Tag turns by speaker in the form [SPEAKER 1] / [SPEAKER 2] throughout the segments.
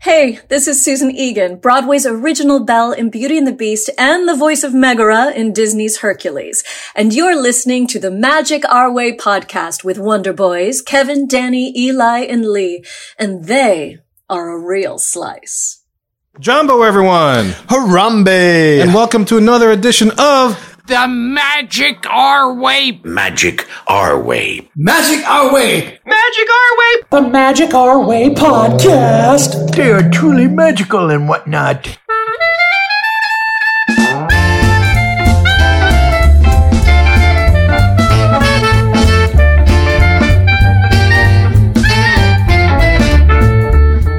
[SPEAKER 1] Hey, this is Susan Egan, Broadway's original Belle in Beauty and the Beast and the voice of Megara in Disney's Hercules. And you're listening to the Magic Our Way podcast with Wonder Boys, Kevin, Danny, Eli, and Lee. And they are a real slice.
[SPEAKER 2] Jumbo, everyone,
[SPEAKER 3] Harambe!
[SPEAKER 2] and welcome to another edition of
[SPEAKER 4] The magic our way.
[SPEAKER 5] magic our way.
[SPEAKER 6] Magic our way!
[SPEAKER 4] Magic our way.
[SPEAKER 7] The Magic Our Way podcast.
[SPEAKER 6] They are truly magical and whatnot.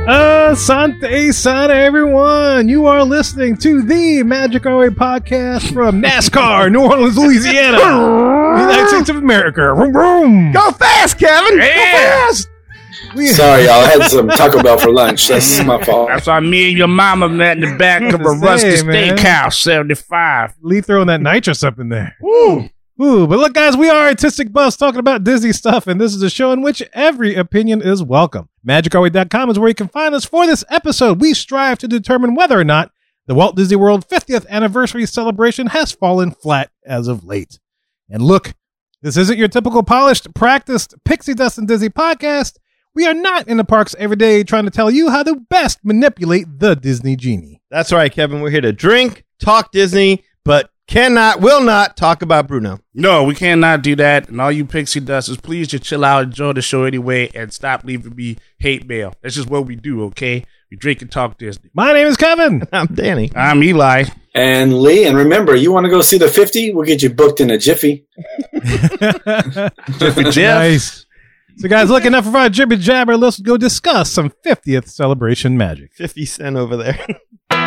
[SPEAKER 2] Asante Sana, everyone. You are listening to the Magic Our Way podcast from NASCAR, New Orleans, Louisiana, United States of America. Vroom, vroom.
[SPEAKER 3] Go fast, Kevin!
[SPEAKER 4] Yeah.
[SPEAKER 8] Sorry, y'all. I had some Taco Bell for lunch. That's my fault.
[SPEAKER 4] That's why me and your mama met in the back of a
[SPEAKER 2] Say,
[SPEAKER 4] rusty
[SPEAKER 2] man.
[SPEAKER 4] steakhouse, 75.
[SPEAKER 2] Lee throwing that nitrous up in there. Woo! Ooh, but look, guys, we are Artistic Bus talking about Disney stuff, and this is a show in which every opinion is welcome. MagicOurWay.com is where you can find us for this episode. We strive to determine whether or not the Walt Disney World 50th anniversary celebration has fallen flat as of late. And look, this isn't your typical polished, practiced pixie dust and Disney podcast. We are not in the parks every day trying to tell you how to best manipulate the Disney genie.
[SPEAKER 3] That's right, Kevin. We're here to drink, talk Disney, but cannot, will not talk about Bruno.
[SPEAKER 4] No, we cannot do that. And all you pixie dusters, please just chill out, enjoy the show anyway, and stop leaving me hate mail. That's just what we do, okay? We drink and talk Disney.
[SPEAKER 2] My name is Kevin.
[SPEAKER 3] I'm Danny.
[SPEAKER 4] I'm Eli.
[SPEAKER 8] And Lee, and remember, you want to go see the 50? We'll get you booked in a jiffy.
[SPEAKER 2] Nice. So, guys, looking up for our jibber jabber, let's go discuss some 50th celebration magic.
[SPEAKER 3] 50 Cent over there.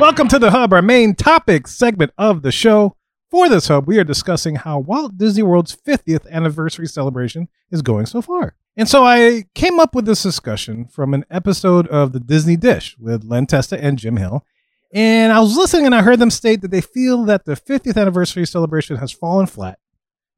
[SPEAKER 2] Welcome to the Hub, our main topic segment of the show. For this Hub, we are discussing how Walt Disney World's 50th anniversary celebration is going so far. And so I came up with this discussion from an episode of The Disney Dish with Len Testa and Jim Hill. And I was listening and I heard them state that they feel that the 50th anniversary celebration has fallen flat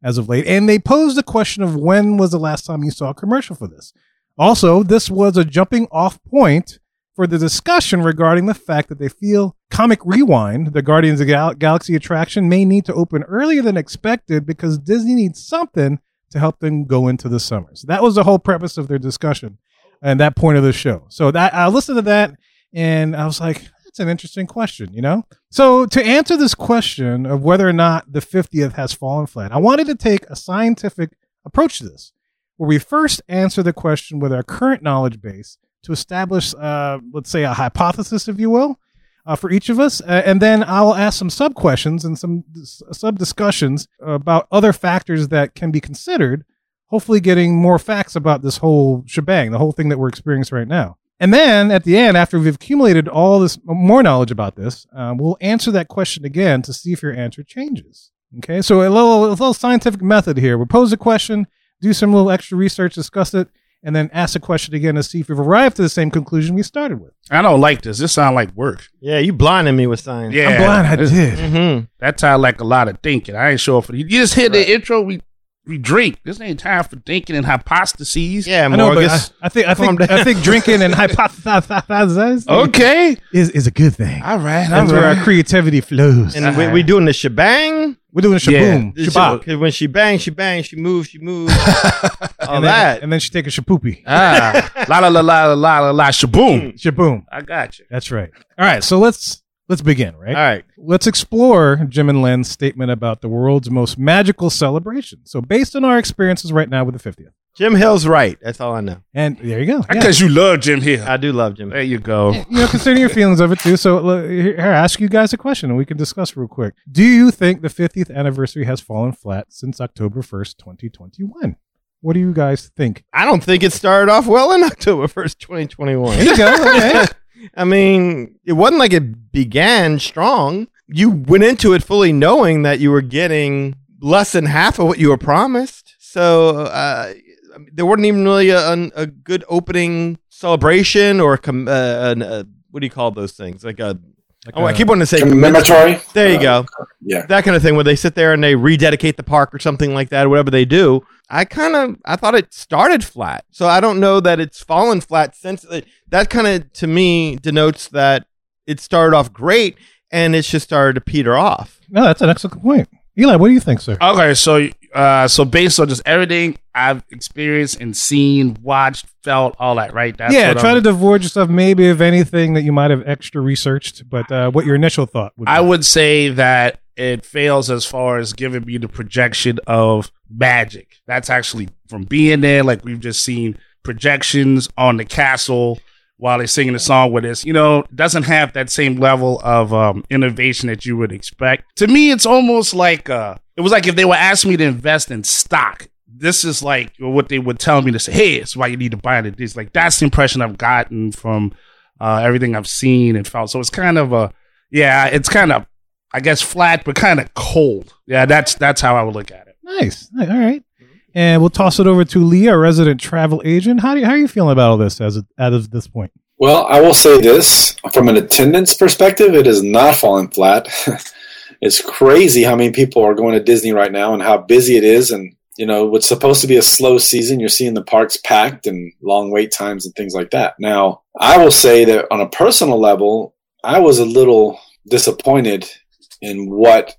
[SPEAKER 2] as of late. And they posed the question of when was the last time you saw a commercial for this? Also, this was a jumping off point for the discussion regarding the fact that they feel Comic Rewind, the Guardians of the Gal- Galaxy attraction, may need to open earlier than expected because Disney needs something to help them go into the summer. So that was the whole premise of their discussion and that point of the show. So that I listened to that and I was like, that's an interesting question, you know? So to answer this question of whether or not the 50th has fallen flat, I wanted to take a scientific approach to this, where we first answer the question with our current knowledge base to establish, uh, let's say, a hypothesis, if you will, uh, for each of us. Uh, and then I'll ask some sub questions and some dis- sub discussions about other factors that can be considered, hopefully, getting more facts about this whole shebang, the whole thing that we're experiencing right now. And then at the end, after we've accumulated all this more knowledge about this, uh, we'll answer that question again to see if your answer changes. Okay, so a little, a little scientific method here. We pose a question, do some little extra research, discuss it, and then ask the question again to see if we've arrived to the same conclusion we started with.
[SPEAKER 4] I don't like this. This sounds like work.
[SPEAKER 3] yeah, you blinded me with science.
[SPEAKER 4] Yeah.
[SPEAKER 2] I'm blind. I did.
[SPEAKER 3] Mm-hmm.
[SPEAKER 4] That time like a lot of thinking. I ain't sure for you just hit the intro. We we drink. This ain't time for thinking and hypotheses.
[SPEAKER 3] Yeah,
[SPEAKER 2] I know, but I,
[SPEAKER 3] Morgus.
[SPEAKER 2] I think I
[SPEAKER 3] Calm
[SPEAKER 2] think
[SPEAKER 3] down.
[SPEAKER 2] I think drinking and hypothesizing
[SPEAKER 4] Okay.
[SPEAKER 2] is is a good thing.
[SPEAKER 4] All right. All
[SPEAKER 2] That's where our
[SPEAKER 4] right.
[SPEAKER 2] creativity flows.
[SPEAKER 3] and we, we doing the shebang.
[SPEAKER 2] We're doing a shaboom,
[SPEAKER 3] The
[SPEAKER 2] shabak,
[SPEAKER 3] shab- 'cause when she bangs, she bangs. She moves, she moves. all
[SPEAKER 2] and
[SPEAKER 3] that.
[SPEAKER 2] then, and then she take a shapoopy,
[SPEAKER 4] ah, la la la la la la la la
[SPEAKER 2] Mm,
[SPEAKER 4] shaboom.
[SPEAKER 2] shaboom.
[SPEAKER 4] I got you.
[SPEAKER 2] That's right. All right, so let's let's begin. Right.
[SPEAKER 3] all right.
[SPEAKER 2] Let's explore Jim and Len's statement about the world's most magical celebration. So, based on our experiences right now with the 50th,
[SPEAKER 3] Jim Hill's right. That's all I know.
[SPEAKER 2] and there you go. Yeah.
[SPEAKER 4] Because you love Jim Hill.
[SPEAKER 3] I do love Jim.
[SPEAKER 4] there you go.
[SPEAKER 2] You know, considering your feelings of it too. So, l- here, here, I ask you guys a question, and we can discuss real quick. Do you think the 50th anniversary has fallen flat since October 1st, 2021? What do you guys think?
[SPEAKER 3] I don't think it started off well in October 1st, 2021.
[SPEAKER 2] There you go. Okay.
[SPEAKER 3] I mean, it wasn't like it began strong. You went into it fully knowing that you were getting less than half of what you were promised. So uh, I mean, there wasn't even really a, an- a good opening celebration or a, com- uh, an, uh what do you call those things? Like a
[SPEAKER 2] Like
[SPEAKER 3] Oh, I
[SPEAKER 2] a-
[SPEAKER 3] keep wanting to say
[SPEAKER 8] Commemoratory.
[SPEAKER 3] There you go.
[SPEAKER 8] Yeah.
[SPEAKER 3] That kind of thing where they sit there and they rededicate the park or something like that, whatever they do. I kind of I thought it started flat. So I don't know that it's fallen flat since it- that kind of to me denotes that it started off great and it's just started to peter off.
[SPEAKER 2] no, that's an excellent point. Eli, what do you think, sir?
[SPEAKER 4] Okay, so uh, so based on just everything I've experienced and seen, watched, felt, all that, right? That's
[SPEAKER 2] yeah,
[SPEAKER 4] what
[SPEAKER 2] try
[SPEAKER 4] I'm-
[SPEAKER 2] to divorce yourself maybe of anything that you might have extra researched, but uh, what your initial thought would be.
[SPEAKER 4] I would say that it fails as far as giving me the projection of magic. That's actually from being there, like we've just seen projections on the castle while they're singing the song with us. You know, doesn't have that same level of um, innovation that you would expect. To me, it's almost like uh, it was like if they were asking me to invest in stock. This is like what they would tell me to say. Hey, it's why you need to buy it. This like that's the impression I've gotten from uh, everything I've seen and felt. So it's kind of a yeah, it's kind of, I guess, flat but kind of cold. Yeah, that's that's how I would look at it.
[SPEAKER 2] Nice. All right. And we'll toss it over to Lee, our resident travel agent. How do you, how are you feeling about all this as of, out of this point?
[SPEAKER 8] Well, I will say this from an attendance perspective, it is not falling flat. it's crazy how many people are going to Disney right now and how busy it is. And, you know, what's supposed to be a slow season, you're seeing the parks packed and long wait times and things like that. Now, I will say that on a personal level, I was a little disappointed in what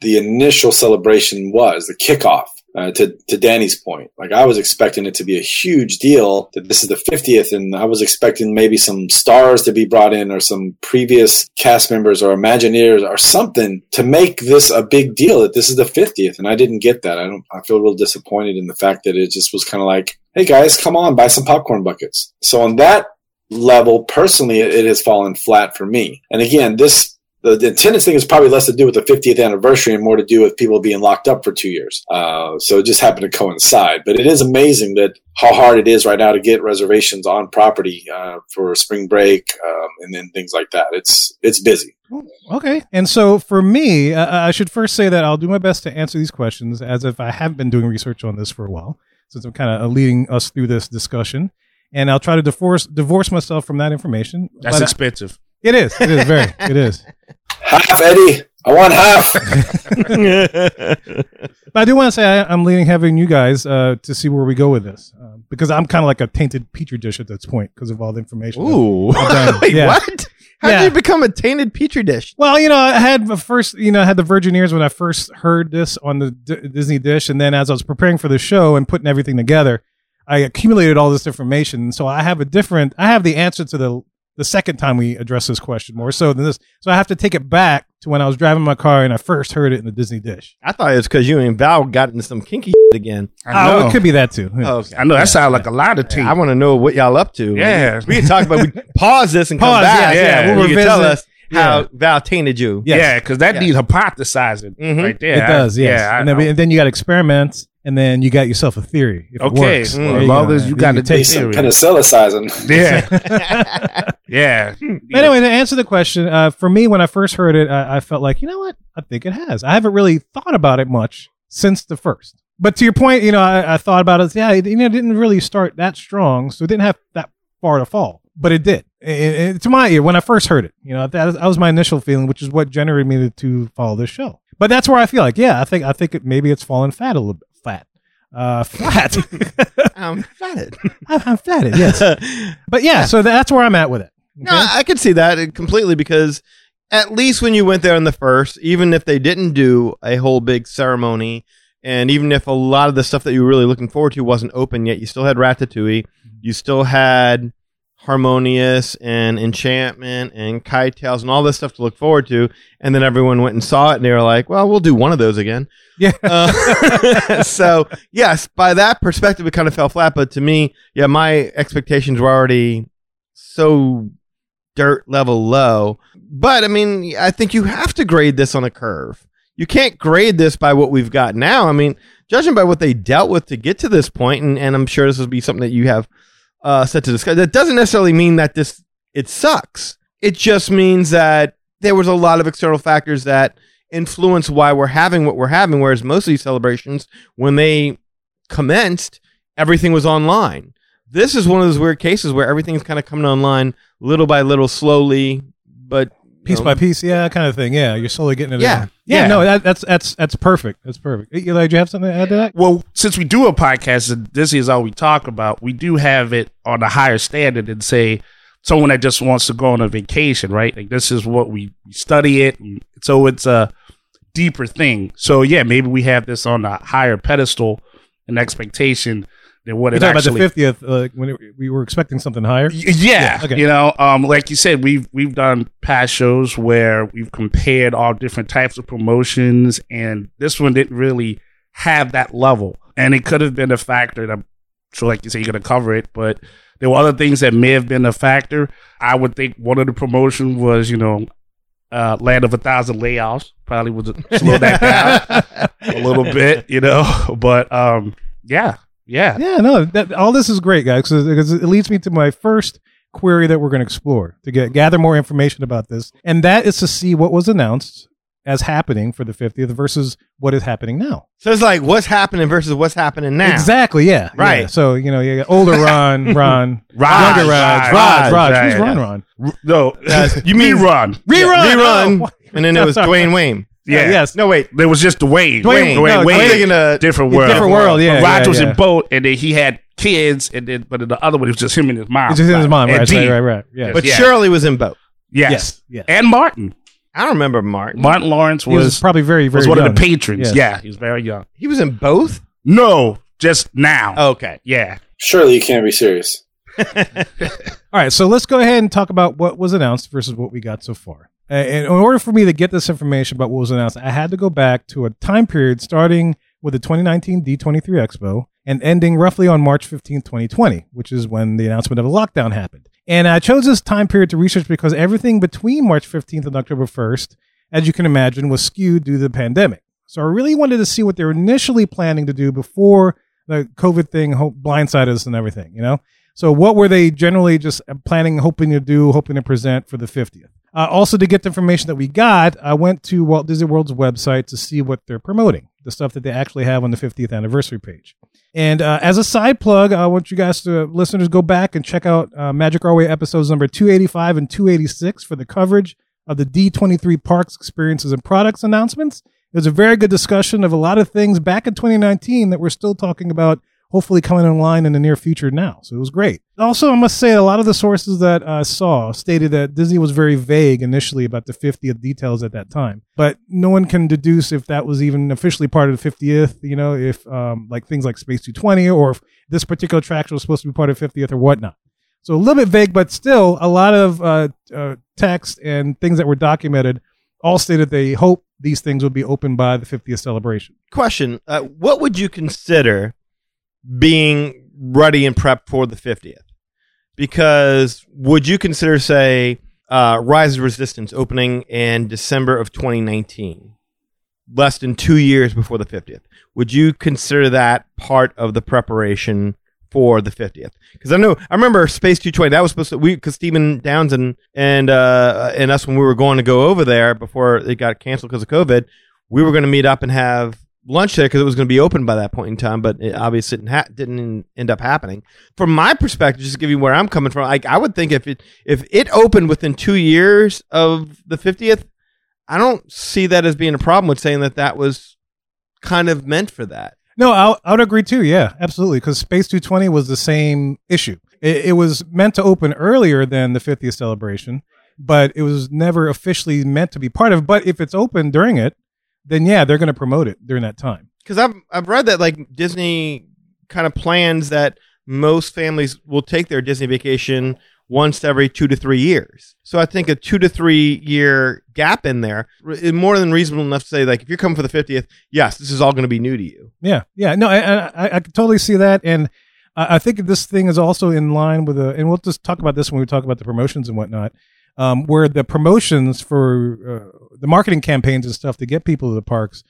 [SPEAKER 8] the initial celebration was, the kickoff. Uh, to to Danny's point, like I was expecting it to be a huge deal that this is the 50th, and I was expecting maybe some stars to be brought in or some previous cast members or Imagineers or something to make this a big deal that this is the 50th, and I didn't get that. I don't. I feel real disappointed in the fact that it just was kind of like, hey guys, come on, buy some popcorn buckets. So on that level, personally, it, it has fallen flat for me. And again, this the, the attendance thing is probably less to do with the 50th anniversary and more to do with people being locked up for two years. Uh, so it just happened to coincide. But it is amazing that how hard it is right now to get reservations on property uh, for spring break um, and then things like that. It's it's busy.
[SPEAKER 2] Okay. And so for me, uh, I should first say that I'll do my best to answer these questions as if I have been doing research on this for a while, since I'm kind of leading us through this discussion. And I'll try to divorce divorce myself from that information.
[SPEAKER 4] That's
[SPEAKER 2] But, uh,
[SPEAKER 4] expensive.
[SPEAKER 2] it is. It is very. It is.
[SPEAKER 8] Half Eddie, I want half.
[SPEAKER 2] But I do want to say I, I'm leaning having you guys uh, to see where we go with this uh, because I'm kind of like a tainted petri dish at this point because of all the information.
[SPEAKER 3] Ooh.
[SPEAKER 2] done.
[SPEAKER 3] Wait,
[SPEAKER 2] Yeah.
[SPEAKER 3] what? How
[SPEAKER 2] Yeah.
[SPEAKER 3] did you become a tainted petri dish?
[SPEAKER 2] Well, you know, I had the first, you know, I had the Virgin ears when I first heard this on the D- Disney dish, and then as I was preparing for the show and putting everything together, I accumulated all this information. So I have a different, I have the answer to the the second time we address this question more so than this. So I have to take it back to when I was driving my car and I first heard it in the Disney dish.
[SPEAKER 3] I thought it was because you and Val got into some kinky again.
[SPEAKER 4] I know.
[SPEAKER 2] Oh, it could be that too.
[SPEAKER 3] Okay.
[SPEAKER 4] I know that sounds like a lot of tape.
[SPEAKER 3] I want to know what y'all up to.
[SPEAKER 4] Yeah.
[SPEAKER 3] we can talk about. We pause this and
[SPEAKER 2] Pause,
[SPEAKER 3] come back.
[SPEAKER 2] yeah, yeah. We'll
[SPEAKER 3] you can tell
[SPEAKER 2] revisit.
[SPEAKER 3] us how Val tainted you.
[SPEAKER 2] yes.
[SPEAKER 4] Yeah, because that
[SPEAKER 3] Yeah.
[SPEAKER 4] needs hypothesizing
[SPEAKER 3] Mhm.
[SPEAKER 4] right there.
[SPEAKER 2] It does,
[SPEAKER 4] I-
[SPEAKER 2] yes.
[SPEAKER 4] Yeah, I
[SPEAKER 2] and, then,
[SPEAKER 4] know.
[SPEAKER 2] we- and then you got experiments, and then you got yourself a theory. If
[SPEAKER 4] Okay, hmm. mm.
[SPEAKER 2] It works. There
[SPEAKER 3] well,
[SPEAKER 2] you
[SPEAKER 4] long
[SPEAKER 3] as
[SPEAKER 2] go,
[SPEAKER 4] as
[SPEAKER 2] man.
[SPEAKER 4] you got
[SPEAKER 2] can
[SPEAKER 4] a
[SPEAKER 2] take-
[SPEAKER 8] Need some
[SPEAKER 4] Serious.
[SPEAKER 8] penicillicizing.
[SPEAKER 4] yeah, yeah.
[SPEAKER 2] But anyway, to answer the question, uh, for me, when I first heard it, I, I felt like, you know what? I think it has. I haven't really thought about it much since the first. But to your point, you know, I, I thought about it. Yeah, it, you know, it didn't really start that strong, so it didn't have that far to fall. But it did. It- it- to my ear, when I first heard it, you know, that, that was my initial feeling, which is what generated me to, to follow this show. But that's where I feel like, yeah, I think I think it, maybe it's fallen fat a little bit. Fat. Uh, flat.
[SPEAKER 3] I'm flattered.
[SPEAKER 2] I'm, I'm fatted, yes. But yeah, so that's where I'm at with it.
[SPEAKER 3] No, I could see that uh, completely because at least when you went there on the first, even if they didn't do a whole big ceremony, and even if a lot of the stuff that you were really looking forward to wasn't open yet, you still had Ratatouille, you still had Harmonious and Enchantment and Kite Tales and all this stuff to look forward to. And then everyone went and saw it, and they were like, "Well, we'll do one of those again."
[SPEAKER 2] Yeah.
[SPEAKER 3] Uh, so yes, by that perspective, it kind of fell flat. But to me, yeah, my expectations were already so dirt level low. But I mean, I think you have to grade this on a curve. You can't grade this by what we've got now. I mean, judging by what they dealt with to get to this point, and, and I'm sure this will be something that you have uh, set to discuss. That doesn't necessarily mean that this it sucks. It just means that there was a lot of external factors that influence why we're having what we're having. Whereas most of these celebrations, when they commenced, everything was online. This is one of those weird cases where everything's kind of coming online little by little, slowly, but
[SPEAKER 2] piece by piece, yeah, kind of thing. Yeah, you're slowly getting it.
[SPEAKER 3] Yeah.
[SPEAKER 2] in. yeah,
[SPEAKER 4] Yeah.
[SPEAKER 2] No, that, that's that's that's perfect. That's perfect. Eli, do you have something to add to that?
[SPEAKER 4] Well, since we do a podcast and this is all we talk about, we do have it on a higher standard than say someone that just wants to go on a vacation, right? Like this is what we we study it, and so it's a deeper thing. So yeah, maybe we have this on a higher pedestal and expectation than what
[SPEAKER 2] You're talking
[SPEAKER 4] it
[SPEAKER 2] about the
[SPEAKER 4] actually.
[SPEAKER 2] fiftieth, like when it, we were expecting something higher.
[SPEAKER 4] Y- Yeah,
[SPEAKER 2] Yeah, okay.
[SPEAKER 4] you know, um, like you said, we've we've done past shows where we've compared all different types of promotions, and this one didn't really have that level, and it could have been a factor. And I'm sure, like you say, you're gonna cover it, but there were other things that may have been a factor. I would think one of the promotion was, you know, uh, Land of a Thousand Layoffs probably would slow that down a little bit, you know, but um, yeah, yeah,
[SPEAKER 2] Yeah, no, that, all this is great, guys, because it leads me to my first query that we're going to explore to get gather more information about this, and that is to see what was announced as happening for the 50th versus what is happening now.
[SPEAKER 3] So it's like what's happening versus what's happening now.
[SPEAKER 2] Exactly, yeah,
[SPEAKER 3] Right.
[SPEAKER 2] yeah. So you know, you got older Ron, Ron,
[SPEAKER 4] Raj,
[SPEAKER 2] younger Raj, Raj,
[SPEAKER 4] Raj, Raj,
[SPEAKER 2] Raj.
[SPEAKER 4] yeah,
[SPEAKER 2] Who's
[SPEAKER 4] yeah,
[SPEAKER 2] Ron,
[SPEAKER 4] yeah.
[SPEAKER 2] Ron?
[SPEAKER 4] R- no,
[SPEAKER 3] you
[SPEAKER 4] you
[SPEAKER 3] mean-
[SPEAKER 4] mean run?
[SPEAKER 3] Yeah,
[SPEAKER 2] Rerun,
[SPEAKER 3] rerun,
[SPEAKER 2] oh,
[SPEAKER 3] and then it was Dwayne Wayne.
[SPEAKER 4] Yeah.
[SPEAKER 2] yes,
[SPEAKER 3] No, wait,
[SPEAKER 4] There was just Dwayne.
[SPEAKER 3] Dwayne. no,
[SPEAKER 4] Wayne.
[SPEAKER 3] I'm thinking, uh,
[SPEAKER 4] different
[SPEAKER 2] Yeah,
[SPEAKER 4] world.
[SPEAKER 2] different world, yeah,
[SPEAKER 4] Raj
[SPEAKER 2] yeah,
[SPEAKER 4] was
[SPEAKER 2] yeah.
[SPEAKER 4] in boat, and then he had kids, and then but in the other one it was just him and his mom.
[SPEAKER 2] it's just his mom,
[SPEAKER 4] And
[SPEAKER 2] right,
[SPEAKER 4] Dee.
[SPEAKER 2] right, right, right. Yeah,
[SPEAKER 3] but
[SPEAKER 4] Yeah.
[SPEAKER 3] Shirley was in both.
[SPEAKER 4] Yes.
[SPEAKER 2] yes, yeah.
[SPEAKER 4] and Martin.
[SPEAKER 3] I don't remember Martin.
[SPEAKER 4] Martin Lawrence
[SPEAKER 2] He
[SPEAKER 4] was
[SPEAKER 2] was,
[SPEAKER 4] was,
[SPEAKER 2] probably very, very
[SPEAKER 4] one
[SPEAKER 2] young.
[SPEAKER 4] of the patrons.
[SPEAKER 2] Yes.
[SPEAKER 4] Yeah, he was very young.
[SPEAKER 3] He was in both.
[SPEAKER 4] No, just now.
[SPEAKER 2] Oh.
[SPEAKER 3] Okay.
[SPEAKER 4] Yeah,
[SPEAKER 8] Surely you can't be serious.
[SPEAKER 2] All right, so let's go ahead and talk about what was announced versus what we got so far. Uh, And in order for me to get this information about what was announced, I had to go back to a time period starting with the 2019 D23 Expo and ending roughly on March 15, 2020, which is when the announcement of the lockdown happened. And I chose this time period to research because everything between March 15th and October 1st, as you can imagine, was skewed due to the pandemic. So I really wanted to see what they were initially planning to do before the COVID thing ho- blindsided us and everything, you know? So, what were they generally just planning, hoping to do, hoping to present for the 50th? Uh, also, to get the information that we got, I went to Walt Disney World's website to see what they're promoting, the stuff that they actually have on the 50th anniversary page. And uh, as a side plug, I want you guys to listeners go back and check out uh, Magic Our Way episodes number 285 and 286 for the coverage of the D23 parks experiences and products announcements. It was a very good discussion of a lot of things back in 2019 that we're still talking about hopefully coming online in the near future now. So it was great. Also, I must say, a lot of the sources that I saw stated that Disney was very vague initially about the 50th details at that time, but no one can deduce if that was even officially part of the 50th, you know, if um, like things like Space 220 or if this particular attraction was supposed to be part of 50th or whatnot. So a little bit vague, but still a lot of uh, uh, text and things that were documented all stated they hope these things would be open by the 50th celebration.
[SPEAKER 3] Question: uh, What would you consider being ready and prepped for the fiftieth? Because would you consider, say, uh, Rise of Resistance opening in December of 2019, less than two years before the fiftieth? Would you consider that part of the preparation for the fiftieth? Because I know I remember Space 220. That was supposed to we because Stephen Downs and and uh, and us when we were going to go over there before it got canceled because of COVID we were going to meet up and have lunch there because it was going to be open by that point in time, but it obviously didn't, ha- didn't end up happening. From my perspective, just to give you where I'm coming from, like I would think if it if it opened within two years of the 50th, I don't see that as being a problem with saying that that was kind of meant for that.
[SPEAKER 2] No, I, I would agree too. Yeah, absolutely. Because Space 220 was the same issue. It, it was meant to open earlier than the 50th celebration, but it was never officially meant to be part of. But if it's open during it, then yeah, they're going to promote it during that time.
[SPEAKER 3] because I've I've read that like Disney kind of plans that most families will take their Disney vacation once every two to three years. So I think a two to three year gap in there is more than reasonable enough to say like if you're coming for the fiftieth, yes, this is all going to be new to you.
[SPEAKER 2] Yeah, yeah. No, I I, I, I could totally see that, and I, I think this thing is also in line with a. And we'll just talk about this when we talk about the promotions and whatnot, um, where the promotions for uh, the marketing campaigns and stuff to get people to the parks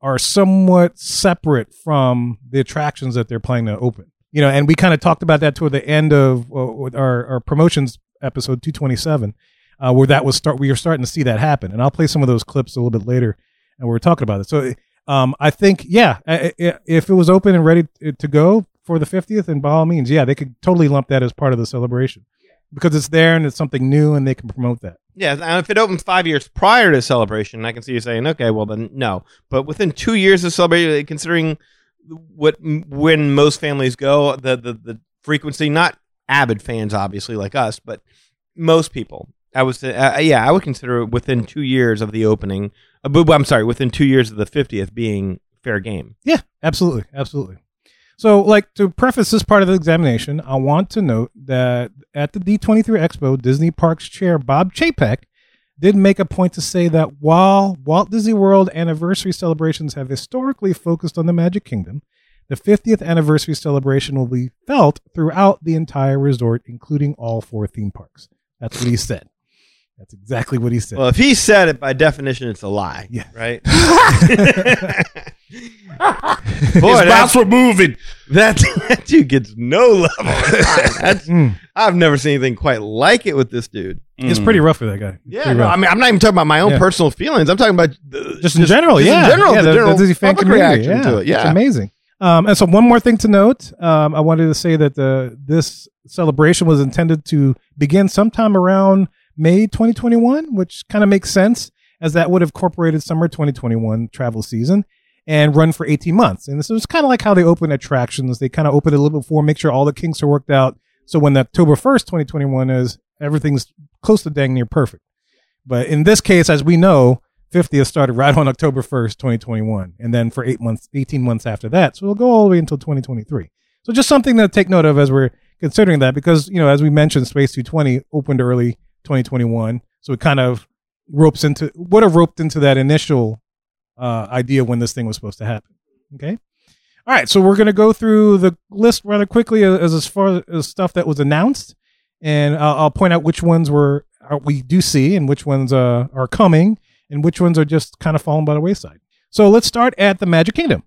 [SPEAKER 2] are somewhat separate from the attractions that they're planning to open. You know, and we kind of talked about that toward the end of uh, with our, our promotions episode 227, uh, where that was start. We were starting to see that happen, and I'll play some of those clips a little bit later, and we were talking about it. So um, I think, yeah, I- I- if it was open and ready to go for the 50th, then by all means, yeah, they could totally lump that as part of the celebration. because it's there and it's something new and they can promote that.
[SPEAKER 3] Yeah, and if it opens five years prior to celebration, I can see you saying, okay, well then no. But within two years of celebration, considering what when most families go, the the, the frequency, not avid fans obviously like us, but most people, I was uh, yeah, I would consider it within two years of the opening. Uh, but- I'm sorry, within two years of the fiftieth being fair game.
[SPEAKER 2] Yeah, absolutely, absolutely. So, like to preface this part of the examination, I want to note that at the D23 Expo, Disney Parks Chair Bob Chapek did make a point to say that while Walt Disney World anniversary celebrations have historically focused on the Magic Kingdom, the 50th anniversary celebration will be felt throughout the entire resort, including all four theme parks. That's what he said. That's exactly what he said.
[SPEAKER 3] Well, if he said it by definition, it's a lie.
[SPEAKER 2] Yeah.
[SPEAKER 3] Right. Boy,
[SPEAKER 4] His
[SPEAKER 3] that,
[SPEAKER 4] mouths were moving.
[SPEAKER 3] that that dude gets no level. That's,
[SPEAKER 2] Mm.
[SPEAKER 3] I've never seen anything quite like it with this dude.
[SPEAKER 2] It's pretty rough for that guy. It's
[SPEAKER 3] Hmm. Yeah,
[SPEAKER 2] pretty
[SPEAKER 3] no,
[SPEAKER 2] rough.
[SPEAKER 3] I mean, I'm not even talking about my own
[SPEAKER 2] Yeah.
[SPEAKER 3] personal feelings. I'm talking about the,
[SPEAKER 2] just in general,
[SPEAKER 3] just in
[SPEAKER 2] yeah,
[SPEAKER 3] general,
[SPEAKER 2] yeah,
[SPEAKER 3] the general public
[SPEAKER 2] community,
[SPEAKER 3] reaction to it,
[SPEAKER 2] it's
[SPEAKER 3] yeah.
[SPEAKER 2] amazing. Um, and so, one more thing to note, um, I wanted to say that the this celebration was intended to begin sometime around May 2021, which kind of makes sense as that would have incorporated summer 2021 travel season and run for 18 months. And this was kind of like how they open attractions; they kind of open it a little before, make sure all the kinks are worked out. So when the October 1st, 2021 is, everything's close to dang near perfect. But in this case, as we know, 50th started right on October 1st, 2021, and then for eight months, 18 months after that. So it'll go all the way until 2023. So just something to take note of as we're considering that, because, you know, as we mentioned, Space 220 opened early 2021. So it kind of ropes into, would have roped into that initial uh, idea when this thing was supposed to happen. Okay. All right. So we're going to go through the list rather quickly as, as far as stuff that was announced. And I'll, I'll point out which ones were, uh, we do see and which ones uh, are coming and which ones are just kind of falling by the wayside. So let's start at the Magic Kingdom.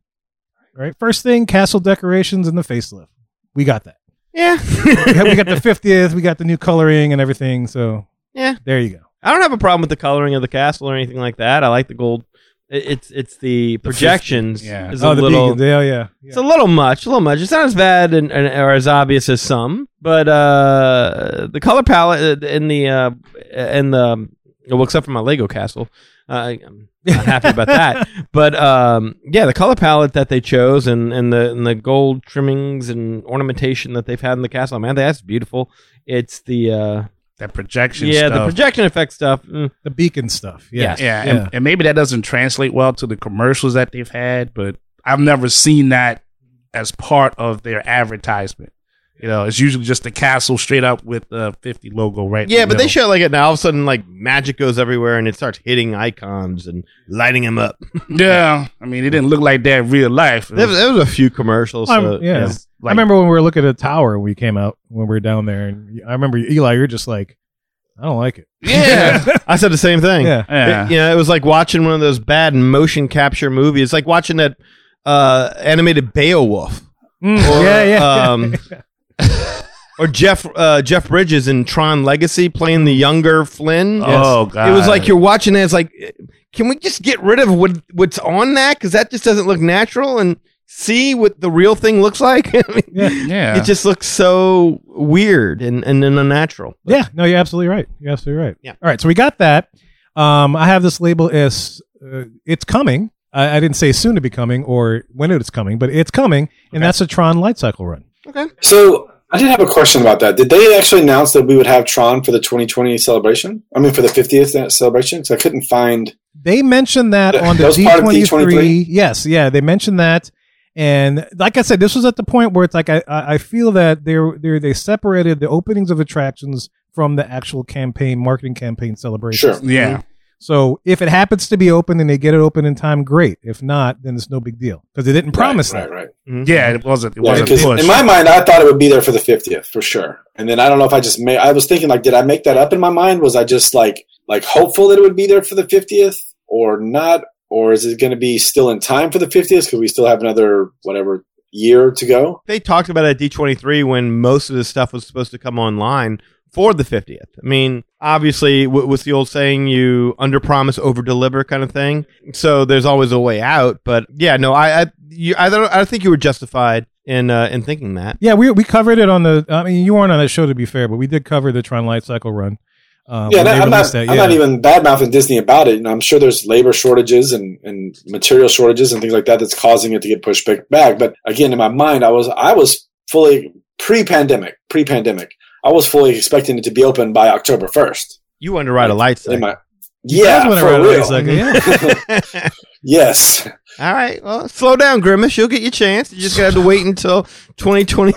[SPEAKER 2] All right, first thing, castle decorations and the facelift. We got that.
[SPEAKER 3] yeah.
[SPEAKER 2] We got- we got the 50th, we got the new coloring and everything. So
[SPEAKER 3] Yeah.
[SPEAKER 2] there you go.
[SPEAKER 3] I don't have a problem with the coloring of the castle or anything like that. I like the gold. It- It's it's the projections.
[SPEAKER 4] 50, yeah.
[SPEAKER 3] Is a little.
[SPEAKER 2] beacons. oh, Yeah, yeah. yeah.
[SPEAKER 3] It's a little much, a little much. It's not as bad and, and or as obvious as some, but uh, the color palette in the uh, in the well, except for my Lego castle, uh, I'm not happy about that. But um, yeah, the color palette that they chose and and the and the gold trimmings and ornamentation that they've had in the castle, man, that's beautiful. It's the uh,
[SPEAKER 4] That projection
[SPEAKER 3] yeah, the
[SPEAKER 4] stuff.
[SPEAKER 3] projection effect stuff. mm,
[SPEAKER 2] the beacon stuff. Yeah.
[SPEAKER 3] Yes.
[SPEAKER 4] yeah,
[SPEAKER 2] Yeah.
[SPEAKER 4] And, and maybe that doesn't translate well to the commercials that they've had, but I've never seen that as part of their advertisement. You know, it's usually just the castle straight up with the 50 logo right
[SPEAKER 3] Yeah,
[SPEAKER 4] in the
[SPEAKER 3] but they
[SPEAKER 4] middle.
[SPEAKER 3] show like it now. All of a sudden, like magic goes everywhere, and it starts hitting icons and lighting them up.
[SPEAKER 4] Yeah, I mean, it didn't look like that in real life. It
[SPEAKER 3] There was,
[SPEAKER 4] was
[SPEAKER 3] there was a few commercials.
[SPEAKER 2] Um,
[SPEAKER 3] so-
[SPEAKER 2] yeah.
[SPEAKER 3] yeah.
[SPEAKER 2] I
[SPEAKER 4] like-
[SPEAKER 2] remember when we were looking at the tower when we came out when we were down there, and I remember Eli, you're just like, I don't like it.
[SPEAKER 4] Yeah.
[SPEAKER 3] I said the same thing.
[SPEAKER 2] Yeah.
[SPEAKER 4] yeah.
[SPEAKER 3] It, you know, it was like watching one of those bad motion capture movies. It's like watching that uh, animated Beowulf.
[SPEAKER 2] Mm,
[SPEAKER 3] Or,
[SPEAKER 2] yeah, yeah.
[SPEAKER 3] Um, or Jeff uh, Jeff Bridges in Tron Legacy playing the younger Flynn.
[SPEAKER 4] Oh, God.
[SPEAKER 3] It was like you're watching that. It's like, can we just get rid of what what's on that? Because that just doesn't look natural. And see what the real thing looks like. I mean,
[SPEAKER 4] yeah.
[SPEAKER 3] It just looks so weird and, and, and unnatural.
[SPEAKER 2] Yeah, no, you're absolutely right. You're absolutely right.
[SPEAKER 3] Yeah.
[SPEAKER 2] All right, so we got that. Um, I have this label as uh, it's coming. I, I didn't say soon to be coming or when it's coming, but it's coming, and that's a Tron Light Cycle run.
[SPEAKER 8] So I did have a question about that. Did they actually announce that we would have Tron for the 2020 celebration? I mean, for the 50th celebration? Because I couldn't find.
[SPEAKER 2] They mentioned that
[SPEAKER 8] Yeah,
[SPEAKER 2] on the
[SPEAKER 8] that was part of
[SPEAKER 2] D
[SPEAKER 8] D23.
[SPEAKER 2] twenty-three. Yes, yeah, they mentioned that, and like I said, this was at the point where it's like I, I I feel that they they they separated the openings of attractions from the actual campaign marketing campaign celebration.
[SPEAKER 8] Sure.
[SPEAKER 4] yeah.
[SPEAKER 2] So if it happens to be open and they get it open in time, great. If not, then it's no big deal because they didn't promise
[SPEAKER 8] Right,
[SPEAKER 2] that.
[SPEAKER 8] right, right.
[SPEAKER 3] Mm-hmm.
[SPEAKER 4] Yeah, it wasn't. It
[SPEAKER 8] Yeah,
[SPEAKER 4] wasn't
[SPEAKER 8] because
[SPEAKER 4] pushed.
[SPEAKER 8] in my mind, I thought it would be there for the 50th for sure. And then I don't know if I just made. I was thinking like, did I make that up in my mind? Was I just like like hopeful that it would be there for the 50th or not? Or is it going to be still in time for the 50th? Because we still have another whatever year to go.
[SPEAKER 3] They talked about it at D23 when most of this stuff was supposed to come online for the 50th. I mean, obviously, w- what's the old saying? You underpromise, overdeliver kind of thing. So there's always a way out. But yeah, no, I I, you, I, don't, I think you were justified in uh, in thinking that.
[SPEAKER 2] Yeah, we we covered it on the. I mean, you weren't on that show to be fair, but we did cover the Tron Light Cycle run. Uh, when
[SPEAKER 8] yeah, and
[SPEAKER 2] they
[SPEAKER 8] I- I'm not.
[SPEAKER 2] released that,
[SPEAKER 8] I'm not even bad mouthing Disney about it. And I'm sure there's labor shortages and, and material shortages and things like that that's causing it to get pushed back- back. But again, in my mind, I was I was fully pre-pandemic, pre-pandemic. I was fully expecting it to be open by October 1st.
[SPEAKER 3] You underwrite a light
[SPEAKER 8] In
[SPEAKER 3] cycle.
[SPEAKER 8] my, yeah,
[SPEAKER 2] That's when I
[SPEAKER 8] for
[SPEAKER 2] read it, I
[SPEAKER 8] real.
[SPEAKER 2] was like, yeah.
[SPEAKER 8] yes.
[SPEAKER 3] All right. Well, slow down, Grimace. You'll get your chance. You just got to wait until 2020,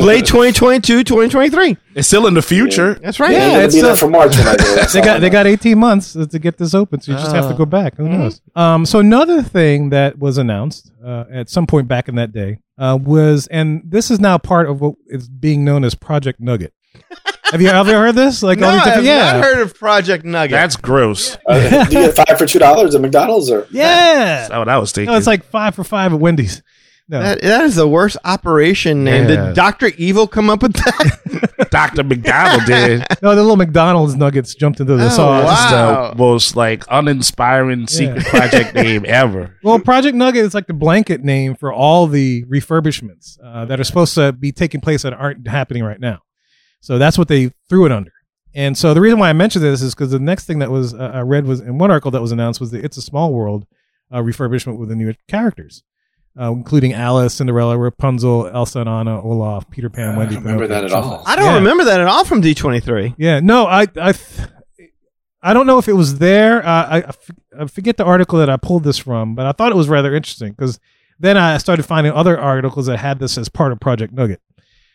[SPEAKER 3] late 2022, 2023.
[SPEAKER 4] It's still in the future.
[SPEAKER 3] That's right.
[SPEAKER 2] Yeah,
[SPEAKER 8] Yeah, it'll
[SPEAKER 2] it's
[SPEAKER 8] be there
[SPEAKER 2] a-
[SPEAKER 8] for March when I do it.
[SPEAKER 2] they got they got 18 months to get this open so you just have to
[SPEAKER 3] Oh.
[SPEAKER 8] Uh.
[SPEAKER 2] go back who
[SPEAKER 8] Mm-hmm.
[SPEAKER 3] Mhm.
[SPEAKER 2] knows um, so another thing that was announced uh, at some point back in that day uh, was and this is now part of what is being known as project nugget have you ever heard this like
[SPEAKER 3] no,
[SPEAKER 2] all these
[SPEAKER 3] I've
[SPEAKER 2] different yeah
[SPEAKER 3] not heard of Project Nugget.
[SPEAKER 4] That's gross.
[SPEAKER 8] Uh, do you get five for two dollars at McDonald's or
[SPEAKER 2] yeah
[SPEAKER 4] That's what I was thinking.
[SPEAKER 2] no, it's like five for five at wendy's no
[SPEAKER 3] that, that is the worst operation name.
[SPEAKER 4] Yeah.
[SPEAKER 3] Did Doctor Evil come up with that?
[SPEAKER 4] Dr. McDonald did.
[SPEAKER 2] no the little mcdonald's nuggets jumped into the
[SPEAKER 3] Oh,
[SPEAKER 2] sauce
[SPEAKER 3] wow.
[SPEAKER 4] It's the most like uninspiring secret project name ever.
[SPEAKER 2] Well, Project Nugget is like the blanket name for all the refurbishments uh, that are supposed to be taking place that aren't happening right now. So that's what they threw it under. And so the reason why I mentioned this is because the next thing that was uh, I read was in one article that was announced was the It's a Small World uh, refurbishment with the new characters, uh, including Alice, Cinderella, Rapunzel, Elsa and Anna, Olaf, Peter Pan, Wendy.
[SPEAKER 8] Uh, don't remember
[SPEAKER 2] Pinocchio,
[SPEAKER 8] that at
[SPEAKER 2] Truffle.
[SPEAKER 8] all.
[SPEAKER 3] I don't
[SPEAKER 2] Yeah.
[SPEAKER 3] remember that at all from D23.
[SPEAKER 2] Yeah, no, I, I, th- I don't know if it was there. Uh, I, I f- I forget the article that I pulled this from, but I thought it was rather interesting because then I started finding other articles that had this as part of Project Nugget.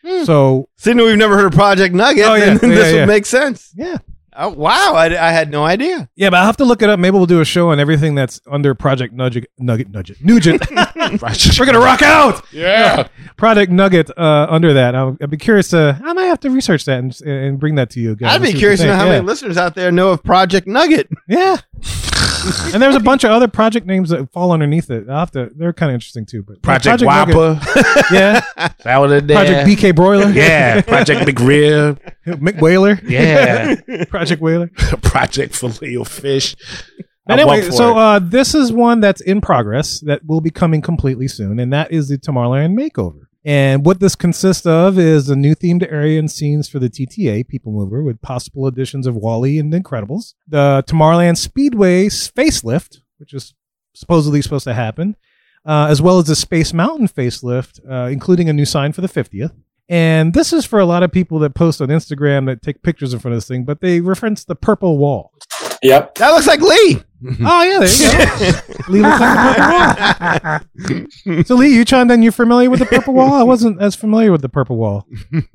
[SPEAKER 3] Hmm.
[SPEAKER 2] So
[SPEAKER 3] Seeing that we've never heard of Project Nugget,
[SPEAKER 2] Oh, yeah.
[SPEAKER 3] then
[SPEAKER 2] Yeah,
[SPEAKER 3] this would
[SPEAKER 2] yeah.
[SPEAKER 3] make sense.
[SPEAKER 2] yeah,
[SPEAKER 3] Oh, wow. I, I had no idea.
[SPEAKER 2] yeah, but I'll have to look it up. Maybe we'll do a show on everything that's under Project Nugget, Nugget, Nugget, Nugent. We're gonna rock out.
[SPEAKER 4] Yeah.
[SPEAKER 2] Project Nugget uh, under that. I'll, I'd be curious to. I might have to research that and, and bring that to you guys.
[SPEAKER 3] I'd be
[SPEAKER 2] See what you
[SPEAKER 3] curious to know
[SPEAKER 2] think.
[SPEAKER 3] how
[SPEAKER 2] Yeah.
[SPEAKER 3] many listeners out there know of Project Nugget.
[SPEAKER 2] Yeah. and there's a bunch of other project names that fall underneath it. I'll have to, they're kind of interesting too. But
[SPEAKER 4] Project,
[SPEAKER 2] Nugget-
[SPEAKER 4] Whopper.
[SPEAKER 2] yeah.
[SPEAKER 4] that one in there.
[SPEAKER 2] Project BK Broiler,
[SPEAKER 4] Yeah. Project McRib.
[SPEAKER 2] Mick Whaler,
[SPEAKER 4] Yeah.
[SPEAKER 2] Project Whaler.
[SPEAKER 4] Project Filet of Fish. I'm up
[SPEAKER 2] Anyway,
[SPEAKER 4] for
[SPEAKER 2] so
[SPEAKER 4] it.
[SPEAKER 2] uh, this is one that's in progress that will be coming completely soon, and that is the Tomorrowland Makeover. And what this consists of is a new themed area and scenes for the TTA People Mover with possible additions of Wally and The Incredibles, the Tomorrowland Speedway facelift, which is supposedly supposed to happen, uh, as well as the Space Mountain facelift, uh, including a new sign for the 50th. And this is for a lot of people that post on Instagram that take pictures in front of this thing, but they reference the purple wall.
[SPEAKER 8] Yep.
[SPEAKER 3] That looks like Lee.
[SPEAKER 2] Oh yeah, there you go. Lee looks like the purple wall. so Lee, you chimed in. You're familiar with the purple wall? I wasn't as familiar with the purple wall.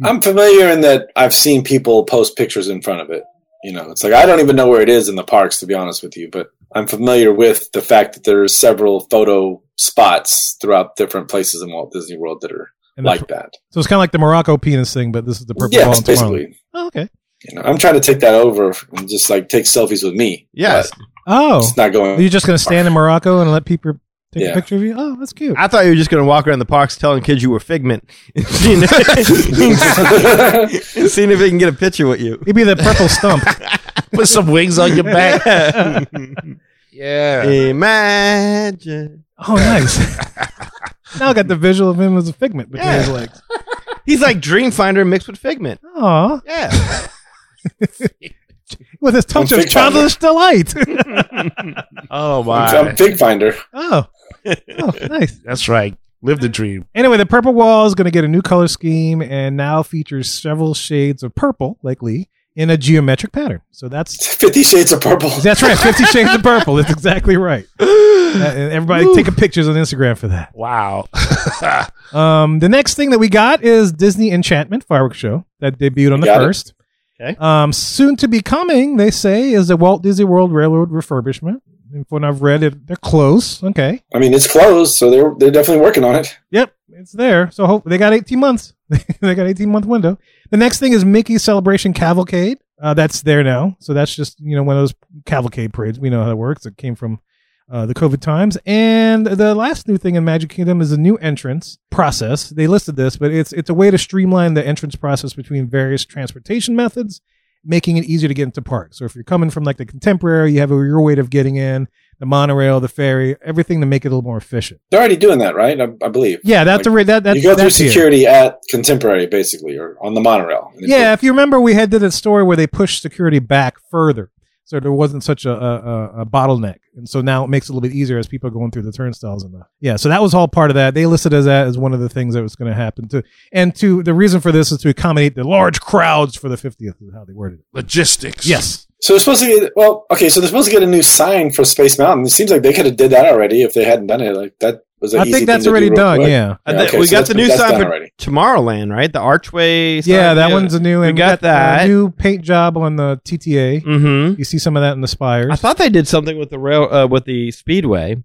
[SPEAKER 8] I'm familiar in that I've seen people post pictures in front of it. You know, it's like I don't even know where it is in the parks, to be honest with you, but I'm familiar with the fact that there's several photo spots throughout different places in Walt Disney World that are
[SPEAKER 2] And the
[SPEAKER 8] like
[SPEAKER 2] pur-
[SPEAKER 8] that.
[SPEAKER 2] so it's kind of like the Morocco penis thing, but this is the purple
[SPEAKER 8] Yeah,
[SPEAKER 2] wall. in Tomorrowland.
[SPEAKER 8] basically.
[SPEAKER 2] Oh, okay.
[SPEAKER 8] You know, I'm trying to take that over and just like take selfies with me.
[SPEAKER 3] Yes.
[SPEAKER 8] but
[SPEAKER 2] Oh,
[SPEAKER 8] it's not going.
[SPEAKER 2] you're just gonna stand in Morocco and let people take a
[SPEAKER 8] Yeah.
[SPEAKER 2] picture of you? Oh, that's cute.
[SPEAKER 3] I thought you were just going to walk around the parks telling kids you were Figment and seeing if, and seeing if they can get a picture with you.
[SPEAKER 2] It'd be the purple stump.
[SPEAKER 4] Put some wings on your back. Yeah.
[SPEAKER 3] Imagine.
[SPEAKER 2] Oh, nice. now I got the visual of him as a figment between his
[SPEAKER 3] Yeah.
[SPEAKER 2] legs.
[SPEAKER 3] He's like Dreamfinder mixed with Figment.
[SPEAKER 2] Aw,
[SPEAKER 3] Yeah.
[SPEAKER 2] with his touch
[SPEAKER 8] I'm
[SPEAKER 2] of
[SPEAKER 8] fig finder.
[SPEAKER 2] childish delight.
[SPEAKER 4] Oh
[SPEAKER 8] I'm,
[SPEAKER 4] my.
[SPEAKER 8] I'm Fig Finder.
[SPEAKER 2] oh, oh, nice.
[SPEAKER 4] That's right. Live the dream.
[SPEAKER 2] Anyway, the purple wall is going to get a new color scheme and now features several shades of purple, like Lee, in a geometric pattern. So that's
[SPEAKER 8] Fifty Shades of Purple.
[SPEAKER 2] that's right, Fifty Shades of Purple. That's exactly right. Uh, and everybody taking pictures on Instagram for that.
[SPEAKER 4] Wow.
[SPEAKER 2] Um, the next thing that we got is Disney Enchantment Fireworks Show that debuted on the
[SPEAKER 8] Got it.
[SPEAKER 2] first.
[SPEAKER 3] Okay.
[SPEAKER 2] Um, soon to be coming, they say, is the Walt Disney World Railroad refurbishment. And From what I've read, it, they're close. Okay.
[SPEAKER 8] I mean, it's closed, so they're they're definitely working on it.
[SPEAKER 2] Yep, it's there. So hope they got 18 months. they got 18 month window. The next thing is Mickey's Celebration Cavalcade. Uh, that's there now. So that's just you know one of those cavalcade parades. We know how that works. It came from uh, the COVID times. And the last new thing in Magic Kingdom is a new entrance process. They listed this, but it's it's a way to streamline the entrance process between various transportation methods, making it easier to get into parks. So if you're coming from like the contemporary, you have your way of getting in. the monorail, the ferry, everything to make it a little more efficient.
[SPEAKER 8] They're already doing that, right? I, I believe.
[SPEAKER 2] Yeah, that's a re- that that's
[SPEAKER 8] you go through
[SPEAKER 2] that's here.
[SPEAKER 8] security at Contemporary, basically, or on the monorail. And if
[SPEAKER 2] Yeah, if you remember, we had did a story where they pushed security back further, so there wasn't such a, a, a- a bottleneck, and so now it makes it a little bit easier as people are going through the turnstiles and that. Yeah, so that was all part of that. They listed as that as one of the things that was going to happen to, and to the reason for this is to accommodate the large crowds for the 50th is how they worded it.
[SPEAKER 4] Logistics.
[SPEAKER 2] Yes,
[SPEAKER 8] So they're supposed to get well, okay. So they're supposed to get a new sign for Space Mountain. It seems like they could have did that already if they hadn't done it. Like that was. An
[SPEAKER 2] I
[SPEAKER 8] easy
[SPEAKER 2] think
[SPEAKER 8] thing
[SPEAKER 2] that's
[SPEAKER 8] to do
[SPEAKER 2] already
[SPEAKER 8] real
[SPEAKER 2] done.
[SPEAKER 8] quick.
[SPEAKER 2] Yeah,
[SPEAKER 3] I think
[SPEAKER 8] okay,
[SPEAKER 3] we
[SPEAKER 8] so
[SPEAKER 3] got
[SPEAKER 8] that's
[SPEAKER 3] the
[SPEAKER 8] been-
[SPEAKER 3] new
[SPEAKER 8] that's
[SPEAKER 3] sign
[SPEAKER 8] done
[SPEAKER 3] for
[SPEAKER 8] already.
[SPEAKER 3] Tomorrowland, right? The archway. sign?
[SPEAKER 2] yeah, that one's a new.
[SPEAKER 3] We
[SPEAKER 2] And
[SPEAKER 3] got
[SPEAKER 2] the
[SPEAKER 3] that.
[SPEAKER 2] new paint job on the TTA.
[SPEAKER 3] Mm-hmm.
[SPEAKER 2] You see some of that in the spires.
[SPEAKER 3] I thought they did something with the rail uh, with the speedway.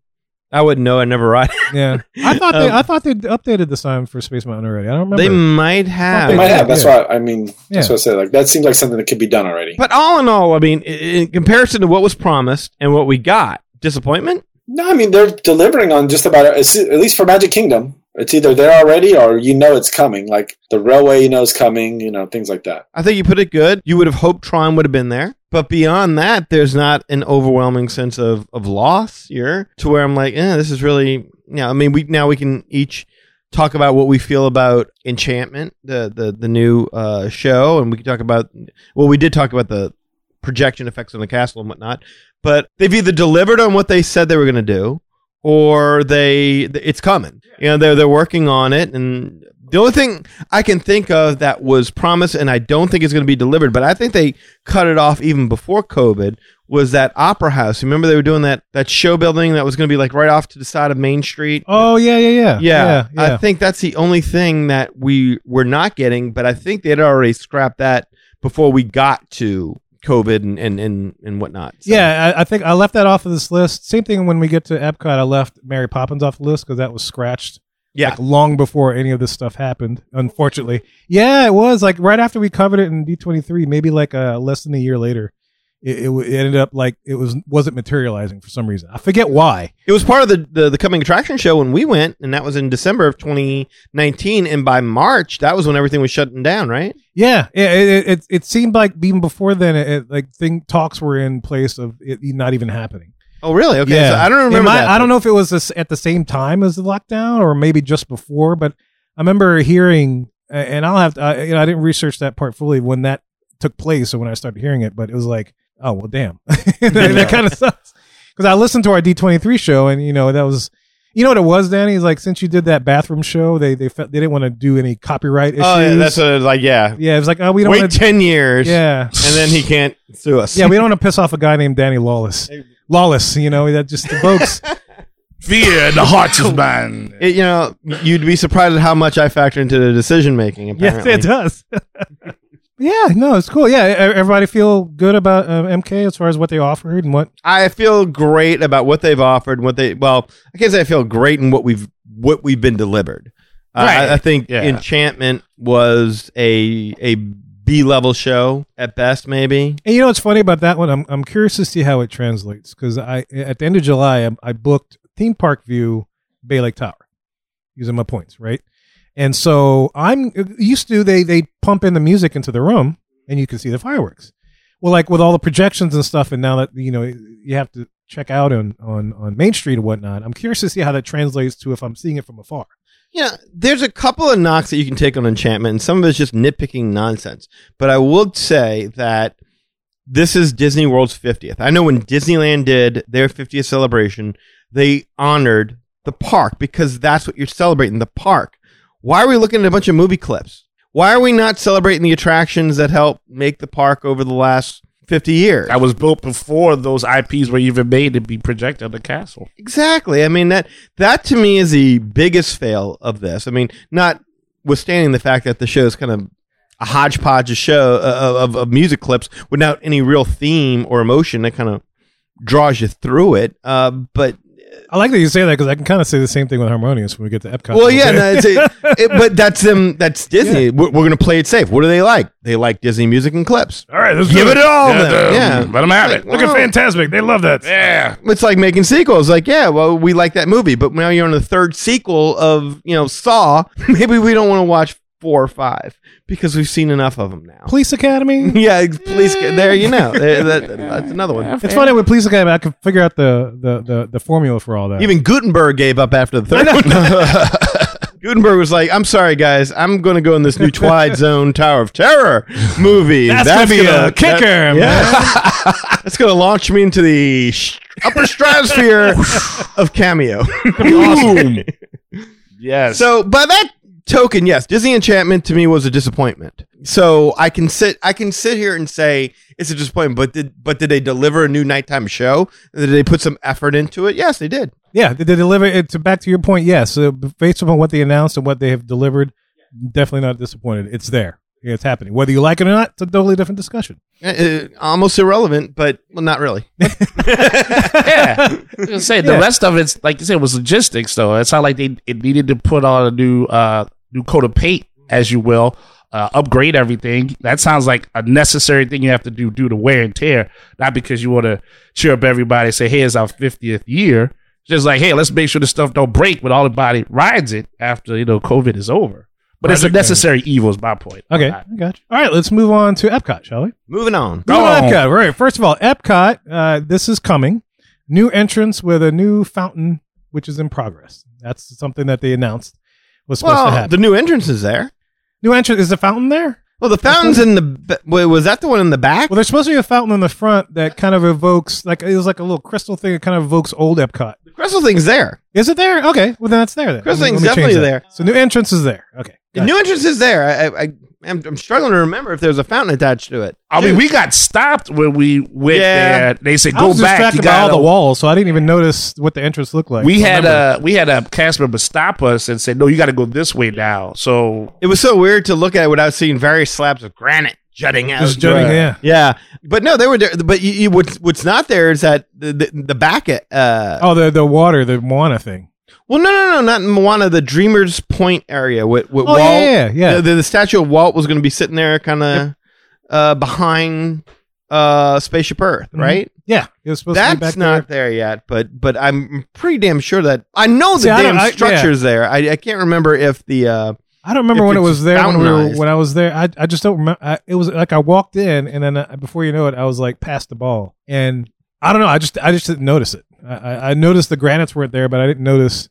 [SPEAKER 3] I wouldn't know. I never ride.
[SPEAKER 2] yeah, I thought they,
[SPEAKER 3] Um,
[SPEAKER 2] I thought they updated the sign for Space Mountain already. I don't remember.
[SPEAKER 3] They might have.
[SPEAKER 8] They might
[SPEAKER 2] Yeah,
[SPEAKER 8] have. That's
[SPEAKER 2] yeah.
[SPEAKER 8] why I mean.
[SPEAKER 2] Yeah.
[SPEAKER 8] That's what I said. Like that seems like something that could be done already.
[SPEAKER 3] But all in all, I mean, i- in comparison to what was promised and what we got, disappointment.
[SPEAKER 8] No, I mean they're delivering on just about it's- at least for Magic Kingdom. It's either there already or you know it's coming. Like the railway, you know, is coming. You know, things like that.
[SPEAKER 3] I think you put it good. You would have hoped Tron would have been there. But beyond that, there's not an overwhelming sense of, of loss here to where I'm like, eh, this is really, you know, I mean, we now we can each talk about what we feel about Enchantment, the the, the new uh, show, and we can talk about, well, we did talk about the projection effects on the castle and whatnot, but they've either delivered on what they said they were going to do or they, it's coming. You know, they're, they're working on it. And the only thing, I can think of that was promised, and I don't think it's going to be delivered. But I think they cut it off even before COVID. Was that Opera House? Remember they were doing that that show building that was going to be like right off to the side of Main Street.
[SPEAKER 2] Oh yeah, yeah, yeah,
[SPEAKER 3] yeah,
[SPEAKER 2] yeah.
[SPEAKER 3] I think that's the only thing that we were not getting. But I think they'd already scrapped that before we got to COVID and and and, and whatnot. So-
[SPEAKER 2] Yeah, I, I think I left that off of this list. Same thing when we get to Epcot, I left Mary Poppins off the list because that was scratched
[SPEAKER 3] yeah.
[SPEAKER 2] like, long before any of this stuff happened. Unfortunately, yeah, it was like right after we covered it in D twenty three, maybe like uh, less than a year later. It, it, w- it ended up like it was wasn't materializing for some reason. I forget why.
[SPEAKER 3] It was part of the, the the coming attraction show when we went, and that was in December of 2019. And by March, that was when everything was shutting down, right?
[SPEAKER 2] Yeah, yeah, it it, it, it seemed like even before then, it, it, like thing talks were in place of it not even happening.
[SPEAKER 3] Oh, really? Okay.
[SPEAKER 2] Yeah.
[SPEAKER 3] So I don't
[SPEAKER 2] It
[SPEAKER 3] remember.
[SPEAKER 2] might-
[SPEAKER 3] that.
[SPEAKER 2] I don't know if it was this, at the same time as the lockdown or maybe just before, but I remember hearing, a- and I'll have to, I, you know, I didn't research that part fully when that took place or when I started hearing it, but it was like, oh, well, damn. that
[SPEAKER 3] Yeah.
[SPEAKER 2] kind of sucks. Because I listened to our D23 show and, you know, that was, you know what it was, Danny? Is like, since you did that bathroom show, they they, felt, they didn't want to do any copyright issues.
[SPEAKER 3] Oh, yeah, that's what it was like. Yeah.
[SPEAKER 2] yeah, it was like, oh, we don't
[SPEAKER 3] Wait
[SPEAKER 2] want to.
[SPEAKER 3] 10 years.
[SPEAKER 2] Yeah.
[SPEAKER 3] And then he can't sue us.
[SPEAKER 2] Yeah, we don't want to piss off a guy named Danny Lawless. Lawless, you know, that just evokes.
[SPEAKER 4] Fear in the hearts of man.
[SPEAKER 3] It- you know, you'd be surprised at how much I factor into the decision making.
[SPEAKER 2] Yes,
[SPEAKER 3] Apparently,
[SPEAKER 2] it does. yeah, no, it's cool. Yeah, e- everybody feel good about um, MK as far as what they offered and what.
[SPEAKER 3] I feel great about what they've offered. and What they well, I can't say I feel great in what we've what we've been delivered. Uh,
[SPEAKER 4] Right.
[SPEAKER 3] I, I think
[SPEAKER 4] Yeah.
[SPEAKER 3] Enchantment was a a B level show at best, maybe.
[SPEAKER 2] And you know what's funny about that one? I'm I'm curious to see how it translates because I at the end of July I, I booked Theme Park View Bay Lake Tower using my points right, and so I'm uh, used to they they pump in the music into the room and you can see the fireworks. Well, like with all the projections and stuff, and now that you know you have to check out on on on Main Street and whatnot, I'm curious to see how that translates to if I'm seeing it from afar.
[SPEAKER 3] you know, there's a couple of knocks that you can take on enchantment, and some of it's just nitpicking nonsense. But I will say that this is Disney World's 50th. I know when Disneyland did their 50th celebration, they honored the park because that's what you're celebrating the park. Why are we looking at a bunch of movie clips? Why are we not celebrating the attractions that helped make the park over the last 50 years?
[SPEAKER 4] That was built before those IPs were even made to be projected on the castle.
[SPEAKER 3] Exactly. I mean that that to me is the biggest fail of this. I mean, notwithstanding the fact that the show is kind of a hodgepodge of show uh, of, of music clips without any real theme or emotion that kind of draws you through it. Uh, but
[SPEAKER 2] I like that you say that because I can kind of say the same thing with Harmonious when we get to Epcot.
[SPEAKER 3] well, yeah, no, it's a, it, but that's them. That's Disney. We're, we're gonna play it safe. What do they like? They like Disney music and clips.
[SPEAKER 4] All right, let's
[SPEAKER 3] Give
[SPEAKER 4] do
[SPEAKER 3] it all then.
[SPEAKER 4] them.
[SPEAKER 3] Yeah.
[SPEAKER 4] let them have it.
[SPEAKER 3] Like, wow.
[SPEAKER 4] Fantasmic. They love that. Yeah,
[SPEAKER 3] It's like making sequels. Like, yeah, well, we like that movie, but now you're on the third sequel of you know Saw. Maybe we don't want to watch four or five because we've seen enough of them now.
[SPEAKER 2] Police Academy.
[SPEAKER 3] yeah, please. There you know. There- that- that's another one.
[SPEAKER 2] It's funny with Police Academy. I could figure out the the the, the formula for all that.
[SPEAKER 3] Even Gutenberg gave up after the third one. Gutenberg was like, "I'm sorry, guys. I'm going to go in this new Twilight Zone Tower of Terror movie.
[SPEAKER 2] That's gonna be a kicker,
[SPEAKER 3] yeah. that's going to launch me into the sh- upper stratosphere of cameo." Boom.
[SPEAKER 4] Yes.
[SPEAKER 3] So by that token, yes, Disney Enchantment to me was a disappointment. So I can sit I can sit here and say it's a disappointment, but did but did they deliver a new nighttime show? Did they put some effort into it? Yes, they did.
[SPEAKER 2] yeah, did they deliver it to back to your point? Yes, so based upon what they announced and what they have delivered, definitely not disappointed. It's there. Yeah, It's happening. Whether you like it or not, it's a totally different discussion.
[SPEAKER 3] Uh, uh, almost irrelevant, but well, not really.
[SPEAKER 4] yeah. I was gonna say the
[SPEAKER 2] Yeah.
[SPEAKER 4] rest of it's like you said was logistics though. It's not like they it needed to put on a new uh new coat of paint, as you will, uh, upgrade everything. That sounds like a necessary thing you have to do due to wear and tear, not because you want to cheer up everybody and say, "Hey, it's our fiftieth year." Just like, hey, let's make sure the stuff don't break when all the body rides it after you know COVID is over. But it's a
[SPEAKER 2] Project
[SPEAKER 4] necessary evil, is my point.
[SPEAKER 2] Okay, I got you. All right, let's move on to Epcot, shall we?
[SPEAKER 3] Moving on.
[SPEAKER 2] New
[SPEAKER 4] Go on.
[SPEAKER 2] Epcot, right? First of all, Epcot. Uh, this is coming. New entrance with a new fountain, which is in progress. That's something that they announced was supposed to
[SPEAKER 3] Well,
[SPEAKER 2] happen.
[SPEAKER 3] the new entrance is there.
[SPEAKER 2] new entrance is the fountain there.
[SPEAKER 3] Well, the fountain's in the. b- Wait, was that the one in the back?
[SPEAKER 2] Well, there's supposed to be a fountain in the front that kind of evokes, like it was like a little crystal thing that kind of evokes old Epcot.
[SPEAKER 3] the crystal thing's there.
[SPEAKER 2] Is it there? Okay, well then that's there. Then
[SPEAKER 3] Crystal
[SPEAKER 2] Let me-
[SPEAKER 3] thing's
[SPEAKER 2] let me change
[SPEAKER 3] definitely
[SPEAKER 2] that. So new entrance is there. Okay,
[SPEAKER 3] The
[SPEAKER 2] got it.
[SPEAKER 3] new entrance is there. I, I, I I'm, I'm struggling to remember if there's a fountain attached to it.
[SPEAKER 4] I mean, we got stopped when we went
[SPEAKER 3] Yeah.
[SPEAKER 4] there. They said,
[SPEAKER 2] I
[SPEAKER 4] "Go
[SPEAKER 2] was
[SPEAKER 4] back."
[SPEAKER 2] distracted
[SPEAKER 4] You
[SPEAKER 2] by all
[SPEAKER 4] got
[SPEAKER 2] the
[SPEAKER 4] the
[SPEAKER 2] walls, so I didn't even notice what the entrance looked like.
[SPEAKER 4] we had
[SPEAKER 2] Remember.
[SPEAKER 4] uh, a we had a cast member stop us and say, "No, you got to go this way now." So
[SPEAKER 3] It was so weird to look at without seeing various slabs of granite jutting out.
[SPEAKER 2] Just jutting, yeah.
[SPEAKER 3] Yeah, but no, they were there. But you, you, what's what's not there is that the the, the back. Uh,
[SPEAKER 2] Oh, the the water, the Moana thing.
[SPEAKER 3] Well, no, no, no, not in Moana. The Dreamers Point area with, with
[SPEAKER 2] Oh
[SPEAKER 3] Walt.
[SPEAKER 2] yeah, yeah, yeah.
[SPEAKER 3] The, the, the statue of Walt was going to be sitting there, kind of uh, behind uh, Spaceship Earth,
[SPEAKER 2] Mhm.
[SPEAKER 3] right?
[SPEAKER 2] Yeah, it was supposed to be back
[SPEAKER 3] That's
[SPEAKER 2] there.
[SPEAKER 3] not there. yet, but but I'm pretty damn sure that I know the
[SPEAKER 2] See, I don't-
[SPEAKER 3] damn
[SPEAKER 2] I- yeah.
[SPEAKER 3] structure's there. I, I can't remember if the uh,
[SPEAKER 2] I don't remember
[SPEAKER 3] If
[SPEAKER 2] when it
[SPEAKER 3] it's
[SPEAKER 2] was there. When, we were,
[SPEAKER 3] fountainized.
[SPEAKER 2] when I was there, I, I just don't remember. I, it was like I walked in, and then uh before you know it, I was like past the ball, and I don't know. I just I just didn't notice it. I, I, I noticed the granites weren't there, but I didn't notice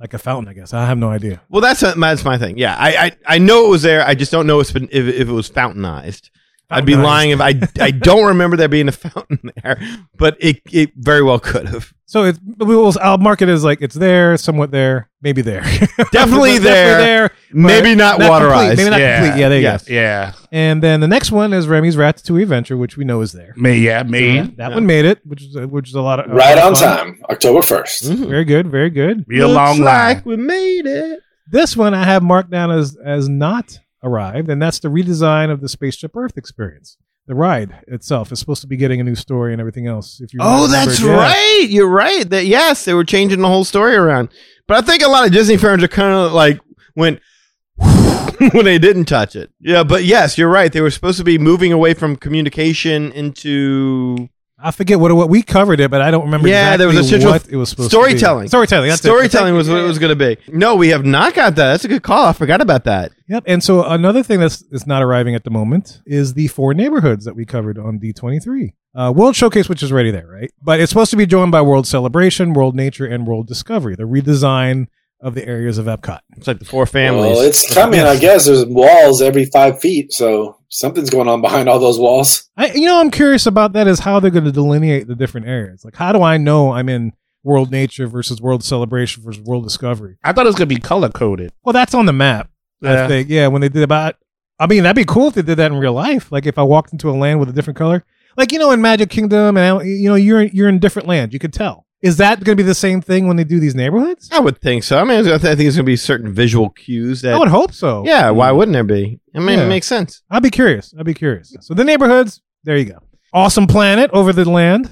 [SPEAKER 2] like a fountain. I guess I have no idea.
[SPEAKER 3] well, that's uh, that's my thing. Yeah, I, I I know it was there. I just don't know if it's been, if, if it was fountainized. I'd be
[SPEAKER 2] Fountainized.
[SPEAKER 3] lying if I I don't remember there being a fountain there, but it it very well could have.
[SPEAKER 2] So it, we will. I'll mark it as like it's there, somewhat there, maybe there,
[SPEAKER 3] Definitely there.
[SPEAKER 2] but
[SPEAKER 3] Maybe not waterized.
[SPEAKER 2] complete, Maybe not
[SPEAKER 4] Yeah.
[SPEAKER 2] complete. Yeah, there you
[SPEAKER 3] Yes.
[SPEAKER 2] go.
[SPEAKER 4] yeah,
[SPEAKER 2] And then the next one is Remy's Ratatouille Adventure, which we know is there.
[SPEAKER 4] me yeah me
[SPEAKER 2] That, that one made it, which is uh, which is a lot of
[SPEAKER 8] Right
[SPEAKER 2] a lot
[SPEAKER 8] on
[SPEAKER 2] of fun.
[SPEAKER 8] time, October 1st.
[SPEAKER 3] Mhm.
[SPEAKER 2] Very good, very good.
[SPEAKER 4] real
[SPEAKER 3] Looks
[SPEAKER 4] long line.
[SPEAKER 3] like we made it.
[SPEAKER 2] This one I have marked down as as not arrived, and that's the redesign of the Spaceship Earth experience. The ride itself is supposed to be getting a new story and everything else. If you
[SPEAKER 3] Oh,
[SPEAKER 2] remember,
[SPEAKER 3] that's
[SPEAKER 2] yeah.
[SPEAKER 3] right. You're right. That yes, they were changing the whole story around. But I think a lot of Disney fans are kind of like went when they didn't touch it. Yeah, but yes, you're right. They were supposed to be moving away from communication into
[SPEAKER 2] I forget what it- what we covered it, but I don't remember.
[SPEAKER 3] Yeah,
[SPEAKER 2] exactly
[SPEAKER 3] there was a central
[SPEAKER 2] what it was supposed to
[SPEAKER 3] storytelling.
[SPEAKER 2] be. storytelling, that's it.
[SPEAKER 3] storytelling was what it was going to be. No, we have not got that. That's a good call. I forgot about that.
[SPEAKER 2] Yep. And so another thing that's is not arriving at the moment is the four neighborhoods that we covered on D23. Uh, World Showcase, which is already there, right? But it's supposed to be joined by World Celebration, World Nature, and World Discovery, the redesign of the areas of Epcot.
[SPEAKER 3] It's like the four families.
[SPEAKER 8] Well, it's coming, I guess. There's walls every five feet, so something's going on behind all those walls.
[SPEAKER 2] I, you know, I'm curious about that is how they're going to delineate the different areas. Like, how do I know I'm in World Nature versus World Celebration versus World Discovery?
[SPEAKER 4] I thought it was gonna be color coded.
[SPEAKER 2] Well, that's on the map, I think. Yeah, when they did about, I mean, that'd be cool if they did that in real life. Like, if I walked into a land with a different color, like you know, in Magic Kingdom, and you know, you're you're in different land. You could tell. Is that going to be the same thing when they do these neighborhoods?
[SPEAKER 3] I would think so. I mean, I think there's going to be certain visual cues that.
[SPEAKER 2] I would hope so.
[SPEAKER 3] yeah, why wouldn't there be? I mean,
[SPEAKER 2] Yeah.
[SPEAKER 3] it makes sense.
[SPEAKER 2] I'd be curious. I'd be curious. So the neighborhoods, there you go. Awesome Planet over the land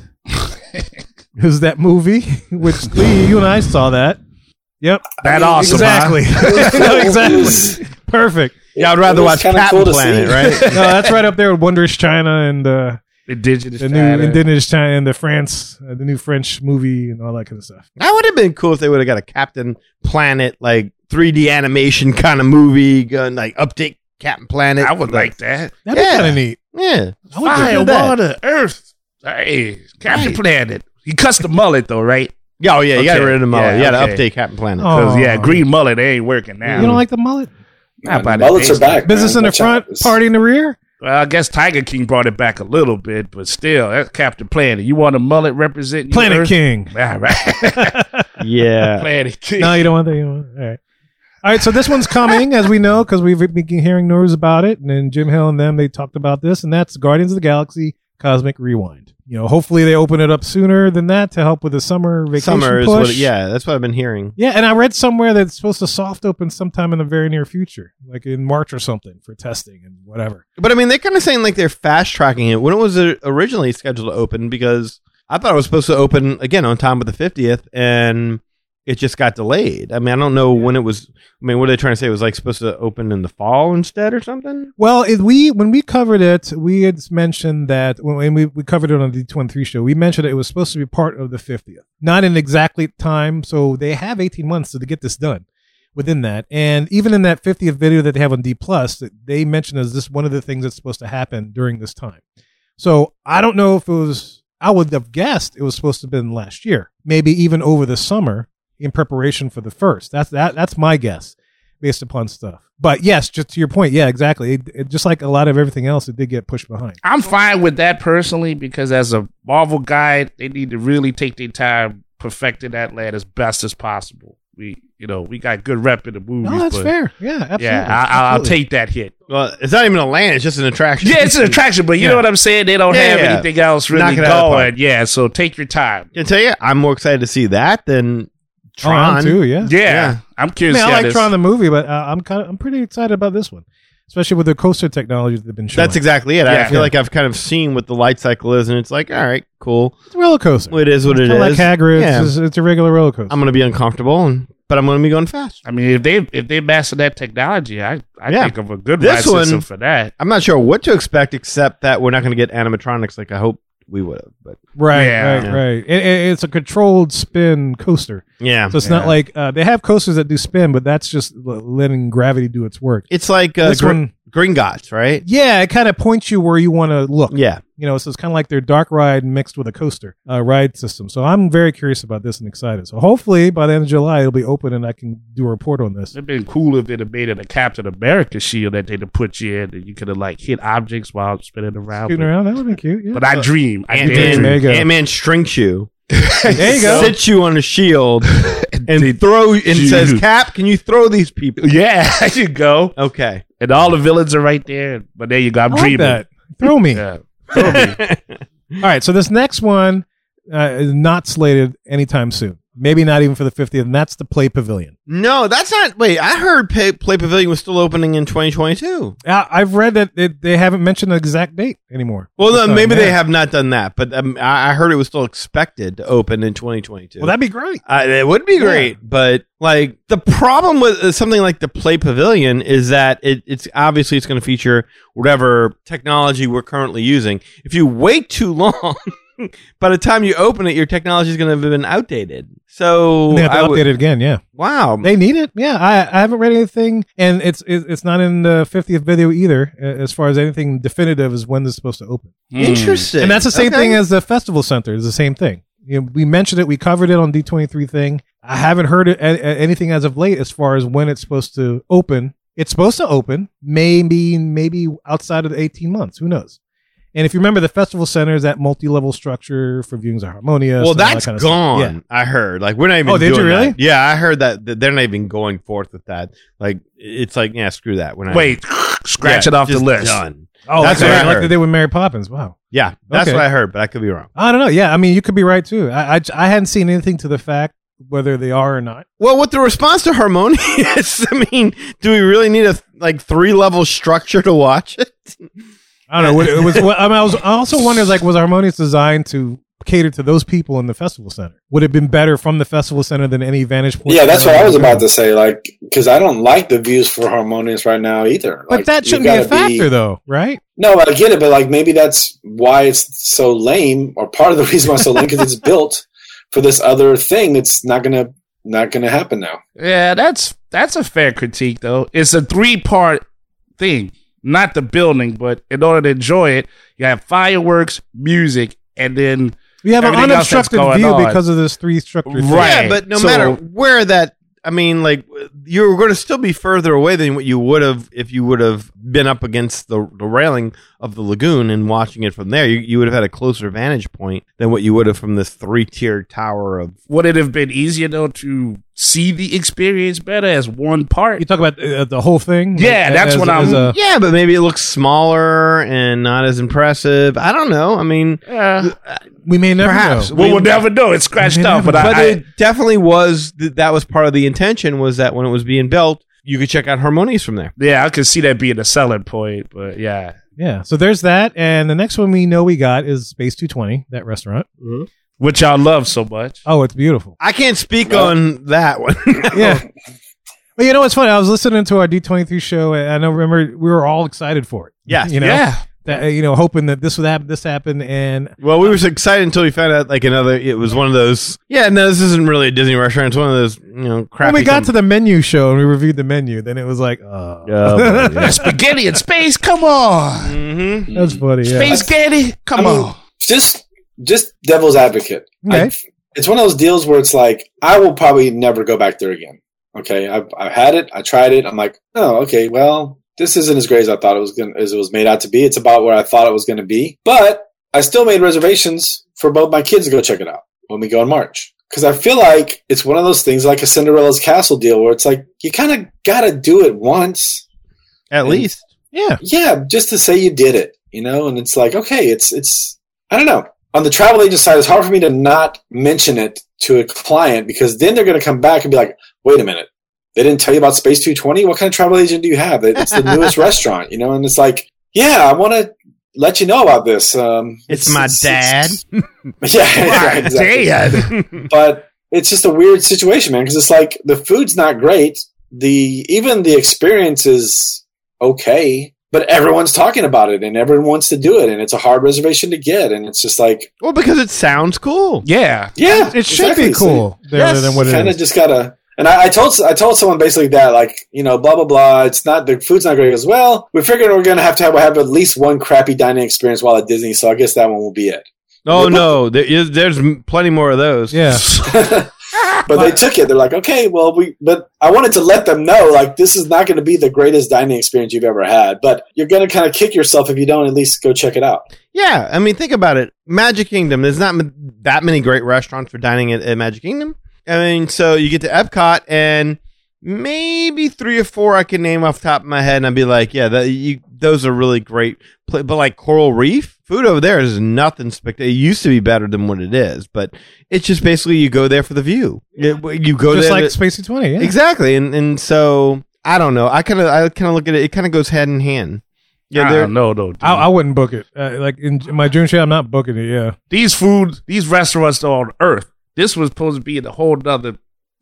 [SPEAKER 2] is that movie, which Lee, you and I saw that. Yep,
[SPEAKER 4] That awesome,
[SPEAKER 2] exactly,
[SPEAKER 4] huh?
[SPEAKER 2] No,
[SPEAKER 8] It was-
[SPEAKER 2] exactly, perfect.
[SPEAKER 3] Yeah, I'd rather
[SPEAKER 8] it was
[SPEAKER 3] watch
[SPEAKER 8] kinda
[SPEAKER 3] Captain
[SPEAKER 8] cool to
[SPEAKER 3] Planet,
[SPEAKER 8] see.
[SPEAKER 3] right?
[SPEAKER 2] No, that's right up there with Wondrous China and uh,
[SPEAKER 4] Indigenous.
[SPEAKER 2] the new
[SPEAKER 4] China.
[SPEAKER 2] indigenous China and the France, uh, the new French movie and all that kind of stuff.
[SPEAKER 3] That would have been cool if they would have got a Captain Planet like 3D animation kind of movie, uh, like update Captain Planet.
[SPEAKER 4] I would like that.
[SPEAKER 2] That'd be
[SPEAKER 3] Yeah.
[SPEAKER 2] kind of neat.
[SPEAKER 3] Yeah.
[SPEAKER 2] I would
[SPEAKER 3] do
[SPEAKER 4] Fire,
[SPEAKER 3] that.
[SPEAKER 4] water, earth. Hey, Captain
[SPEAKER 3] Right.
[SPEAKER 4] Planet. He cuts the mullet though, right?
[SPEAKER 3] Yeah, oh yeah, you got
[SPEAKER 4] Okay.
[SPEAKER 3] rid of the mullet.
[SPEAKER 4] Yeah,
[SPEAKER 3] Yeah, you got to
[SPEAKER 4] okay.
[SPEAKER 3] update Captain Planet.
[SPEAKER 2] Oh.
[SPEAKER 4] 'Cause, yeah, green mullet they ain't working now.
[SPEAKER 2] You don't like the mullet?
[SPEAKER 4] Not by the
[SPEAKER 8] Mullets are
[SPEAKER 4] basement.
[SPEAKER 8] back.
[SPEAKER 2] Business
[SPEAKER 8] man.
[SPEAKER 2] in the
[SPEAKER 8] Watch out.
[SPEAKER 2] front,
[SPEAKER 8] It's-
[SPEAKER 2] party in the rear.
[SPEAKER 4] Well, I guess Tiger King brought it back a little bit, but still, that's Captain Planet. You want a mullet representing you,
[SPEAKER 2] Planet
[SPEAKER 4] Earth?
[SPEAKER 2] King.
[SPEAKER 4] All right,
[SPEAKER 3] Yeah.
[SPEAKER 4] Planet King.
[SPEAKER 2] No, you don't want that. You don't want that. All right. All right. So this one's coming, as we know, because we've been hearing news about it. And then Jim Hill and them, they talked about this, and that's Guardians of the Galaxy Cosmic Rewind. You know, hopefully they open it up sooner than that to help with the summer vacation
[SPEAKER 3] Summer is
[SPEAKER 2] push.
[SPEAKER 3] what. Yeah, that's what I've been hearing.
[SPEAKER 2] Yeah, and I read somewhere that it's supposed to soft open sometime in the very near future, like in March or something, for testing and whatever.
[SPEAKER 3] But I mean, they're kind of saying like they're fast tracking it when it was uh, originally scheduled to open because I thought it was supposed to open again on time with the fiftieth, and it just got delayed. I mean, I don't know when it was. I mean, what are they trying to say? It was like supposed to open in the fall instead or something?
[SPEAKER 2] Well, it, we when we covered it, we had mentioned that when when we, we covered it on the D23 show, we mentioned that it was supposed to be part of the 50th, not in exactly time. So they have 18 months to get this done within that. And even in that 50th video that they have on D plus, they mentioned as this one of the things that's supposed to happen during this time. So I don't know if it was. I would have guessed it was supposed to have been last year, maybe even over the summer in preparation for the first. That's that. That's my guess based upon stuff. But yes, just to your point, yeah, exactly. It, it, just like a lot of everything else, it did get pushed behind.
[SPEAKER 4] I'm fine with that personally because as a Marvel guy, they need to really take their time perfecting that land as best as possible. We, you know, we got good rep in the movies.
[SPEAKER 2] No, Oh, that's
[SPEAKER 4] but
[SPEAKER 2] fair. Yeah, absolutely.
[SPEAKER 4] Yeah, I, I'll
[SPEAKER 2] Absolutely.
[SPEAKER 4] take that hit.
[SPEAKER 3] Well, it's not even a land; it's just an attraction.
[SPEAKER 4] Yeah, it's an attraction, but you know
[SPEAKER 2] Yeah.
[SPEAKER 4] what I'm saying. They don't
[SPEAKER 3] Yeah,
[SPEAKER 4] have
[SPEAKER 3] yeah.
[SPEAKER 4] anything else really
[SPEAKER 3] Knock it out of the
[SPEAKER 4] going. Yeah, so take your time.
[SPEAKER 3] Can I tell you, I'm more excited to see that than
[SPEAKER 2] Oh, I'm
[SPEAKER 3] Tron.
[SPEAKER 2] too. Yeah.
[SPEAKER 4] Yeah,
[SPEAKER 3] Yeah.
[SPEAKER 4] I'm
[SPEAKER 2] I
[SPEAKER 4] curious.
[SPEAKER 2] mean, I
[SPEAKER 4] how
[SPEAKER 2] like
[SPEAKER 4] this-
[SPEAKER 2] Tron the movie, but uh, I'm kind of I'm pretty excited about this one, especially with the coaster technology that they've been showing.
[SPEAKER 3] That's exactly it.
[SPEAKER 4] Yeah.
[SPEAKER 3] I feel like I've kind of seen what the light cycle is, and it's like, all right, cool.
[SPEAKER 2] it's a roller coaster.
[SPEAKER 3] Well, it is what
[SPEAKER 2] it's
[SPEAKER 3] it
[SPEAKER 2] kinda
[SPEAKER 3] is.
[SPEAKER 2] Like Hagrid,
[SPEAKER 3] Yeah.
[SPEAKER 2] it's, just- it's a regular roller coaster.
[SPEAKER 3] I'm going to be uncomfortable, and, but I'm going to be going fast.
[SPEAKER 4] I mean, if they if they master that technology, I I
[SPEAKER 3] Yeah.
[SPEAKER 4] think of a good
[SPEAKER 3] This
[SPEAKER 4] this
[SPEAKER 3] one-
[SPEAKER 4] one for that.
[SPEAKER 3] I'm not sure what to expect, except that we're not going to get animatronics like I hope we would have. But
[SPEAKER 2] right,
[SPEAKER 4] Yeah.
[SPEAKER 2] right, right. It- it- it's a controlled spin coaster,
[SPEAKER 3] yeah,
[SPEAKER 2] so it's not like uh, they have coasters that do spin, but that's just l- letting gravity do its work.
[SPEAKER 3] it's like uh,
[SPEAKER 2] this
[SPEAKER 3] Gr-
[SPEAKER 2] one,
[SPEAKER 3] Gringotts, right?
[SPEAKER 2] yeah, it kind of points you where you want to look.
[SPEAKER 3] Yeah,
[SPEAKER 2] You know, so it's kind of like their dark ride mixed with a coaster uh, ride system. So I'm very curious about this and excited. So hopefully by the end of July it'll be open and I can do a report on this.
[SPEAKER 4] It'd been cool if they'd have made it a Captain America shield that they'd have put you in, and you could have like hit objects while spinning around.
[SPEAKER 2] Scooting around, that would be cute. Yeah.
[SPEAKER 4] But I dream. I
[SPEAKER 3] Ant
[SPEAKER 4] did dream.
[SPEAKER 2] There
[SPEAKER 3] Man,
[SPEAKER 2] you go.
[SPEAKER 3] Ant Man strings you,
[SPEAKER 2] There you go.
[SPEAKER 3] sits you on a shield, and
[SPEAKER 4] Did
[SPEAKER 3] throw and
[SPEAKER 4] you-
[SPEAKER 3] says, "Cap, can you throw these people?"
[SPEAKER 4] Yeah, there you go.
[SPEAKER 3] Okay,
[SPEAKER 4] And all the villains are right there. But there you go. I'm
[SPEAKER 2] I like
[SPEAKER 4] dreaming.
[SPEAKER 2] that. Throw me.
[SPEAKER 4] Yeah. Throw me.
[SPEAKER 2] All right. So this next one uh, is not slated anytime soon. Maybe not even for the 50th, and that's the Play Pavilion.
[SPEAKER 3] no, that's not. Wait, I heard Play, Play Pavilion was still opening in 2022.
[SPEAKER 2] I- Uh, I've read that it, they haven't mentioned an exact date anymore.
[SPEAKER 3] Well,
[SPEAKER 2] So,
[SPEAKER 3] no, maybe
[SPEAKER 2] yeah.
[SPEAKER 3] they have not done that, but um, I I heard it was still expected to open in 2022.
[SPEAKER 2] Well, that'd be great.
[SPEAKER 3] Uh, it would be great, but like the problem with uh, something like the Play Pavilion is that it, it's obviously it's going to feature whatever technology we're currently using. If you wait too long, by the time you open it, your technology is going to have been outdated. So
[SPEAKER 2] They have to
[SPEAKER 3] I
[SPEAKER 2] update
[SPEAKER 3] would-
[SPEAKER 2] it again. Yeah.
[SPEAKER 3] wow,
[SPEAKER 2] They need it. Yeah, I, I haven't read anything, and it's it- it's not in the 50th video either, a- as far as anything definitive is when this is supposed to open.
[SPEAKER 3] mm. interesting.
[SPEAKER 2] And that's the same
[SPEAKER 3] Okay.
[SPEAKER 2] thing as the festival center. It's the same thing. You know, we mentioned it. We covered it on D23 thing. I haven't heard it, a- a- anything as of late as far as when it's supposed to open. It's supposed to open maybe maybe outside of the 18 months. Who knows? And if you remember, the festival center is that multi-level structure for viewings of Harmonia.
[SPEAKER 3] well,
[SPEAKER 2] and all that
[SPEAKER 3] that's
[SPEAKER 2] kind of stuff.
[SPEAKER 3] gone.
[SPEAKER 2] Yeah.
[SPEAKER 3] I heard. Like we're not even.
[SPEAKER 2] Oh, did you
[SPEAKER 3] doing
[SPEAKER 2] really?
[SPEAKER 3] that. Yeah, I heard that, that they're not even going forth with that. Like it's like yeah, screw that. We're not
[SPEAKER 4] Wait, scratch
[SPEAKER 3] Yeah,
[SPEAKER 4] it off the
[SPEAKER 3] just
[SPEAKER 4] list.
[SPEAKER 3] Done.
[SPEAKER 2] Oh,
[SPEAKER 3] That's
[SPEAKER 2] that's
[SPEAKER 3] what I
[SPEAKER 2] right. Like
[SPEAKER 3] heard.
[SPEAKER 2] they did with Mary Poppins. Wow.
[SPEAKER 3] Yeah, that's
[SPEAKER 2] Okay.
[SPEAKER 3] what I heard, but I could be wrong.
[SPEAKER 2] I don't know. Yeah, I mean, you could be right too. I, I, I hadn't seen anything to the fact whether they are or not.
[SPEAKER 3] Well, with the response to harmonious, I mean, do we really need a like three level structure to watch it?
[SPEAKER 2] I don't know. What- It was. What, I mean, I was I also wondering like, was Harmonious designed to cater to those people in the festival center? Would it have been better from the festival center than any vantage point?
[SPEAKER 8] Yeah, that's what I was about to say. Like, because I don't like the views for Harmonious right now either.
[SPEAKER 2] But
[SPEAKER 8] Like,
[SPEAKER 2] that
[SPEAKER 8] you
[SPEAKER 2] shouldn't be a
[SPEAKER 8] gotta
[SPEAKER 2] factor, though, right?
[SPEAKER 8] No, I get it, but like maybe that's why it's so lame, or part of the reason why it's so lame because it's built for this other thing that's not going to not going to happen now.
[SPEAKER 4] Yeah, that's that's a fair critique though. It's a three part thing, not the building, but in order to enjoy it, you have fireworks, music, and then
[SPEAKER 2] We have an
[SPEAKER 4] Everything else that's
[SPEAKER 2] unobstructed
[SPEAKER 4] going
[SPEAKER 2] view
[SPEAKER 4] on.
[SPEAKER 2] because of this three structure. thing.
[SPEAKER 4] Right.
[SPEAKER 3] Yeah, but no
[SPEAKER 4] So-
[SPEAKER 3] matter where that, I mean, like you're going to still be further away than what you would have if you would have been up against the, the railing of the lagoon and watching it from there. You, you would have had a closer vantage point than what you would have from this three tiered tower of.
[SPEAKER 4] would it have been easier though to see the experience better as one part?
[SPEAKER 2] You talk about uh, the whole thing.
[SPEAKER 4] Yeah,
[SPEAKER 2] Like,
[SPEAKER 4] that's
[SPEAKER 2] as-
[SPEAKER 4] what
[SPEAKER 2] as
[SPEAKER 4] I'm-
[SPEAKER 2] a-
[SPEAKER 3] Yeah, but maybe it looks smaller and not as impressive. I don't know. I mean,
[SPEAKER 4] Yeah.
[SPEAKER 2] we may never
[SPEAKER 3] Perhaps.
[SPEAKER 2] know.
[SPEAKER 4] Well, we'll never know. It's scratched
[SPEAKER 2] We
[SPEAKER 4] out,
[SPEAKER 2] never
[SPEAKER 4] but, I,
[SPEAKER 3] but
[SPEAKER 4] I-
[SPEAKER 3] it definitely was th- that was part of the intention was that when it was being built, you could check out Harmonious from there.
[SPEAKER 4] yeah, I could see that being a selling point. But yeah,
[SPEAKER 2] Yeah. So there's that, and the next one we know we got is Space 220, that restaurant.
[SPEAKER 4] which y'all love so much.
[SPEAKER 2] Oh, it's beautiful.
[SPEAKER 3] I can't speak
[SPEAKER 8] Well-
[SPEAKER 3] on that one.
[SPEAKER 2] Yeah. But you know what's funny? I was listening to our D23 show, and I know, remember, we were all excited for it.
[SPEAKER 3] Yes.
[SPEAKER 2] You know,
[SPEAKER 4] yeah,
[SPEAKER 2] that, you know, hoping that this would happen, this happened, and
[SPEAKER 3] Well, we was excited until we found out like another. It was one of those. Yeah, no, this isn't really a Disney restaurant. It's one of those you know crappy.
[SPEAKER 2] when we got to the menu show and we reviewed the menu, then it was like, oh,
[SPEAKER 3] Oh, boy, yeah.
[SPEAKER 4] spaghetti in space. Come on,
[SPEAKER 3] mm-hmm.
[SPEAKER 2] that's funny. Yeah.
[SPEAKER 4] space spaghetti. Come
[SPEAKER 8] I mean,
[SPEAKER 4] on.
[SPEAKER 8] Just, just devil's advocate.
[SPEAKER 2] Okay.
[SPEAKER 8] I- it's one of those deals where it's like I will probably never go back there again. Okay, I've I've had it. I tried it. I'm like, oh, okay, well, this isn't as great as I thought it was going to as it was made out to be. It's about where I thought it was going to be, but I still made reservations for both my kids to go check it out when we go in March because I feel like it's one of those things like a Cinderella's Castle deal where it's like you kind of got to do it once
[SPEAKER 3] At least
[SPEAKER 2] yeah.
[SPEAKER 8] yeah, just to say you did it, you know, and it's like, okay, it's it's I don't know. On the travel agent side, it's hard for me to not mention it to a client because then they're going to come back and be like, "Wait a minute, they didn't tell you about Space 220. What kind of travel agent do you have? It's the newest restaurant, you know." And it's like, "Yeah, I want to let you know about this." Um,
[SPEAKER 3] it's, my dad.
[SPEAKER 8] it's- yeah, yeah, exactly but it's just a weird situation, man. Because it's like the food's not great. The even the experience is okay, but everyone's talking about it and everyone wants to do it, and it's a hard reservation to get, and it's just like,
[SPEAKER 3] well, because it sounds cool.
[SPEAKER 4] Yeah,
[SPEAKER 8] yeah,
[SPEAKER 2] It should
[SPEAKER 8] exactly.
[SPEAKER 2] be cool rather
[SPEAKER 3] Yes.
[SPEAKER 2] than what
[SPEAKER 8] So
[SPEAKER 2] it
[SPEAKER 8] kind of
[SPEAKER 2] is.
[SPEAKER 8] just gotta. And I, I told I told someone basically that like you know blah blah blah. It's not the food's not great as well. We figured we're gonna have to have, have at least one crappy dining experience while at Disney, so I guess that one will be it.
[SPEAKER 3] Oh no, there is, there's m- plenty more of those.
[SPEAKER 2] Yeah.
[SPEAKER 8] but they took it. They're like, okay, well, we. But I wanted to let them know, like, this is not going to be the greatest dining experience you've ever had, but you're going to kind of kick yourself if you don't at least go check it out.
[SPEAKER 3] yeah. I mean, think about it. Magic Kingdom. There's not m- that many great restaurants for dining at, at Magic Kingdom. I mean, so you get to Epcot and maybe three or four I can name off the top of my head, and I'd be like, yeah, that, you, those are really great. Pla but like Coral Reef, food over there is nothing spectacular. It used to be better than what it is, but it's just basically you go there for the view. It- you go
[SPEAKER 2] Just
[SPEAKER 3] there
[SPEAKER 2] like
[SPEAKER 3] to-
[SPEAKER 2] Space 220. Yeah.
[SPEAKER 3] exactly, and and so I don't know. I kind of I kind of look at it. It kind of goes hand in hand.
[SPEAKER 4] yeah.
[SPEAKER 3] Yeah,
[SPEAKER 4] I
[SPEAKER 3] they're-
[SPEAKER 4] don't know though. dude.
[SPEAKER 2] I, I wouldn't book it. Uh, like in my June show, I'm not booking it. Yeah.
[SPEAKER 4] these food, these restaurants are on Earth. This was supposed to be in a whole nother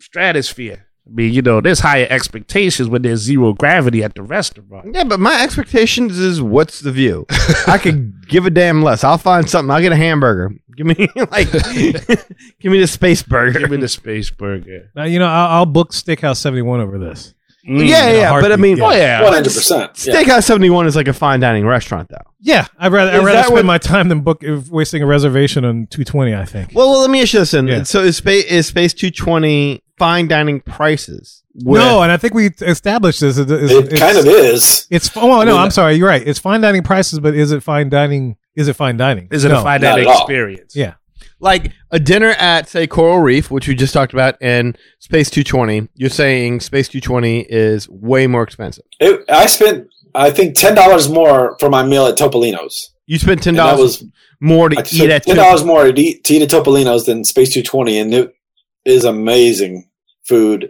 [SPEAKER 4] stratosphere. I mean, you know, there's higher expectations when there's zero gravity at the restaurant.
[SPEAKER 3] Yeah, but my expectations is what's the view? I could give a damn less. I'll find something. I'll get a hamburger. Give me like, give me the space burger.
[SPEAKER 4] Give me the space burger.
[SPEAKER 2] Now, Uh, you know, I'll, I'll book Steakhouse 71 over this.
[SPEAKER 4] Mm.
[SPEAKER 3] yeah,
[SPEAKER 2] in a
[SPEAKER 3] yeah. But I
[SPEAKER 2] heartbeat,
[SPEAKER 3] mean,
[SPEAKER 2] yeah.
[SPEAKER 4] Oh yeah.
[SPEAKER 8] One hundred percent.
[SPEAKER 3] Steakhouse Seventy One is like a fine dining restaurant, though.
[SPEAKER 2] Yeah, I'd rather
[SPEAKER 3] Is
[SPEAKER 2] I'd rather
[SPEAKER 3] that
[SPEAKER 2] spend
[SPEAKER 3] what-
[SPEAKER 2] my time than book wasting a reservation on 220. I think.
[SPEAKER 3] Well, well, let me ask you this: then.
[SPEAKER 2] Yeah.
[SPEAKER 3] so is space is space two twenty fine dining prices?
[SPEAKER 2] no, and I think we established this. It, it's,
[SPEAKER 8] It
[SPEAKER 2] it's-
[SPEAKER 8] kind of is.
[SPEAKER 2] It's oh no,
[SPEAKER 8] mean-
[SPEAKER 2] I'm sorry. You're right. It's fine dining prices, but is it fine dining? Is it fine dining?
[SPEAKER 4] Is it
[SPEAKER 2] no.
[SPEAKER 4] a fine
[SPEAKER 8] not
[SPEAKER 4] dining
[SPEAKER 8] at all.
[SPEAKER 4] experience?
[SPEAKER 2] Yeah.
[SPEAKER 3] like a dinner at say Coral Reef, which we just talked about, and Space Two Twenty. You're saying Space Two Twenty is way more expensive.
[SPEAKER 8] It, I spent, I think, ten dollars more for my meal at Topolino's.
[SPEAKER 3] You spent ten
[SPEAKER 8] And that
[SPEAKER 3] dollars
[SPEAKER 8] was
[SPEAKER 3] more to
[SPEAKER 8] I
[SPEAKER 3] eat
[SPEAKER 8] spent
[SPEAKER 3] at
[SPEAKER 8] ten
[SPEAKER 3] two-
[SPEAKER 8] dollars more to eat, to eat at Topolino's than Space Two Twenty, and it is amazing food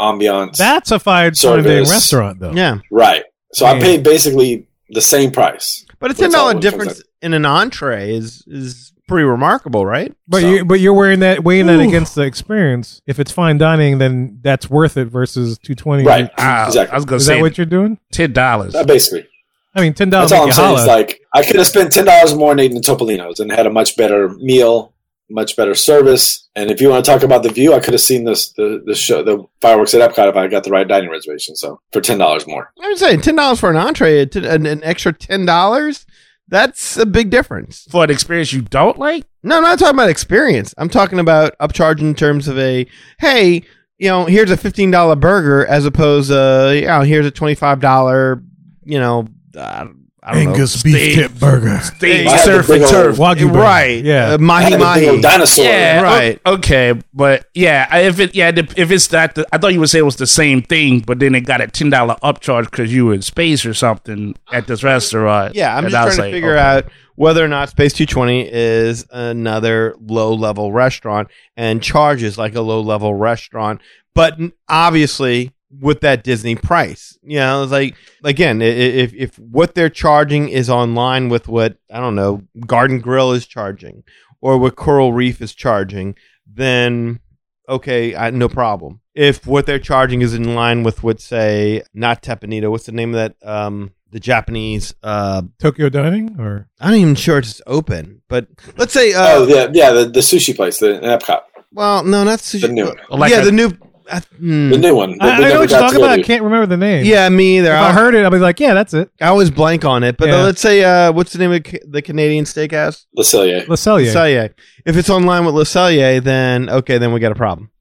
[SPEAKER 8] ambiance.
[SPEAKER 2] That's a fine fine dining
[SPEAKER 8] Service.
[SPEAKER 2] restaurant though.
[SPEAKER 3] Yeah.
[SPEAKER 8] right. So I
[SPEAKER 2] Man.
[SPEAKER 8] paid basically the same price.
[SPEAKER 3] But a ten
[SPEAKER 8] That's all
[SPEAKER 3] dollar
[SPEAKER 8] it comes
[SPEAKER 3] difference in an entree is is pretty remarkable, right?
[SPEAKER 2] But
[SPEAKER 8] So-
[SPEAKER 2] you but you're wearing that weighing that
[SPEAKER 3] Oof.
[SPEAKER 2] against the experience. If it's fine dining, then that's worth it versus 220.
[SPEAKER 8] Right.
[SPEAKER 4] Ah,
[SPEAKER 8] Exactly.
[SPEAKER 4] I was gonna
[SPEAKER 2] Is
[SPEAKER 4] say
[SPEAKER 2] that what you're doing?
[SPEAKER 4] ten dollars.
[SPEAKER 8] Uh, basically.
[SPEAKER 2] I mean, ten dollars
[SPEAKER 8] That's all
[SPEAKER 2] Oh, make
[SPEAKER 8] I'm
[SPEAKER 2] you
[SPEAKER 8] saying. It's
[SPEAKER 2] holla.
[SPEAKER 8] like I could have spent ten dollars more and eaten at Topolino's and had a much better meal, much better service. And if you want to talk about the view, I could have seen this the, the show the fireworks at Epcot if I got the right dining reservation. So for ten dollars more,
[SPEAKER 3] I'm saying ten dollars for an entree, t- an, an extra ten dollars. That's a big difference.
[SPEAKER 4] for an experience you don't like.
[SPEAKER 3] No, I'm not talking about experience. I'm talking about upcharge in terms of a hey, you know, here's a fifteen dollar burger as opposed to you know, here's a twenty five dollar, you know, uh, I don't
[SPEAKER 2] Angus
[SPEAKER 4] know,
[SPEAKER 2] beef
[SPEAKER 4] steak.
[SPEAKER 2] tip burger.
[SPEAKER 4] Stage
[SPEAKER 8] I had the
[SPEAKER 4] surf and
[SPEAKER 8] big old-
[SPEAKER 4] turf.
[SPEAKER 2] Wagyu
[SPEAKER 3] know,
[SPEAKER 2] burger.
[SPEAKER 3] right?
[SPEAKER 2] Yeah.
[SPEAKER 3] uh,
[SPEAKER 8] I
[SPEAKER 3] mahi
[SPEAKER 8] had a big old
[SPEAKER 3] mahi.
[SPEAKER 8] dinosaur.
[SPEAKER 4] Yeah,
[SPEAKER 3] Right.
[SPEAKER 4] right. Okay, but yeah, I- if it yeah the- if it's that, the, I thought you would say it was the same thing, but then it got a ten dollar upcharge because you were in space or something at this restaurant.
[SPEAKER 3] Yeah, I'm
[SPEAKER 4] And
[SPEAKER 3] just
[SPEAKER 4] I
[SPEAKER 3] trying
[SPEAKER 4] was
[SPEAKER 3] to
[SPEAKER 4] like,
[SPEAKER 3] figure
[SPEAKER 4] okay.
[SPEAKER 3] out whether or not Space 220 is another low level restaurant and charges like a low level restaurant, but n- obviously with that Disney price. You know, it's like again, i- i- if if what they're charging is online with what I don't know, Garden Grill is charging or what Coral Reef is charging, then okay, I, no problem. If what they're charging is in line with what say not Tepanito, what's the name of that um the Japanese uh
[SPEAKER 2] Tokyo dining or
[SPEAKER 3] I'm not even sure it's open, but let's say uh
[SPEAKER 8] Oh yeah, yeah. The, the sushi place, the in Epcot,
[SPEAKER 3] well no not sushi.
[SPEAKER 8] the new one,
[SPEAKER 2] Oh,
[SPEAKER 4] Or like
[SPEAKER 3] yeah,
[SPEAKER 4] a-
[SPEAKER 3] the new uh, hmm.
[SPEAKER 8] the new one. that
[SPEAKER 2] I,
[SPEAKER 8] they
[SPEAKER 2] I know
[SPEAKER 8] never
[SPEAKER 2] what you're
[SPEAKER 8] got
[SPEAKER 2] talking
[SPEAKER 8] to go
[SPEAKER 2] about. I
[SPEAKER 8] to.
[SPEAKER 2] can't remember the name.
[SPEAKER 3] yeah, me either.
[SPEAKER 2] If I
[SPEAKER 3] I,
[SPEAKER 2] heard it, I'll be like, yeah, that's it.
[SPEAKER 3] I always blank on it, but uh,
[SPEAKER 2] Yeah.
[SPEAKER 3] let's say uh what's the name of ca- the Canadian steakhouse?
[SPEAKER 8] Le Cellier.
[SPEAKER 2] La Cellier.
[SPEAKER 3] Cellier. If it's online with Le Cellier, then okay, then we got a problem.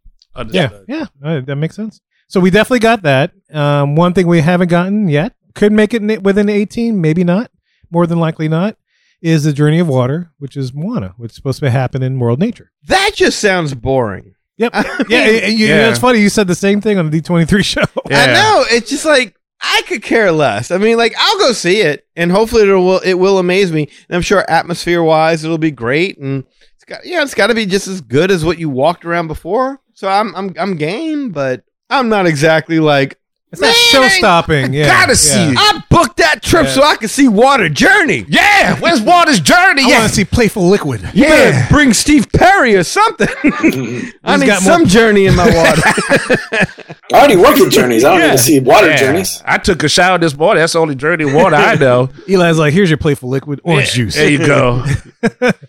[SPEAKER 2] Yeah, yeah, uh, that makes sense. So we definitely got that. Um, one thing we haven't gotten yet could make it ni- within eighteen, maybe not. More than likely not is the Journey of Water, which is Moana, which is supposed to happen in World Nature.
[SPEAKER 3] That just sounds boring.
[SPEAKER 2] Yep.
[SPEAKER 3] I
[SPEAKER 2] Yeah,
[SPEAKER 3] mean-
[SPEAKER 2] and- and you- you know,
[SPEAKER 4] Yeah.
[SPEAKER 2] it's funny. You said the same thing on the D twenty three show.
[SPEAKER 4] Yeah.
[SPEAKER 3] I know. It's just like I could care less. I mean, like I'll go see it, and hopefully it will it will amaze me. And I'm sure atmosphere wise, it'll be great. And it's got yeah, it's got to be just as good as what you walked around before. So I'm I'm I'm game, but I'm not exactly like
[SPEAKER 2] It's not
[SPEAKER 3] Man,
[SPEAKER 2] show
[SPEAKER 3] I
[SPEAKER 2] stopping. Yeah,
[SPEAKER 4] gotta
[SPEAKER 2] yeah.
[SPEAKER 4] see it.
[SPEAKER 3] I booked that trip
[SPEAKER 2] Yeah.
[SPEAKER 3] so I could see Water Journey.
[SPEAKER 4] Yeah, where's Water's journey?
[SPEAKER 2] I
[SPEAKER 4] yeah,
[SPEAKER 2] want to see Playful Liquid.
[SPEAKER 3] You better bring Steve Perry or something. I
[SPEAKER 2] He's
[SPEAKER 3] need
[SPEAKER 2] got
[SPEAKER 3] some
[SPEAKER 2] more-
[SPEAKER 3] journey in my water.
[SPEAKER 8] I already work at Journeys. I don't need to see water
[SPEAKER 4] Yeah.
[SPEAKER 8] journeys.
[SPEAKER 4] I took a shower this morning. That's the only journey of water I know.
[SPEAKER 2] Eli's like, here's your Playful Liquid orange
[SPEAKER 4] Yeah,
[SPEAKER 2] juice.
[SPEAKER 4] There you go.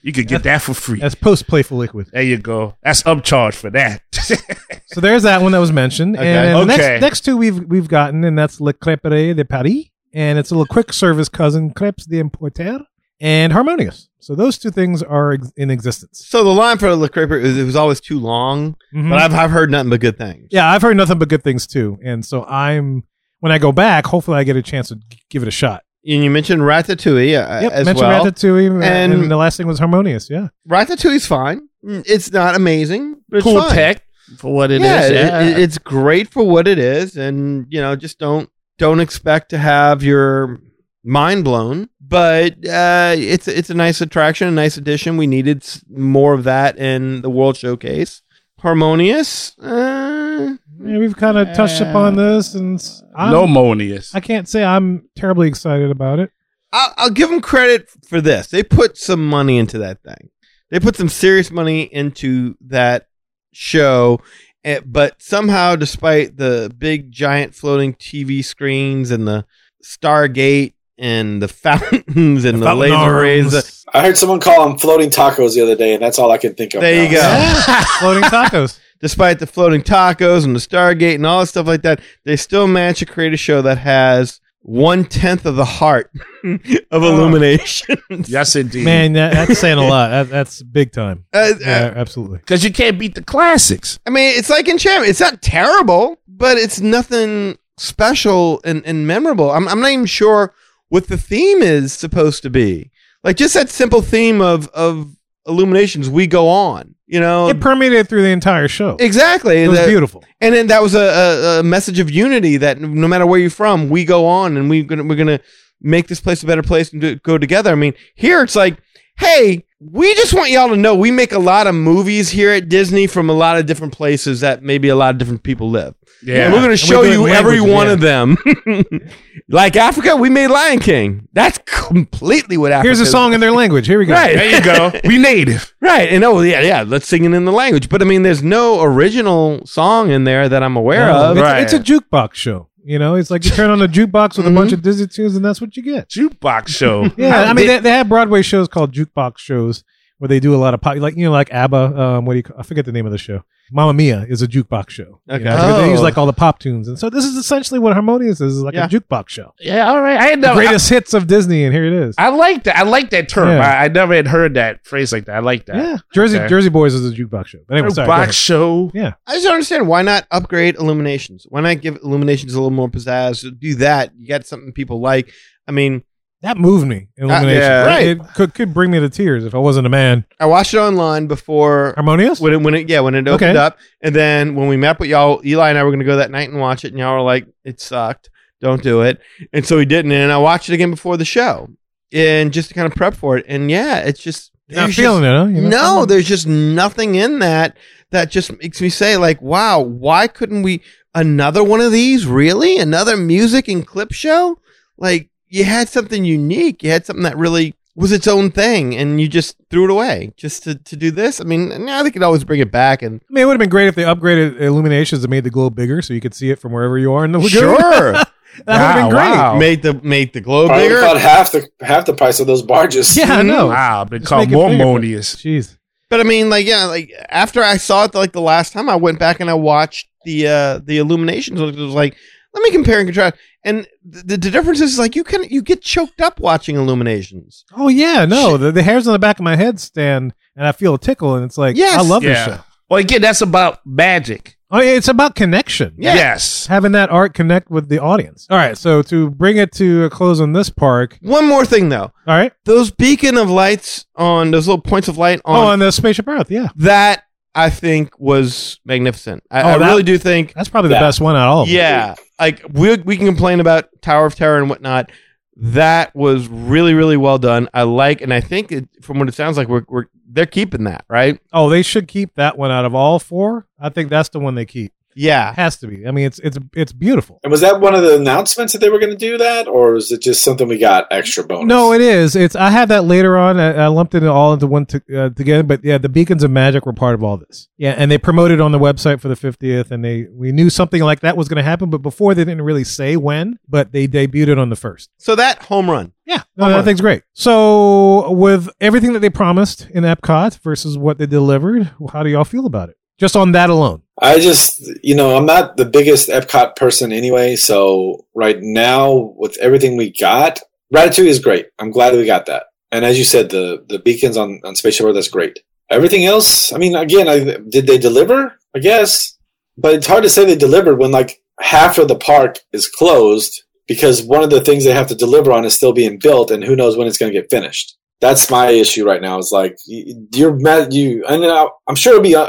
[SPEAKER 4] You could get that for free.
[SPEAKER 2] That's post Playful Liquid.
[SPEAKER 4] There you go. That's upcharge for that.
[SPEAKER 2] So there's that one that was mentioned,
[SPEAKER 3] Okay.
[SPEAKER 2] and, then the
[SPEAKER 4] Okay.
[SPEAKER 2] next, next two we've we've gotten, and that's Le Crêperie de Paris, and it's a little quick service cousin, Crepes d'Importer, and Harmonious. So those two things are ex- in existence.
[SPEAKER 3] so the line for Le Crepe is it was always too long,
[SPEAKER 2] Mm.
[SPEAKER 3] but I've I've heard nothing but good things.
[SPEAKER 2] yeah, I've heard nothing but good things too, and so I'm when I go back, hopefully I get a chance to g- give it a shot.
[SPEAKER 3] And you mentioned Ratatouille uh,
[SPEAKER 2] Yep,
[SPEAKER 3] as
[SPEAKER 2] mentioned
[SPEAKER 3] well.
[SPEAKER 2] Ratatouille, and,
[SPEAKER 3] And-
[SPEAKER 2] and the last thing was Harmonious. Yeah,
[SPEAKER 3] Ratatouille's fine. Mm, It's not amazing. But it's
[SPEAKER 4] cool
[SPEAKER 3] fine.
[SPEAKER 4] tech for what it is.
[SPEAKER 3] yeah, it-
[SPEAKER 4] Yeah.
[SPEAKER 3] it- it's great for what it is, and you know, just don't don't expect to have your mind blown. But uh, it's it's a nice attraction, a nice addition. We needed s- more of that in the World Showcase. Harmonious. Uh,
[SPEAKER 2] Yeah, we've kind of touched upon this, and i
[SPEAKER 4] no monius.
[SPEAKER 2] I can't say I'm terribly excited about it.
[SPEAKER 3] I'll, I'll give them credit for this. They put some money into that thing. They put some serious money into that show, eh, but somehow, despite the big giant floating TV screens and the Stargate and the fountains and the,
[SPEAKER 2] Fountain
[SPEAKER 3] laser
[SPEAKER 2] arms.
[SPEAKER 3] rays, uh,
[SPEAKER 8] I heard someone call them floating tacos the other day, and that's all I can think of.
[SPEAKER 3] There you
[SPEAKER 8] now.
[SPEAKER 3] go.
[SPEAKER 2] floating tacos.
[SPEAKER 3] despite the floating tacos and the Stargate and all that stuff like that, they still manage to create a show that has one tenth of the heart of
[SPEAKER 2] Oh.
[SPEAKER 3] illumination.
[SPEAKER 4] yes, indeed.
[SPEAKER 2] Man, that, that's saying a lot. That, that's big time.
[SPEAKER 3] Uh,
[SPEAKER 2] Yeah, absolutely.
[SPEAKER 4] Because you can't beat the classics.
[SPEAKER 3] I mean, it's like Enchantment. It's not terrible, but it's nothing special and, and memorable. I'm, I'm not even sure what the theme is supposed to be. Like just that simple theme of of Illuminations, we go on. You know,
[SPEAKER 2] It permeated through the entire show.
[SPEAKER 3] exactly.
[SPEAKER 2] It was
[SPEAKER 3] The-
[SPEAKER 2] beautiful.
[SPEAKER 3] and then that was a, a, a message of unity that no matter where you're from, we go on and we're gonna we're gonna make this place a better place and do, go together. I mean, here it's like, hey, we just want y'all to know we make a lot of movies here at Disney from a lot of different places that maybe a lot of different people live. And we're
[SPEAKER 4] Yeah.
[SPEAKER 3] gonna
[SPEAKER 2] we
[SPEAKER 3] show
[SPEAKER 2] do it
[SPEAKER 3] you
[SPEAKER 2] in
[SPEAKER 3] every
[SPEAKER 2] languages,
[SPEAKER 3] one
[SPEAKER 2] yeah.
[SPEAKER 3] of them. like Africa, we made Lion King. That's completely what Africa.
[SPEAKER 2] Here's a
[SPEAKER 3] is.
[SPEAKER 2] song in their language. Here we go.
[SPEAKER 3] Right.
[SPEAKER 4] There you go. We native.
[SPEAKER 3] Right. And oh yeah, yeah, let's sing it in the language. But I mean there's no original song in there that I'm aware
[SPEAKER 2] No,
[SPEAKER 3] of.
[SPEAKER 2] it's,
[SPEAKER 4] Right.
[SPEAKER 2] it's a jukebox show. You know, it's like you turn on a jukebox
[SPEAKER 3] Mm-hmm.
[SPEAKER 2] with a bunch of Disney tunes, and that's what you get.
[SPEAKER 4] Jukebox show.
[SPEAKER 2] Yeah, I mean, they, they have Broadway shows called jukebox shows where they do a lot of pop, like you know, like ABBA. Um, what do you? Call, I forget the name of the show. Mamma Mia is a jukebox show. You
[SPEAKER 3] Okay.
[SPEAKER 2] know, they- They use
[SPEAKER 3] Oh.
[SPEAKER 2] like all the pop tunes, and so this is essentially what Harmonious is, is like
[SPEAKER 3] Yeah.
[SPEAKER 2] a jukebox show.
[SPEAKER 4] Yeah, all right. I had
[SPEAKER 2] The
[SPEAKER 4] never,
[SPEAKER 2] greatest hits of Disney, and here it is.
[SPEAKER 4] I, I like that. I like that term.
[SPEAKER 2] Yeah.
[SPEAKER 4] I, I never had heard that phrase like that. I like that.
[SPEAKER 2] yeah, Jersey
[SPEAKER 4] Okay. Oh,
[SPEAKER 2] Jersey Boys is a jukebox show. But anyway, sorry, go
[SPEAKER 4] box
[SPEAKER 2] ahead.
[SPEAKER 4] show.
[SPEAKER 3] I just don't understand why not upgrade illuminations? Why not give illuminations a little more pizzazz? Do that. You got something people like. I mean,
[SPEAKER 2] that moved me. Illumination,
[SPEAKER 3] yeah.
[SPEAKER 2] right? It could could bring me to tears if I wasn't a man.
[SPEAKER 3] I watched it online before
[SPEAKER 2] Harmonious.
[SPEAKER 3] when it, when it yeah when it
[SPEAKER 2] Okay.
[SPEAKER 3] opened up, and then when we met with y'all, Eli and I were gonna go that night and watch it, and y'all were like, "It sucked, don't do it," and so we didn't. And I watched it again before the show, and just to kind of prep for it. And yeah, it's just
[SPEAKER 2] Not
[SPEAKER 3] there's
[SPEAKER 2] feeling
[SPEAKER 3] just-
[SPEAKER 2] it, huh? You know?
[SPEAKER 3] No, there's just nothing in that that just makes me say like, "Wow, why couldn't we another one of these? Really, another music and clip show? Like you had something unique. You had something that really." was its own thing and you just threw it away just to, to do this. I mean, now they could always bring it back and
[SPEAKER 2] I mean, it would have been great if they upgraded illuminations and made the globe bigger so you could see it from wherever you are in the lagoon.
[SPEAKER 3] sure
[SPEAKER 2] that would have been great.
[SPEAKER 4] Wow, wow.
[SPEAKER 3] made the made the globe
[SPEAKER 8] Probably
[SPEAKER 3] bigger.
[SPEAKER 8] about half the half the price of those barges.
[SPEAKER 2] Yeah, I know.
[SPEAKER 4] Wow, I've been
[SPEAKER 2] Mm-hmm. Just
[SPEAKER 4] called
[SPEAKER 2] make it bigger, but-
[SPEAKER 4] Mormonius.
[SPEAKER 2] Jeez.
[SPEAKER 3] But I mean, like yeah, like after I saw it like the last time, I went back and I watched the uh the illuminations. It was like, let me compare and contrast. And the, the difference is like you can you get choked up watching illuminations.
[SPEAKER 2] Oh yeah, no, the, the hairs on the back of my head stand, and I feel a tickle, and it's like,
[SPEAKER 3] Yes.
[SPEAKER 2] I love
[SPEAKER 4] Yeah.
[SPEAKER 2] this show.
[SPEAKER 4] Well, again, that's about magic.
[SPEAKER 2] Oh, yeah, it's about connection.
[SPEAKER 3] Yeah.
[SPEAKER 4] Yes.
[SPEAKER 2] having that art connect with the audience. All right, so to bring it to a close on this park.
[SPEAKER 3] One more thing though,
[SPEAKER 2] All right,
[SPEAKER 3] those beacon of lights on those little points of light
[SPEAKER 2] oh,
[SPEAKER 3] on
[SPEAKER 2] on the spaceship Earth, yeah,
[SPEAKER 3] that I think was magnificent. I,
[SPEAKER 2] Oh,
[SPEAKER 3] I
[SPEAKER 2] that-
[SPEAKER 3] really do think
[SPEAKER 2] that's probably the
[SPEAKER 8] Yeah.
[SPEAKER 2] best one out of
[SPEAKER 3] Oh,
[SPEAKER 2] all. Of them.
[SPEAKER 3] Yeah, like we we can complain about Tower of Terror and whatnot. That was really really well done. I like, and I think it, from what it sounds like, we're, we're they're keeping that right.
[SPEAKER 2] Oh, they should keep that one out of all four. I think that's the one they keep.
[SPEAKER 3] Yeah,
[SPEAKER 2] Has to be. I mean, it's it's it's beautiful.
[SPEAKER 8] And was that one of the announcements that they were going to do that, or is it just something we got extra bonus?
[SPEAKER 2] No, it is. It's I had that later on. I, I lumped it all into one to, uh, together. But yeah, the beacons of magic were part of all this. Yeah, and they promoted on the website for the 50th, and they we knew something like that was going to happen. But before they didn't really say when, but they debuted it on the first.
[SPEAKER 3] so that home run.
[SPEAKER 2] Yeah, no,
[SPEAKER 3] Okay.
[SPEAKER 2] that thing's great. So with everything that they promised in Epcot versus what they delivered, how do y'all feel about it? Just on that alone.
[SPEAKER 8] I just, you know, I'm not the biggest Epcot person anyway. So right now, with everything we got, Ratatouille is great. I'm glad that we got that. And as you said, the the beacons on on Spaceship Earth, that's great. Everything else, I mean, again, I, did they deliver? I guess, but it's hard to say they delivered when like half of the park is closed because one of the things they have to deliver on is still being built, and who knows when it's going to get finished. That's my issue right now. Is like you- you're mad. You and I- I'm sure it'll be uh,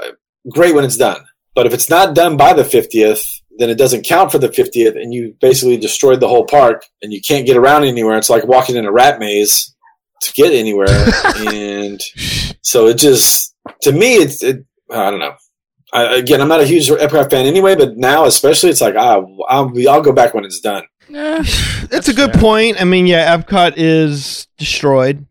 [SPEAKER 8] great when it's done. But if it's not done by the 50th, then it doesn't count for the 50th, and you basically destroyed the whole park, and you can't get around anywhere. It's like walking in a rat maze to get anywhere, and so it just to me, it's it, I don't know. I, again, I'm not a huge Epcot fan anyway, but now especially, it's like ah, I'll, I'll go back when it's done.
[SPEAKER 3] That's a good point. I mean, yeah, Epcot is destroyed.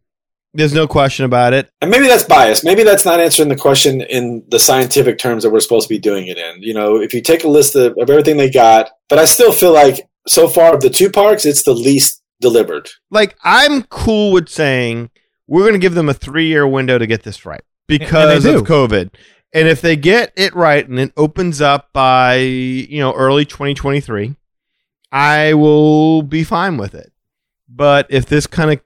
[SPEAKER 3] There's no question about it.
[SPEAKER 8] And maybe that's bias. Maybe that's not answering the question in the scientific terms that we're supposed to be doing it in. You know, if you take a list of, of everything they got, but I still feel like so far of the two parks, it's the least delivered.
[SPEAKER 3] Like I'm cool with saying we're going to give them a three year window to get this right because
[SPEAKER 2] do.
[SPEAKER 3] of COVID. And if they get it right and it opens up by you know early 2023, I will be fine with it. But if this kind of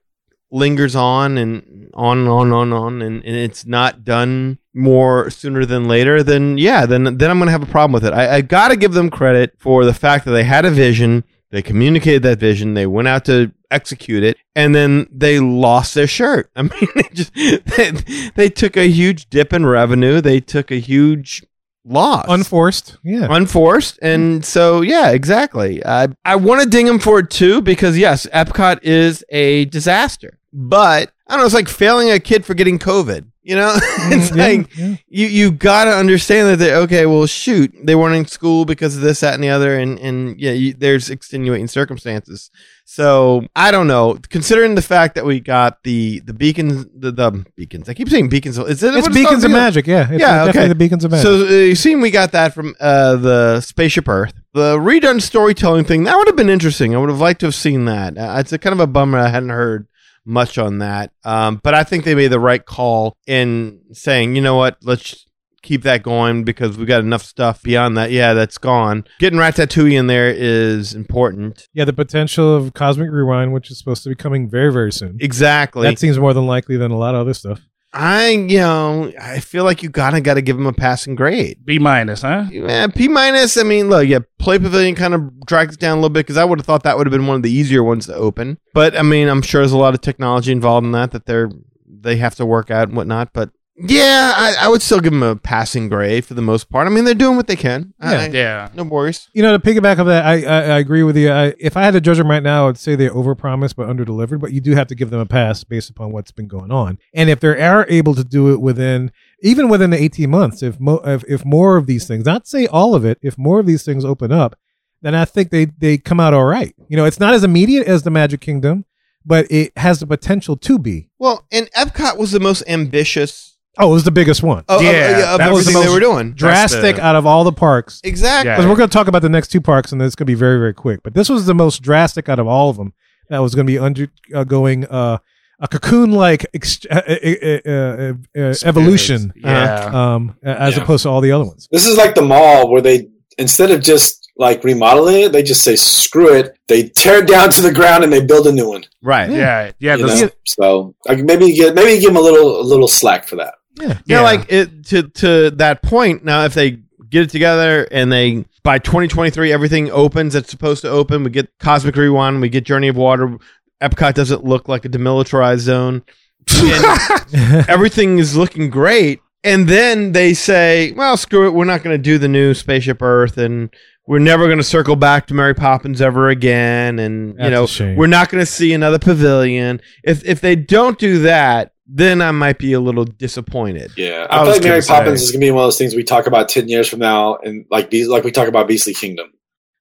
[SPEAKER 3] lingers on and on and on and on, and on and, and it's not done more sooner than later, then yeah, then then I'm gonna have a problem with it. I, I gotta give them credit for the fact that they had a vision, they communicated that vision, they went out to execute it, and then they lost their shirt. I mean, they just they, they took a huge dip in revenue, they took a huge loss
[SPEAKER 2] Unforced. Yeah.
[SPEAKER 3] unforced. And so, yeah, exactly. I I want to ding him for it too because yes, Epcot is a disaster. But I don't know. It's like failing a kid for getting COVID. You know, it's
[SPEAKER 2] Yeah,
[SPEAKER 3] like
[SPEAKER 2] Mm-hmm. yeah.
[SPEAKER 3] you you got to understand that they okay. Well, shoot, they weren't in school because of this, that, and the other, and and yeah, you, there's extenuating circumstances. So I don't know. Considering the fact that we got the the beacons, the, the beacons. I keep saying beacons. Is it
[SPEAKER 2] It's
[SPEAKER 3] what
[SPEAKER 2] beacons
[SPEAKER 3] called?
[SPEAKER 2] of magic. Yeah. It's
[SPEAKER 3] Yeah,
[SPEAKER 2] Definitely
[SPEAKER 3] okay.
[SPEAKER 2] the beacons of magic.
[SPEAKER 3] So uh, you seen we got that from uh, the Spaceship Earth, the redone storytelling thing. That would have been interesting. I would have liked to have seen that. Uh, it's a kind of a bummer I hadn't heard much on that. Um, but I think they made the right call in saying, you know what, let's keep that going because we've got enough stuff beyond that. Yeah, that's gone. Getting Ratatouille in there is important.
[SPEAKER 2] Yeah, the potential of Cosmic Rewind, which is supposed to be coming very, very soon.
[SPEAKER 3] Exactly.
[SPEAKER 2] That seems more than likely than a lot of other stuff.
[SPEAKER 3] I, you know, I feel like you kind of got to give him a passing grade.
[SPEAKER 4] B minus, huh?
[SPEAKER 3] Yeah, P minus. I mean, look, yeah, play pavilion kind of drags it down a little bit because I would have thought that would have been one of the easier ones to open. But I mean, I'm sure there's a lot of technology involved in that that they're they have to work out and whatnot. But yeah, I, I would still give them a passing grade for the most part. I mean, they're doing what they can. I-
[SPEAKER 2] Yeah.
[SPEAKER 3] I-
[SPEAKER 4] Yeah.
[SPEAKER 3] no worries.
[SPEAKER 2] You know, to piggyback on that, I, I, I agree with you. I, if I had to judge them right now, I'd say they overpromised but underdelivered. But you do have to give them a pass based upon what's been going on. And if they are able to do it within even within the eighteen months, if mo- if, if more of these things, not say all of it, if more of these things open up, then I think they they come out all right. You know, it's not as immediate as the Magic Kingdom, but it has the potential to be.
[SPEAKER 3] Well, and Epcot was the most ambitious.
[SPEAKER 2] Oh, it was the biggest one,
[SPEAKER 3] Of, of-
[SPEAKER 4] Yeah,
[SPEAKER 3] yeah, of,
[SPEAKER 4] that was the
[SPEAKER 3] everything they
[SPEAKER 4] most
[SPEAKER 3] were doing.
[SPEAKER 2] drastic out of all the parks.
[SPEAKER 3] Exactly.
[SPEAKER 4] Yeah.
[SPEAKER 2] Because we're going to talk about the next two parks, and it's going to be very, very quick. But this was the most drastic out of all of them. That was going to be undergoing uh, a cocoon-like ex- uh, uh, uh, uh, evolution,
[SPEAKER 4] Yeah.
[SPEAKER 2] um, as
[SPEAKER 5] Yeah.
[SPEAKER 2] opposed to all the other ones.
[SPEAKER 8] This is like the mall where they instead of just like remodeling it, they just say screw it. They tear it down to the ground and they build a new one.
[SPEAKER 3] Right. Yeah.
[SPEAKER 4] yeah. Yeah.
[SPEAKER 8] you
[SPEAKER 4] the-
[SPEAKER 8] know? So like, maybe you get maybe you give them a little a little slack for that.
[SPEAKER 3] Yeah,
[SPEAKER 4] Yeah.
[SPEAKER 3] like it, to to that point. Now, if they get it together and they by 2023 everything opens that's supposed to open, we get Cosmic Rewind, we get Journey of Water. Epcot doesn't look like a demilitarized zone. And everything is looking great, and then they say, "Well, screw it, we're not going to do the new Spaceship Earth, and we're never going to circle back to Mary Poppins ever again." And
[SPEAKER 2] That's
[SPEAKER 3] you know,
[SPEAKER 2] a shame.
[SPEAKER 3] we're not going to see another pavilion. If if they don't do that, then I might be a little disappointed.
[SPEAKER 8] Yeah,
[SPEAKER 4] I
[SPEAKER 8] I, feel
[SPEAKER 4] was
[SPEAKER 8] like Mary
[SPEAKER 4] gonna
[SPEAKER 8] Poppins
[SPEAKER 4] say.
[SPEAKER 8] is gonna be one of those things we talk about ten years from now, and like these like we talk about Beastly Kingdom.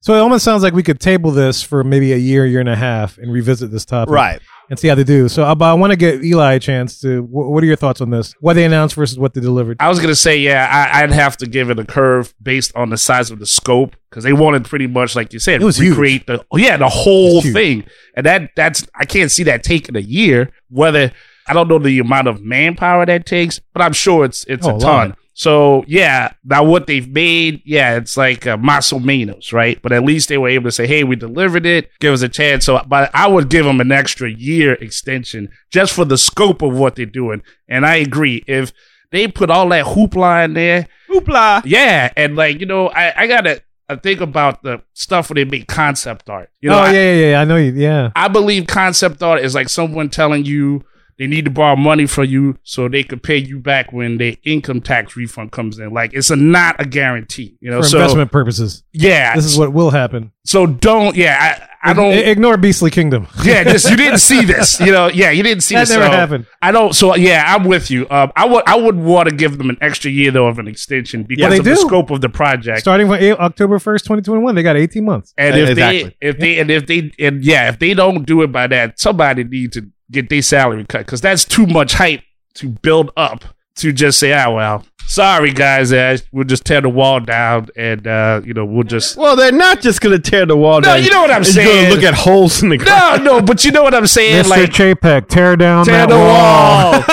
[SPEAKER 2] So it almost sounds like we could table this for maybe a year, year and a half, and revisit this topic,
[SPEAKER 3] Right.
[SPEAKER 2] and see how they do. So, uh, but I want to get Eli a chance to. wh- what are your thoughts on this? What they announced versus what they delivered?
[SPEAKER 4] I was gonna say, yeah, I, I'd have to give it a curve based on the size of the scope because they wanted pretty much, like you said,
[SPEAKER 2] It was huge.
[SPEAKER 4] recreate the oh, yeah the whole
[SPEAKER 2] It's huge.
[SPEAKER 4] thing, and that that's I can't see that taking a year. Whether I don't know the amount of manpower that takes, but I'm sure it's it's
[SPEAKER 2] Oh, a
[SPEAKER 4] a
[SPEAKER 2] lot.
[SPEAKER 4] ton. So yeah, now what they've made, yeah, it's like uh, Masomenos, right? But at least they were able to say, "Hey, we delivered it. Give us a chance." So, but I would give them an extra year extension just for the scope of what they're doing. And I agree, if they put all that hoopla in there,
[SPEAKER 3] Hoopla.
[SPEAKER 4] yeah, and like you know, I I gotta uh, think about the stuff where they make concept art. You know,
[SPEAKER 2] oh
[SPEAKER 4] I-
[SPEAKER 2] yeah, yeah, yeah. I know you. Yeah,
[SPEAKER 4] I believe concept art is like someone telling you they need to borrow money from you so they could pay you back when their income tax refund comes in. Like it's a, not a guarantee, you know.
[SPEAKER 2] for
[SPEAKER 4] so
[SPEAKER 2] investment purposes,
[SPEAKER 4] yeah,
[SPEAKER 2] this is what will happen.
[SPEAKER 4] so don't yeah. I, I
[SPEAKER 2] I-
[SPEAKER 4] don't.
[SPEAKER 2] ignore Beastly Kingdom.
[SPEAKER 4] yeah, just you didn't see this, you know. Yeah, you didn't see
[SPEAKER 2] That
[SPEAKER 4] this.
[SPEAKER 2] never
[SPEAKER 4] so
[SPEAKER 2] happened.
[SPEAKER 4] I don't. So yeah, I'm with you. Um, I would I would want to give them an extra year though of an extension because
[SPEAKER 2] they
[SPEAKER 4] of the
[SPEAKER 2] do.
[SPEAKER 4] scope of the project.
[SPEAKER 2] Starting from eight, October first, twenty twenty one, they got eighteen months.
[SPEAKER 4] And
[SPEAKER 3] Uh,
[SPEAKER 4] if
[SPEAKER 3] exactly.
[SPEAKER 4] they, if they, and if they, and yeah, if they don't do it by that, somebody needs to get their salary cut because that's too much hype to build up to just say, ah, well, sorry guys, uh, we'll just tear the wall down and uh, you know we'll just.
[SPEAKER 3] Well, they're not just going to tear the wall
[SPEAKER 4] No,
[SPEAKER 3] down.
[SPEAKER 4] you know what I'm
[SPEAKER 3] It's gonna
[SPEAKER 4] saying.
[SPEAKER 3] Look at holes in the ground.
[SPEAKER 4] No, no, but you know what I'm saying, like.
[SPEAKER 2] Chapek, tear down
[SPEAKER 4] Tear the wall.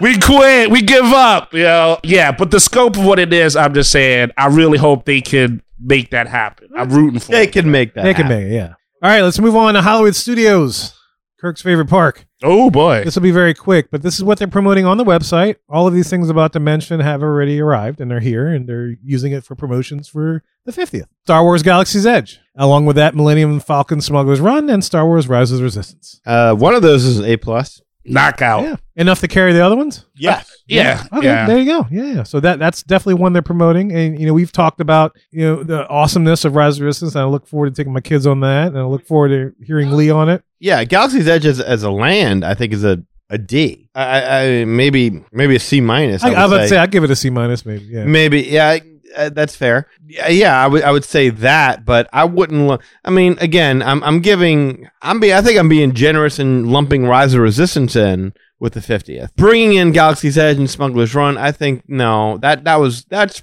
[SPEAKER 4] we quit. We give up. You know, yeah. But the scope of what it is, I'm just saying. I really hope they can make that happen. I'm rooting for.
[SPEAKER 3] They
[SPEAKER 4] it.
[SPEAKER 3] can make that.
[SPEAKER 2] They can
[SPEAKER 3] happen.
[SPEAKER 2] make it, yeah. All right, let's move on to Hollywood Studios, Kirk's favorite park.
[SPEAKER 4] Oh boy.
[SPEAKER 2] This will be very quick, but this is what they're promoting on the website. All of these things about to mention have already arrived, and they're here, and they're using it for promotions for the 50th. Star Wars Galaxy's Edge. Along with that, Millennium Falcon Smuggler's Run and Star Wars Rise of the Resistance.
[SPEAKER 3] Uh, one of those is an A plus.
[SPEAKER 4] Knockout.
[SPEAKER 2] Yeah. Enough to carry the other ones?
[SPEAKER 3] Yes.
[SPEAKER 4] Yeah.
[SPEAKER 2] Okay,
[SPEAKER 4] yeah.
[SPEAKER 2] there you go. Yeah, yeah. So that that's definitely one they're promoting, and you know we've talked about you know the awesomeness of Rise of Resistance, and I look forward to taking my kids on that, and I look forward to hearing Lee on it.
[SPEAKER 3] Yeah, Galaxy's Edge as, as a land, I think is a a D. I, I I- maybe maybe a C minus.
[SPEAKER 2] I,
[SPEAKER 3] would
[SPEAKER 2] I would say I'd give it a C minus, maybe. Yeah.
[SPEAKER 3] Maybe, yeah, I- uh, that's fair. Yeah, yeah, I would, I would say that, but I wouldn't. Lo- I mean, again, I'm, I'm giving, I'm be, I think I'm being generous in lumping Rise of Resistance in with the 50th. Bringing in Galaxy's Edge and Smuggler's Run, I think no, that that was that's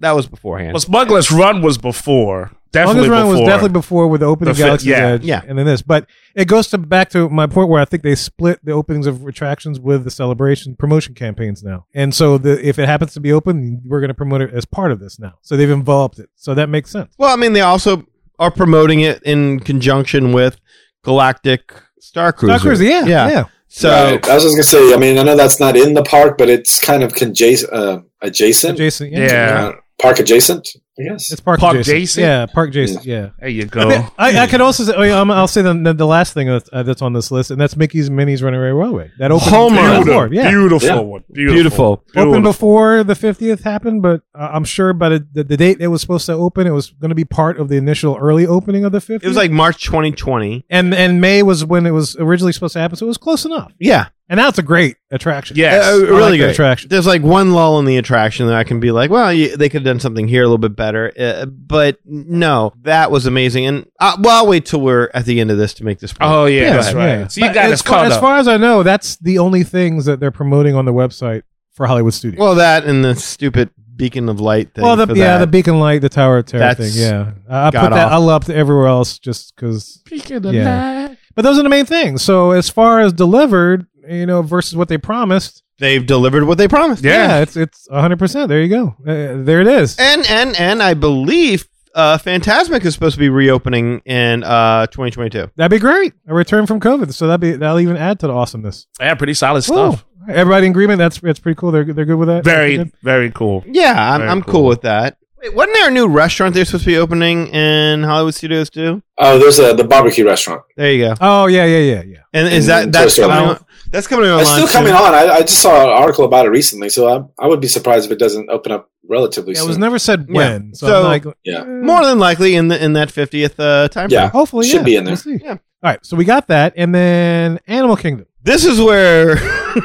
[SPEAKER 3] that was beforehand.
[SPEAKER 4] Well, Smuggler's Run was before. Definitely
[SPEAKER 2] Longest Run
[SPEAKER 4] before.
[SPEAKER 2] was definitely before with the opening
[SPEAKER 4] The
[SPEAKER 2] of
[SPEAKER 4] fi-
[SPEAKER 2] Galaxy's
[SPEAKER 4] yeah,
[SPEAKER 2] Edge,
[SPEAKER 3] yeah.
[SPEAKER 2] and then this. But it goes to back to my point where I think they split the openings of retractions with the celebration promotion campaigns now, and so the, if it happens to be open, we're going to promote it as part of this now. So they've involved it, so that makes sense.
[SPEAKER 3] Well, I mean, they also are promoting it in conjunction with Galactic Star Cruiser.
[SPEAKER 2] Star Cruiser, yeah, yeah,
[SPEAKER 3] So
[SPEAKER 8] Right. I was just gonna say. I mean, I know that's not in the park, but it's kind of conjac- uh, adjacent.
[SPEAKER 2] Adjacent, yeah.
[SPEAKER 4] Yeah.
[SPEAKER 8] Uh, park adjacent. I guess.
[SPEAKER 2] It's park,
[SPEAKER 4] Park
[SPEAKER 2] adjacent.
[SPEAKER 4] adjacent?
[SPEAKER 2] yeah, park adjacent, yeah.
[SPEAKER 4] There you
[SPEAKER 2] I,
[SPEAKER 4] go.
[SPEAKER 2] mean, I, I could also say, oh, yeah, I'm- I'll say the, the last thing that's, uh, that's on this list, and that's Mickey's Minnie's Runaway Railway. That opened
[SPEAKER 3] Home run.
[SPEAKER 2] before,
[SPEAKER 4] beautiful,
[SPEAKER 2] yeah.
[SPEAKER 4] beautiful
[SPEAKER 8] Yeah.
[SPEAKER 4] one. Beautiful.
[SPEAKER 3] beautiful.
[SPEAKER 2] open before the 50th happened, but uh, I'm sure by the, the, the date it was supposed to open, it was going to be part of the initial early opening of the 50th.
[SPEAKER 3] It was like March 2020.
[SPEAKER 2] and and May was when it was originally supposed to happen, so it was close enough.
[SPEAKER 3] Yeah,
[SPEAKER 2] And now it's a great attraction.
[SPEAKER 4] Yes.
[SPEAKER 3] Uh,
[SPEAKER 2] I like
[SPEAKER 3] really
[SPEAKER 2] that
[SPEAKER 3] good
[SPEAKER 2] attraction.
[SPEAKER 3] There's like one lull in the attraction that I can be like, well, you, they could have done something here a little bit better, uh, but no, that was amazing. And uh, well, I'll wait till we're at the end of this to make this. Point.
[SPEAKER 4] Oh yeah,
[SPEAKER 2] Yeah,
[SPEAKER 4] that's
[SPEAKER 2] yeah.
[SPEAKER 4] right. So you
[SPEAKER 2] But
[SPEAKER 4] got
[SPEAKER 2] as,
[SPEAKER 4] us
[SPEAKER 2] far,
[SPEAKER 4] caught
[SPEAKER 2] as
[SPEAKER 4] up.
[SPEAKER 2] far as I know, that's the only things that they're promoting on the website for Hollywood Studios.
[SPEAKER 3] Well, that and the stupid beacon of light. Thing
[SPEAKER 2] Well, the,
[SPEAKER 3] for
[SPEAKER 2] yeah,
[SPEAKER 3] that.
[SPEAKER 2] the beacon light, the Tower of Terror
[SPEAKER 3] That's
[SPEAKER 2] thing. Yeah, I I put
[SPEAKER 3] got
[SPEAKER 2] that
[SPEAKER 3] off.
[SPEAKER 2] all up to everywhere else just because.
[SPEAKER 4] Speaking
[SPEAKER 2] of Yeah. But those are the main things. So as far as delivered, you know, versus what they promised,
[SPEAKER 3] they've delivered what they promised.
[SPEAKER 2] yeah, it's it's hundred percent. There you go. Uh, there it is.
[SPEAKER 3] And and and I believe uh Fantasmic is supposed to be reopening in uh 2022.
[SPEAKER 2] That'd be great. A return from COVID. So that'd be that'll even add to the awesomeness.
[SPEAKER 4] yeah, pretty solid
[SPEAKER 2] Woo. All
[SPEAKER 4] stuff.
[SPEAKER 2] right, Everybody in agreement? That's that's pretty cool. They're they're good with that. That's
[SPEAKER 4] Very,
[SPEAKER 2] good?
[SPEAKER 4] very cool.
[SPEAKER 3] Yeah, I'm,
[SPEAKER 4] Very
[SPEAKER 3] I'm cool.
[SPEAKER 4] cool.
[SPEAKER 3] with that. Wait, wasn't there a new restaurant they're supposed to be opening in Hollywood Studios too?
[SPEAKER 8] Oh, there's a the barbecue restaurant.
[SPEAKER 3] There you go.
[SPEAKER 2] Oh yeah yeah yeah yeah.
[SPEAKER 3] And is
[SPEAKER 8] In
[SPEAKER 3] that that's
[SPEAKER 8] Toy Story.
[SPEAKER 3] coming? On, that's coming online.
[SPEAKER 8] It's still coming
[SPEAKER 3] soon.
[SPEAKER 8] on. I, I just saw an article about it recently, so I, I would be surprised if it doesn't open up relatively
[SPEAKER 2] Yeah,
[SPEAKER 8] soon.
[SPEAKER 2] it was never said
[SPEAKER 3] Yeah.
[SPEAKER 2] when. So,
[SPEAKER 3] So-
[SPEAKER 2] I'm like,
[SPEAKER 8] Yeah.
[SPEAKER 2] eh,
[SPEAKER 3] More than likely in the in that 50th uh, time frame.
[SPEAKER 8] Yeah.
[SPEAKER 2] hopefully
[SPEAKER 8] Should
[SPEAKER 2] yeah,
[SPEAKER 8] be in there.
[SPEAKER 2] We'll see.
[SPEAKER 3] Yeah.
[SPEAKER 2] All right, so we got that, and then Animal Kingdom.
[SPEAKER 3] This is where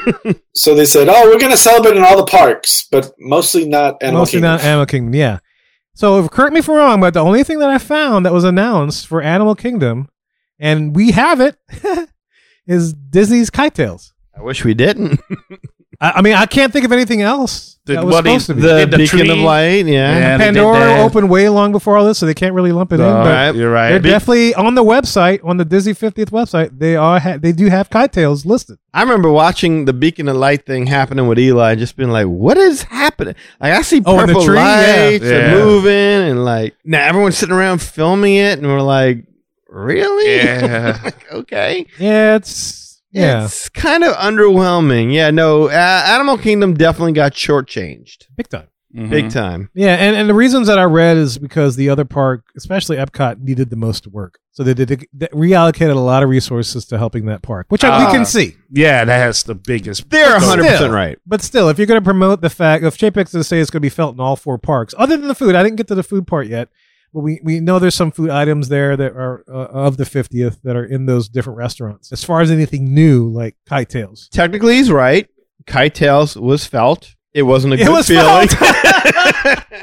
[SPEAKER 8] so they said, "Oh, we're going to celebrate in all the parks, but mostly not Animal
[SPEAKER 2] Mostly
[SPEAKER 8] Kingdom."
[SPEAKER 2] not Animal Kingdom, yeah. So if- correct me if I'm wrong, but the only thing that I found that was announced for Animal Kingdom, and we have it, is Disney's Kite Tales.
[SPEAKER 3] I wish we didn't.
[SPEAKER 2] I, I mean, I can't think of anything else
[SPEAKER 4] The-
[SPEAKER 2] that was
[SPEAKER 4] what
[SPEAKER 2] supposed
[SPEAKER 4] is
[SPEAKER 2] to be.
[SPEAKER 3] The
[SPEAKER 4] did the
[SPEAKER 3] beacon
[SPEAKER 4] tree.
[SPEAKER 3] of light, yeah.
[SPEAKER 4] Yeah, they did
[SPEAKER 2] Pandora
[SPEAKER 4] that.
[SPEAKER 2] opened way long before all this, so they can't really lump it in.
[SPEAKER 4] All
[SPEAKER 2] But
[SPEAKER 4] right, you're right.
[SPEAKER 2] they're definitely on the website, on the Disney 50th website. They are ha- they do have Kite Tales listed.
[SPEAKER 3] I remember watching the beacon of light thing happening with Eli, and just being like, "What is happening?" Like I see
[SPEAKER 2] Oh, and the
[SPEAKER 3] purple
[SPEAKER 2] tree, yeah.
[SPEAKER 3] lights are
[SPEAKER 4] Yeah.
[SPEAKER 3] moving, and like now everyone's sitting around filming it, and we're like, "Really?
[SPEAKER 4] Yeah.
[SPEAKER 3] Like, okay,
[SPEAKER 2] Yeah, it's yeah.
[SPEAKER 3] it's kind of underwhelming." Yeah, no, uh, Animal Kingdom definitely got shortchanged
[SPEAKER 2] big time.
[SPEAKER 4] Mhm.
[SPEAKER 3] big time.
[SPEAKER 2] Yeah, and, and the reasons that I read is because the other park, especially Epcot, needed the most work. So they, did, they reallocated a lot of resources to helping that park, which I, we
[SPEAKER 4] Ah.
[SPEAKER 2] can see.
[SPEAKER 4] Yeah, that's the biggest.
[SPEAKER 3] They're hundred
[SPEAKER 2] still.
[SPEAKER 3] percent right.
[SPEAKER 2] But still, if you're going to promote the fact, if JPEX is to say it's going to be felt in all four parks, other than the food, I didn't get to the food part yet, but we, we know there's some food items there that are uh, of the 50th that are in those different restaurants. As far as anything new, like kite tails.
[SPEAKER 3] Technically, he's right. Kite tails was felt. It wasn't a
[SPEAKER 2] It
[SPEAKER 3] good
[SPEAKER 2] was
[SPEAKER 3] feeling.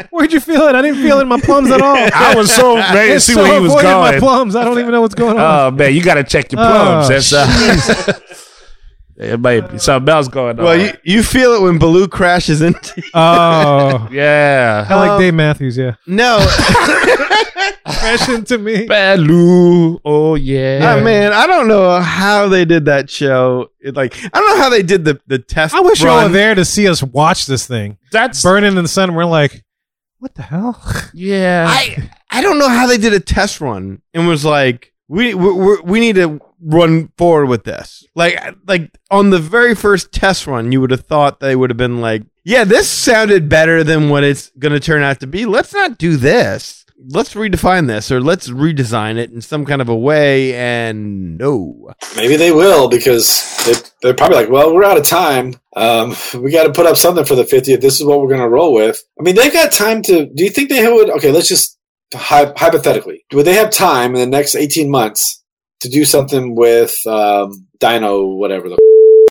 [SPEAKER 2] Where'd you feel it? I didn't feel it in my plums at all.
[SPEAKER 4] I was so ready to
[SPEAKER 2] It's
[SPEAKER 4] see
[SPEAKER 2] so
[SPEAKER 4] where he was
[SPEAKER 2] avoiding my
[SPEAKER 4] going.
[SPEAKER 2] plums. I don't even know what's going on.
[SPEAKER 4] Oh man, you got to check your
[SPEAKER 2] Oh,
[SPEAKER 4] plums. That's uh, it might be something else going on.
[SPEAKER 3] well, you, you feel it when Baloo crashes into
[SPEAKER 4] Uh,
[SPEAKER 2] Oh.
[SPEAKER 4] yeah,
[SPEAKER 2] I like
[SPEAKER 3] Um,
[SPEAKER 2] Dave Matthews, yeah.
[SPEAKER 3] no.
[SPEAKER 2] Fashion to me.
[SPEAKER 4] Baloo. Oh yeah.
[SPEAKER 3] Oh, man, I don't know how they did that show. It, like, I don't know how they did the the test.
[SPEAKER 2] I wish
[SPEAKER 3] run.
[SPEAKER 2] you were there to see us watch this thing
[SPEAKER 4] that's
[SPEAKER 2] burning in the sun. We're like, what the hell?
[SPEAKER 4] yeah.
[SPEAKER 3] I I don't know how they did a test run and was like, we we we- we need to run forward with this. Like like on the very first test run, you would have thought they would have been like, yeah, this sounded better than what it's going to turn out to be. Let's not do this. Let's redefine this or let's redesign it in some kind of a way. And no,
[SPEAKER 8] Maybe they will because they, they're probably like, "Well, we're out of time. Um, we got to put up something for the 50th. This is what we're going to roll with." I mean, they've got time to. Do you think they would? Okay, let's just hy- hypothetically, would they have time in the next 18 months to do something with um, Dino, whatever the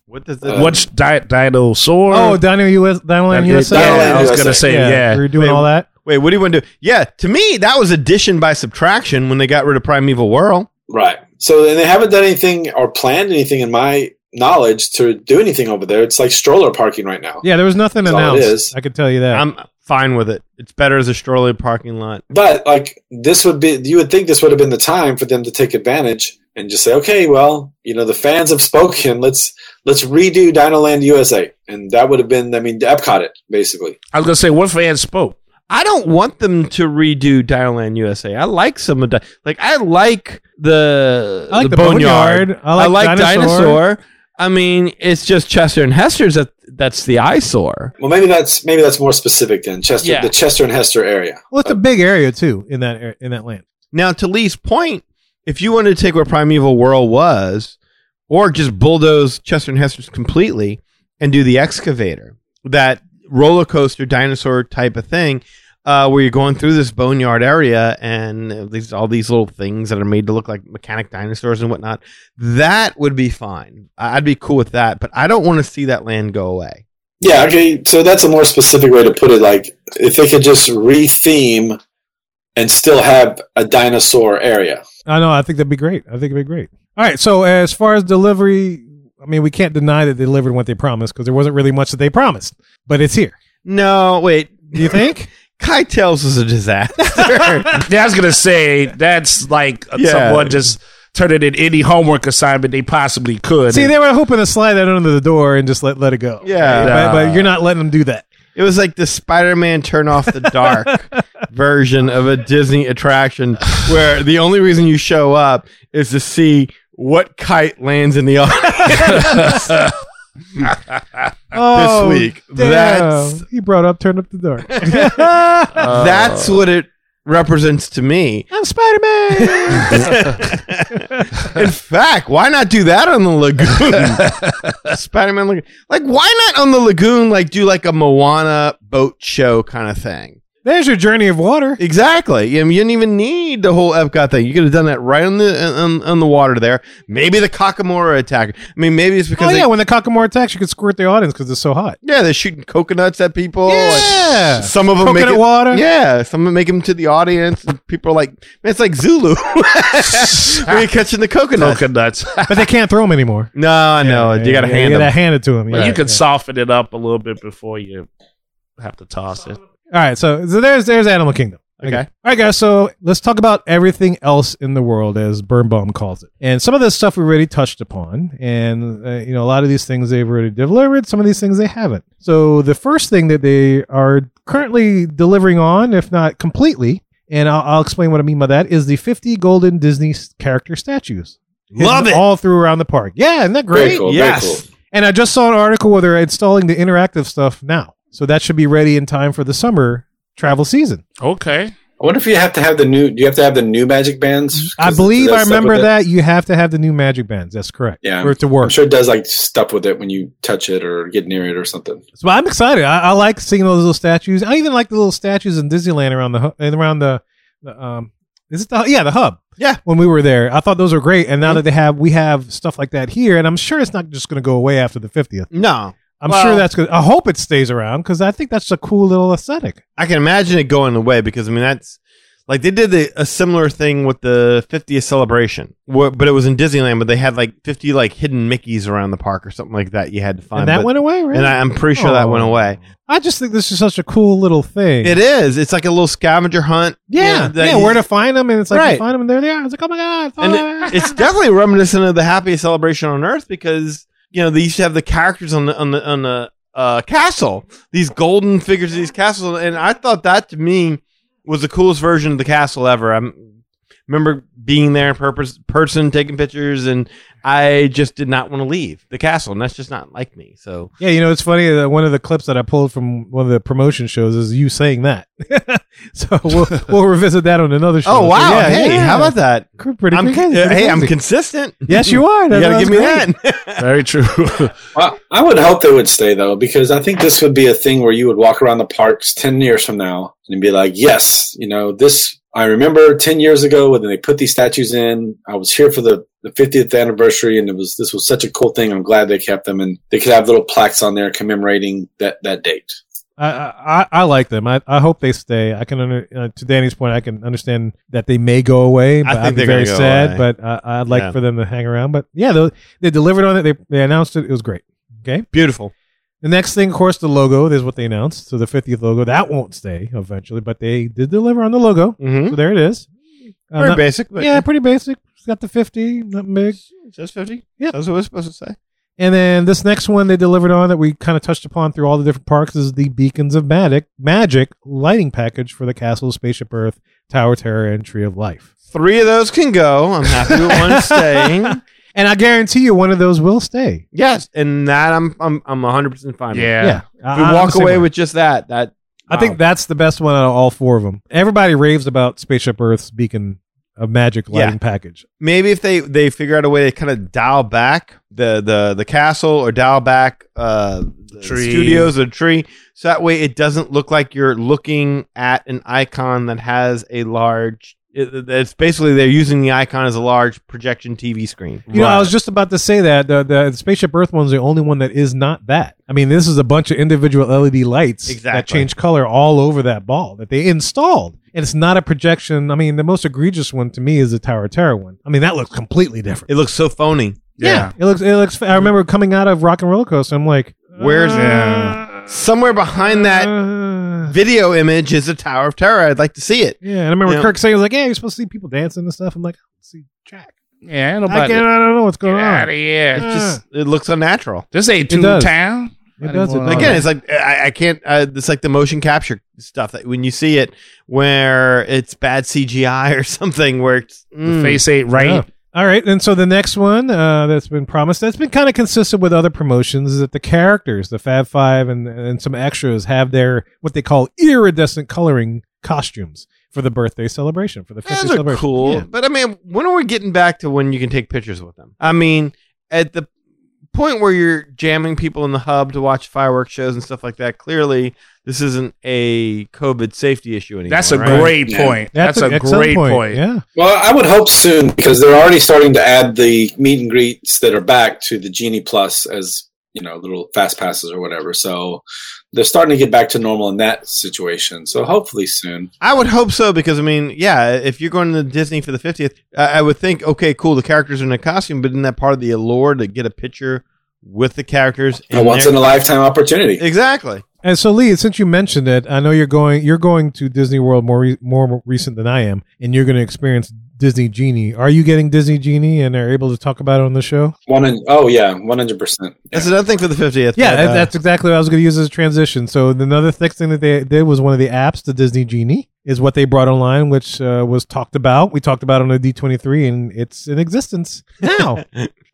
[SPEAKER 3] what does
[SPEAKER 8] that-
[SPEAKER 4] What's di- dinosaur?
[SPEAKER 2] Oh, Dino US, Dino Land
[SPEAKER 4] yeah,
[SPEAKER 2] USA.
[SPEAKER 4] I was
[SPEAKER 8] USA.
[SPEAKER 4] gonna say
[SPEAKER 2] We
[SPEAKER 4] yeah.
[SPEAKER 2] were doing all that.
[SPEAKER 3] Wait, what do you want to do? Yeah, to me, that was addition by subtraction when they got rid of Primeval Whirl.
[SPEAKER 8] Right. So then they haven't done anything or planned anything in my knowledge to do anything over there. It's like stroller parking right now.
[SPEAKER 2] Yeah, there was nothing
[SPEAKER 8] That's all it
[SPEAKER 2] announced.
[SPEAKER 8] is.
[SPEAKER 2] I could tell you that.
[SPEAKER 3] I'm fine with it. It's better as a stroller parking lot.
[SPEAKER 8] But like this would be, you would think this would have been the time for them to take advantage and just say, okay, well, you know, the fans have spoken. Let's let's redo Dino Land USA, and that would have been, I mean, Epcot it basically.
[SPEAKER 4] I was gonna say what fan spoke.
[SPEAKER 3] I don't want them to redo Dinoland USA. I like some of the like I like the
[SPEAKER 2] I like the Boneyard.
[SPEAKER 3] I like, dinosaur. I mean, it's just Chester and Hester's that that's the eyesore.
[SPEAKER 8] Well, maybe that's maybe that's more specific than Chester,
[SPEAKER 3] Yeah.
[SPEAKER 8] the Chester and Hester area.
[SPEAKER 2] Well, it's a big area too in that ar- in that land.
[SPEAKER 3] Now to Lee's point, if you wanted to take what Primeval World was, or just bulldoze Chester and Hester's completely and do the excavator, that roller coaster dinosaur type of thing, uh, where you're going through this boneyard area and uh, these all these little things that are made to look like mechanic dinosaurs and whatnot, that would be fine. I- I'd be cool with that, but I don't want to see that land go away.
[SPEAKER 8] Yeah, okay. So that's a more specific way to put it. Like, if they could just re-theme and still have a dinosaur area.
[SPEAKER 2] I know. I think that'd be great. I think it'd be great. All right. So as far as delivery, I mean, we can't deny that they delivered what they promised because there wasn't really much that they promised, but it's here.
[SPEAKER 3] No, wait.
[SPEAKER 2] Do you think?
[SPEAKER 3] Kai Tales is a disaster.
[SPEAKER 4] Yeah, I was gonna say that's like
[SPEAKER 3] Yeah.
[SPEAKER 4] someone just turning in any homework assignment they possibly could.
[SPEAKER 2] See, they were hoping to slide that under the door and just let let it go. But,
[SPEAKER 3] Yeah.
[SPEAKER 2] but you're not letting them do that.
[SPEAKER 3] It was like the Spider-Man turn off the dark version of a Disney attraction where the only reason you show up is to see what kite lands in the audience
[SPEAKER 2] Oh,
[SPEAKER 3] this week.
[SPEAKER 2] damn.
[SPEAKER 3] That's
[SPEAKER 2] he brought up turn up the dark.
[SPEAKER 3] that's what it represents to me.
[SPEAKER 2] I'm Spider Man.
[SPEAKER 3] In fact, why not do that on the lagoon? Spider-Man lagoon. Like why not on the lagoon like do like a Moana boat show kind of thing?
[SPEAKER 2] There's your journey of water.
[SPEAKER 3] Exactly. I mean, you didn't even need the whole Epcot thing. You could have done that right on the on, on the water there. Maybe the Kakamora attack. I mean, maybe it's
[SPEAKER 2] Oh
[SPEAKER 3] because
[SPEAKER 2] yeah,
[SPEAKER 3] they,
[SPEAKER 2] when the Kakamora attacks, you could squirt the audience because it's so hot.
[SPEAKER 3] yeah, they're shooting coconuts at people.
[SPEAKER 2] Yeah.
[SPEAKER 3] and some of them
[SPEAKER 2] Coconut
[SPEAKER 3] make it,
[SPEAKER 2] water.
[SPEAKER 3] Yeah, some of them make them to the audience. And people are like, man, it's like Zulu. when you're catching the coconuts.
[SPEAKER 4] coconuts.
[SPEAKER 2] But they can't throw them anymore.
[SPEAKER 3] No, I know. you got to hand
[SPEAKER 2] You
[SPEAKER 3] them.
[SPEAKER 2] gotta hand it to them.
[SPEAKER 4] But you can soften it up a little bit before you have to toss it.
[SPEAKER 2] All right, so, so there's there's Animal Kingdom.
[SPEAKER 3] Okay.
[SPEAKER 2] All right, guys. So let's talk about everything else in the world, as Birnbaum calls it. And some of this stuff we already touched upon, and uh, you know a lot of these things they've already delivered. Some of these things they haven't. So the first thing that they are currently delivering on, if not completely, and I'll, I'll explain what I mean by that, is the 50 golden Disney s- character statues.
[SPEAKER 3] Love
[SPEAKER 2] Hidden
[SPEAKER 3] it.
[SPEAKER 2] All through around the park. Yeah, isn't that great?
[SPEAKER 8] Very cool. Very cool.
[SPEAKER 3] Yes.
[SPEAKER 2] And I just saw an article where they're installing the interactive stuff now. So that should be ready in time for the summer travel season.
[SPEAKER 4] Okay.
[SPEAKER 8] I wonder if you have to have the new. Do you have to have the new Magic Bands?
[SPEAKER 2] I
[SPEAKER 8] 'Cause
[SPEAKER 2] believe
[SPEAKER 8] it does
[SPEAKER 2] I
[SPEAKER 8] stuff with
[SPEAKER 2] remember
[SPEAKER 8] it.
[SPEAKER 2] that you have to have the new magic bands. That's correct.
[SPEAKER 8] Yeah.
[SPEAKER 2] For it to
[SPEAKER 8] I'm
[SPEAKER 2] work.
[SPEAKER 8] sure it does like stuff with it when you touch it or get near it or something.
[SPEAKER 2] So I'm excited. I, I like seeing those little statues. I even like the little statues in Disneyland around the hu- and around the, the um is it the yeah, Mm-hmm. the hub.
[SPEAKER 3] Yeah.
[SPEAKER 2] When we were there. I thought those were great. And now that they have we have stuff like that here, and I'm sure it's not just gonna go away after the fiftieth.
[SPEAKER 3] No.
[SPEAKER 2] I'm
[SPEAKER 3] Well-
[SPEAKER 2] sure that's good. I hope it stays around because I think that's a cool little aesthetic.
[SPEAKER 3] I can imagine it going away because I mean that's like they did the, a similar thing with the 50th celebration, where, but it was in Disneyland. But they had like 50 like hidden Mickey's around the park or something like that. You had to find
[SPEAKER 2] and that
[SPEAKER 3] but-
[SPEAKER 2] went away, right?
[SPEAKER 3] And I, I'm pretty sure that went
[SPEAKER 2] Oh.
[SPEAKER 3] away.
[SPEAKER 2] I just think this is such a cool little thing.
[SPEAKER 3] It is. It's like a little scavenger hunt.
[SPEAKER 2] Yeah,
[SPEAKER 3] that
[SPEAKER 2] yeah.
[SPEAKER 3] you-
[SPEAKER 2] where to find them? And it's like you
[SPEAKER 3] Right.
[SPEAKER 2] find them, and there they are. It's like, oh my god!
[SPEAKER 3] And
[SPEAKER 2] follow
[SPEAKER 3] it- it's definitely reminiscent of the happiest celebration on earth because you know they used to have the characters on the on the on the uh, castle, these golden figures of these castles, and I thought that to me was the coolest version of the castle ever. I remember being there in purpose, person taking pictures, and I just did not want to leave the castle, and that's just not like me. So
[SPEAKER 2] yeah, you know, it's funny that one of the clips that I pulled from one of the promotion shows is you saying that. so we'll we'll revisit that on another show.
[SPEAKER 3] oh wow,
[SPEAKER 2] So, yeah,
[SPEAKER 3] hey,
[SPEAKER 2] yeah.
[SPEAKER 3] how about that?
[SPEAKER 2] Cr- pretty,
[SPEAKER 3] I'm,
[SPEAKER 2] pretty crazy,
[SPEAKER 3] uh,
[SPEAKER 2] pretty
[SPEAKER 3] hey, I'm
[SPEAKER 2] crazy.
[SPEAKER 3] consistent.
[SPEAKER 2] yes, you are.
[SPEAKER 3] You
[SPEAKER 2] That-
[SPEAKER 3] gotta
[SPEAKER 2] that's
[SPEAKER 3] give me
[SPEAKER 2] great.
[SPEAKER 3] that.
[SPEAKER 4] Very true.
[SPEAKER 8] Well, I would hope they would stay though, because I think this would be a thing where you would walk around the parks ten years from now and be like, "Yes, you know this." I remember ten years ago when they put these statues in. I was here for the the 50th anniversary, and it was this was such a cool thing. I'm glad they kept them, and they could have little plaques on there commemorating that that date.
[SPEAKER 2] I, I I like them. I, I hope they stay. I can under, uh, to Danny's point. I can understand that they may go away. But I
[SPEAKER 3] think
[SPEAKER 2] think
[SPEAKER 3] they're
[SPEAKER 2] they're very
[SPEAKER 3] gonna go
[SPEAKER 2] sad.
[SPEAKER 3] away.
[SPEAKER 2] But uh, I'd like
[SPEAKER 3] Yeah.
[SPEAKER 2] for them to hang around. But yeah, they, they delivered on it. They they announced it. It was great. Okay.
[SPEAKER 3] Beautiful.
[SPEAKER 2] The next thing, of course, the logo is what they announced. So the 50th logo that won't stay eventually, but they did deliver on the logo.
[SPEAKER 3] Mm-hmm.
[SPEAKER 2] So there it is. Uh,
[SPEAKER 3] Very
[SPEAKER 2] not-
[SPEAKER 3] basic, but
[SPEAKER 2] yeah, pretty basic. It's got the 50, nothing big.
[SPEAKER 3] It says 50.
[SPEAKER 2] Yeah.
[SPEAKER 3] That's what it was supposed to say.
[SPEAKER 2] And then this next one they delivered on that we kind of touched upon through all the different parks is the Beacons of Magic, Magic lighting package for the castle, Spaceship Earth, Tower Terror, and Tree of Life.
[SPEAKER 3] Three of those can go. I'm happy with one staying.
[SPEAKER 2] And I guarantee you, one of those will stay.
[SPEAKER 3] Yes, and that I'm I'm I'm 100 percent fine. with.
[SPEAKER 4] Yeah.
[SPEAKER 2] Yeah,
[SPEAKER 3] If we
[SPEAKER 2] I- I'm the
[SPEAKER 3] walk
[SPEAKER 2] same
[SPEAKER 3] away
[SPEAKER 2] way.
[SPEAKER 3] with just that. That
[SPEAKER 2] I think
[SPEAKER 3] wow.
[SPEAKER 2] that's the best one out of all four of them. Everybody raves about Spaceship Earth's Beacon of Magic
[SPEAKER 3] Yeah.
[SPEAKER 2] lighting package.
[SPEAKER 3] maybe if they they figure out a way to kind of dial back the the the castle or dial back uh the
[SPEAKER 4] Tree.
[SPEAKER 3] studios or tree so that way it doesn't look like you're looking at an icon that has a large it, it's basically they're using the icon as a large projection tv screen
[SPEAKER 2] You know, I was just about to say that the, the Spaceship Earth one's the only one that is not that. I mean, this is a bunch of individual LED lights that
[SPEAKER 3] Exactly.
[SPEAKER 2] change color all over that ball that they installed. And it's not a projection. I mean, the most egregious one to me is the Tower of Terror one. I mean, that looks completely different.
[SPEAKER 3] it looks so phony
[SPEAKER 4] Yeah.
[SPEAKER 2] It looks, it looks, I remember coming out of Rock and Roller Coaster. I'm like, uh,
[SPEAKER 3] Where's-
[SPEAKER 2] that?
[SPEAKER 3] somewhere behind that video image is a tower of terror i'd like to see it
[SPEAKER 2] uh, yeah. And I remember
[SPEAKER 3] Yeah.
[SPEAKER 2] Kirk saying, he was like, yeah, you're supposed to see people dancing and stuff. I'm like, I don't see Jack.
[SPEAKER 4] Yeah. Ain't
[SPEAKER 2] I,
[SPEAKER 4] nobody.
[SPEAKER 2] can't, I don't know what's
[SPEAKER 4] Get
[SPEAKER 2] going
[SPEAKER 4] out
[SPEAKER 2] on.
[SPEAKER 4] of
[SPEAKER 2] It
[SPEAKER 4] here.
[SPEAKER 3] it just it looks unnatural
[SPEAKER 4] This ain't
[SPEAKER 2] It does.
[SPEAKER 4] Toontown.
[SPEAKER 2] does it.
[SPEAKER 4] Like,
[SPEAKER 3] Again, it's like I, I can't. Uh, it's like the motion capture stuff that when you see it, where it's bad CGI or something, where it's
[SPEAKER 4] The
[SPEAKER 3] mm,
[SPEAKER 4] face ain't right.
[SPEAKER 2] Yeah. All right, and so the next one uh, that's been promised, that's been kind of consistent with other promotions, is that the characters, the Fab Five, and and some extras have their what they call iridescent coloring costumes for the birthday celebration for the 50th
[SPEAKER 3] Those are
[SPEAKER 2] celebration.
[SPEAKER 3] cool.
[SPEAKER 2] Yeah.
[SPEAKER 3] But I mean, when are we getting back to when you can take pictures with them? I mean, at the point where you're jamming people in the hub to watch fireworks shows and stuff like that, clearly this isn't a COVID safety issue anymore.
[SPEAKER 4] That's a
[SPEAKER 3] right?
[SPEAKER 4] great
[SPEAKER 8] Yeah.
[SPEAKER 4] point.
[SPEAKER 2] That's,
[SPEAKER 4] That's,
[SPEAKER 2] an
[SPEAKER 4] a
[SPEAKER 2] excellent
[SPEAKER 4] great point.
[SPEAKER 2] Yeah,
[SPEAKER 8] Well, I would hope soon because they're already starting to add the meet and greets that are back to the Genie Plus as you know little fast passes or whatever. So they're starting to get back to normal in that situation. So hopefully soon.
[SPEAKER 3] I would hope so because I mean, yeah, if you're going to Disney for the 50th, I, I would think, okay, cool, the characters are in a costume, but isn't that part of the allure to get a picture with the characters?
[SPEAKER 8] A once
[SPEAKER 3] their-
[SPEAKER 8] in a lifetime opportunity.
[SPEAKER 3] exactly.
[SPEAKER 2] and so Lee, since you mentioned it, I know you're going you're going to Disney World more re- more recent than I am, and you're going to experience Disney Genie. Are you getting Disney Genie, and are able to talk about it on the show?
[SPEAKER 8] One and oh yeah, one hundred percent.
[SPEAKER 3] That's another thing for the 50th.
[SPEAKER 2] Yeah,
[SPEAKER 3] but,
[SPEAKER 2] that-
[SPEAKER 3] uh,
[SPEAKER 2] that's exactly what I was going to use as a transition. So another next thing that they did was one of the apps, the Disney Genie, is what they brought online, which uh, was talked about. We talked about it on the D twenty three, and it's in existence now.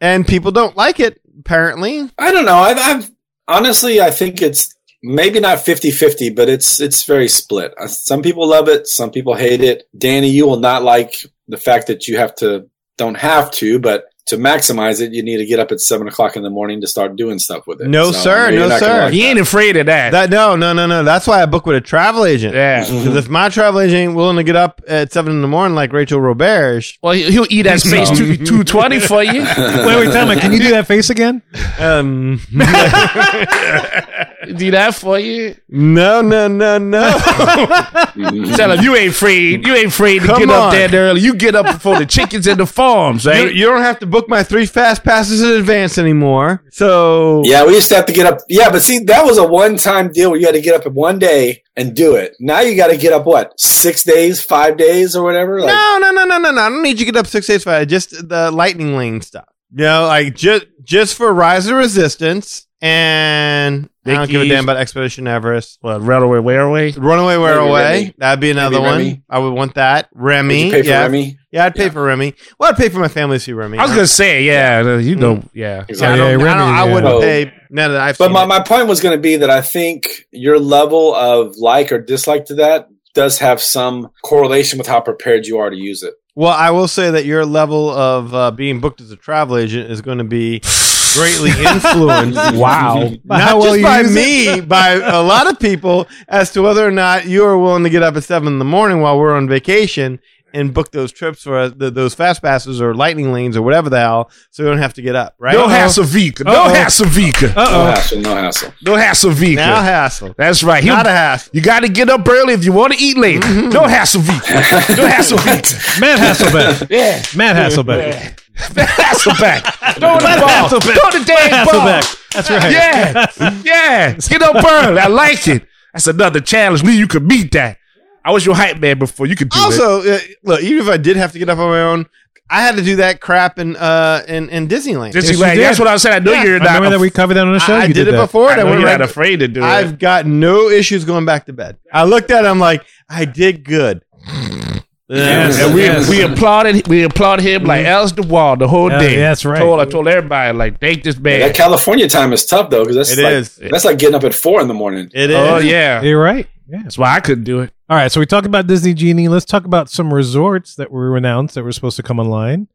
[SPEAKER 3] and people don't like it apparently.
[SPEAKER 8] I don't know. I've, I've honestly, I think it's maybe not 50-50, but it's it's very split. Uh, Some people love it, some people hate it. Danny, you will not like the fact that you have to don't have to, but to maximize it, you need to get up at seven o'clock in the morning to start doing stuff with it.
[SPEAKER 3] No,
[SPEAKER 8] I
[SPEAKER 3] sir.
[SPEAKER 8] know you're
[SPEAKER 3] No,
[SPEAKER 8] not gonna
[SPEAKER 3] sir.
[SPEAKER 8] like
[SPEAKER 4] He
[SPEAKER 8] that.
[SPEAKER 4] ain't afraid of that.
[SPEAKER 3] That no, no, no, no. That's why I book with a travel agent.
[SPEAKER 4] yeah.
[SPEAKER 3] 'Cause if my travel agent ain't willing to get up at seven in the morning like Rachel Robert, sh-
[SPEAKER 4] Well, he- he'll eat that space two, 220 for you.
[SPEAKER 2] wait, wait, time can you do that face again?
[SPEAKER 3] um,
[SPEAKER 4] Do that for you.
[SPEAKER 3] no, no, no, no.
[SPEAKER 4] Tell him you ain't afraid. You ain't afraid to
[SPEAKER 3] Come
[SPEAKER 4] get
[SPEAKER 3] on.
[SPEAKER 4] up there early. You get up before the chickens and the farms,
[SPEAKER 3] you,
[SPEAKER 4] right?
[SPEAKER 3] you don't have to book my three fast passes in advance anymore. So
[SPEAKER 8] Yeah, we used to have to get up. Yeah, but see, that was a one-time deal where you had to get up in one day and do it. Now you got to get up what six days, five days, or whatever. Like,
[SPEAKER 3] no, no, no, no, no, no. I don't need you to get up six days five. Just the lightning lane stuff. You know, like just just for Rise of Resistance and I don't give a
[SPEAKER 4] Dickies.
[SPEAKER 3] damn about Expedition Everest.
[SPEAKER 4] What, railway, railway?
[SPEAKER 3] Runaway Wear
[SPEAKER 8] Maybe
[SPEAKER 3] Away.
[SPEAKER 8] Remy.
[SPEAKER 3] That'd be another
[SPEAKER 8] Maybe
[SPEAKER 3] one.
[SPEAKER 8] Remy.
[SPEAKER 3] I would want that.
[SPEAKER 8] Would
[SPEAKER 3] Remy.
[SPEAKER 8] you pay for
[SPEAKER 3] yeah.
[SPEAKER 8] Remy?
[SPEAKER 3] Yeah, I'd pay
[SPEAKER 8] Yeah.
[SPEAKER 3] for Remy. Well, I'd pay for my family to see Remy.
[SPEAKER 4] I was going to say, yeah, uh, you know, yeah.
[SPEAKER 8] Exactly.
[SPEAKER 3] Yeah, I,
[SPEAKER 2] Oh,
[SPEAKER 3] don't,
[SPEAKER 2] yeah,
[SPEAKER 3] I,
[SPEAKER 2] Remy,
[SPEAKER 3] don't, I
[SPEAKER 2] yeah.
[SPEAKER 3] wouldn't
[SPEAKER 8] Oh.
[SPEAKER 3] pay. No, no, I've
[SPEAKER 8] But
[SPEAKER 3] seen
[SPEAKER 8] my,
[SPEAKER 3] it.
[SPEAKER 8] my point was going to be that I think your level of like or dislike to that does have some correlation with how prepared you are to use it.
[SPEAKER 3] Well, I will say that your level of uh, being booked as a travel agent is going to be greatly influenced.
[SPEAKER 2] Oh,
[SPEAKER 8] Wow.
[SPEAKER 2] By
[SPEAKER 3] not
[SPEAKER 2] how well
[SPEAKER 3] just
[SPEAKER 2] you
[SPEAKER 3] by
[SPEAKER 2] use
[SPEAKER 3] me, by a lot of people as to whether or not you are willing to get up at seven in the morning while we're on vacation and book those trips for us, th- those fast passes or lightning lanes or whatever the hell, so we don't have to get up. Right?
[SPEAKER 4] No Hasavika. No
[SPEAKER 3] Uh-oh.
[SPEAKER 4] Hasavika.
[SPEAKER 8] No
[SPEAKER 2] Uh
[SPEAKER 8] hassle, no hassle.
[SPEAKER 4] No
[SPEAKER 3] Now
[SPEAKER 4] Hasavika.
[SPEAKER 3] hassle.
[SPEAKER 4] That's right. He'll-
[SPEAKER 3] Not a hassle.
[SPEAKER 4] You got to get up early if you want to eat late.
[SPEAKER 2] Mm-hmm.
[SPEAKER 4] No hassle, Vika. No hassle, Vika.
[SPEAKER 2] oh, Matt Hasselbeck. yeah, Matt Hasselbeck.
[SPEAKER 4] Hasselbeck. Throw it
[SPEAKER 2] Let
[SPEAKER 4] ball. Throw
[SPEAKER 2] Hasselbeck.
[SPEAKER 4] the damn ball.
[SPEAKER 2] Hasselbeck. That's right.
[SPEAKER 4] Yeah. Yeah. Get up burned. I like it. That's another challenge. Lee, you could beat that. I was your hype man before. You could do it.
[SPEAKER 3] Also, uh, look, even if I did have to get up on my own, I had to do that crap in uh in, in Disneyland.
[SPEAKER 2] Yes, you
[SPEAKER 4] Disneyland.
[SPEAKER 2] did.
[SPEAKER 4] That's what I said. I know
[SPEAKER 3] Yeah.
[SPEAKER 4] you're
[SPEAKER 2] I
[SPEAKER 4] not.
[SPEAKER 2] remember that we covered that on the show.
[SPEAKER 3] I, I
[SPEAKER 2] You
[SPEAKER 3] did, it
[SPEAKER 2] that.
[SPEAKER 3] before.
[SPEAKER 4] I
[SPEAKER 3] and I
[SPEAKER 4] know
[SPEAKER 3] went
[SPEAKER 4] you're
[SPEAKER 3] right
[SPEAKER 4] not afraid to do it.
[SPEAKER 3] I've got no issues going back to bed. I looked at him like I did good.
[SPEAKER 2] Yes,
[SPEAKER 4] and we,
[SPEAKER 2] yes. Mm-hmm.
[SPEAKER 4] we applauded we applauded him like Els DeWall the whole
[SPEAKER 2] Yeah,
[SPEAKER 4] day.
[SPEAKER 2] that's right.
[SPEAKER 4] Told, I told everybody like thank this man.
[SPEAKER 8] That California time is tough though, because that's
[SPEAKER 3] It
[SPEAKER 8] like,
[SPEAKER 3] is.
[SPEAKER 8] that's like getting up at four in the morning.
[SPEAKER 3] It is.
[SPEAKER 4] oh yeah.
[SPEAKER 2] You're right. Yeah.
[SPEAKER 4] That's why I couldn't do it.
[SPEAKER 2] All right. So we talked about Disney Genie. Let's talk about some resorts that were announced that were supposed to come online.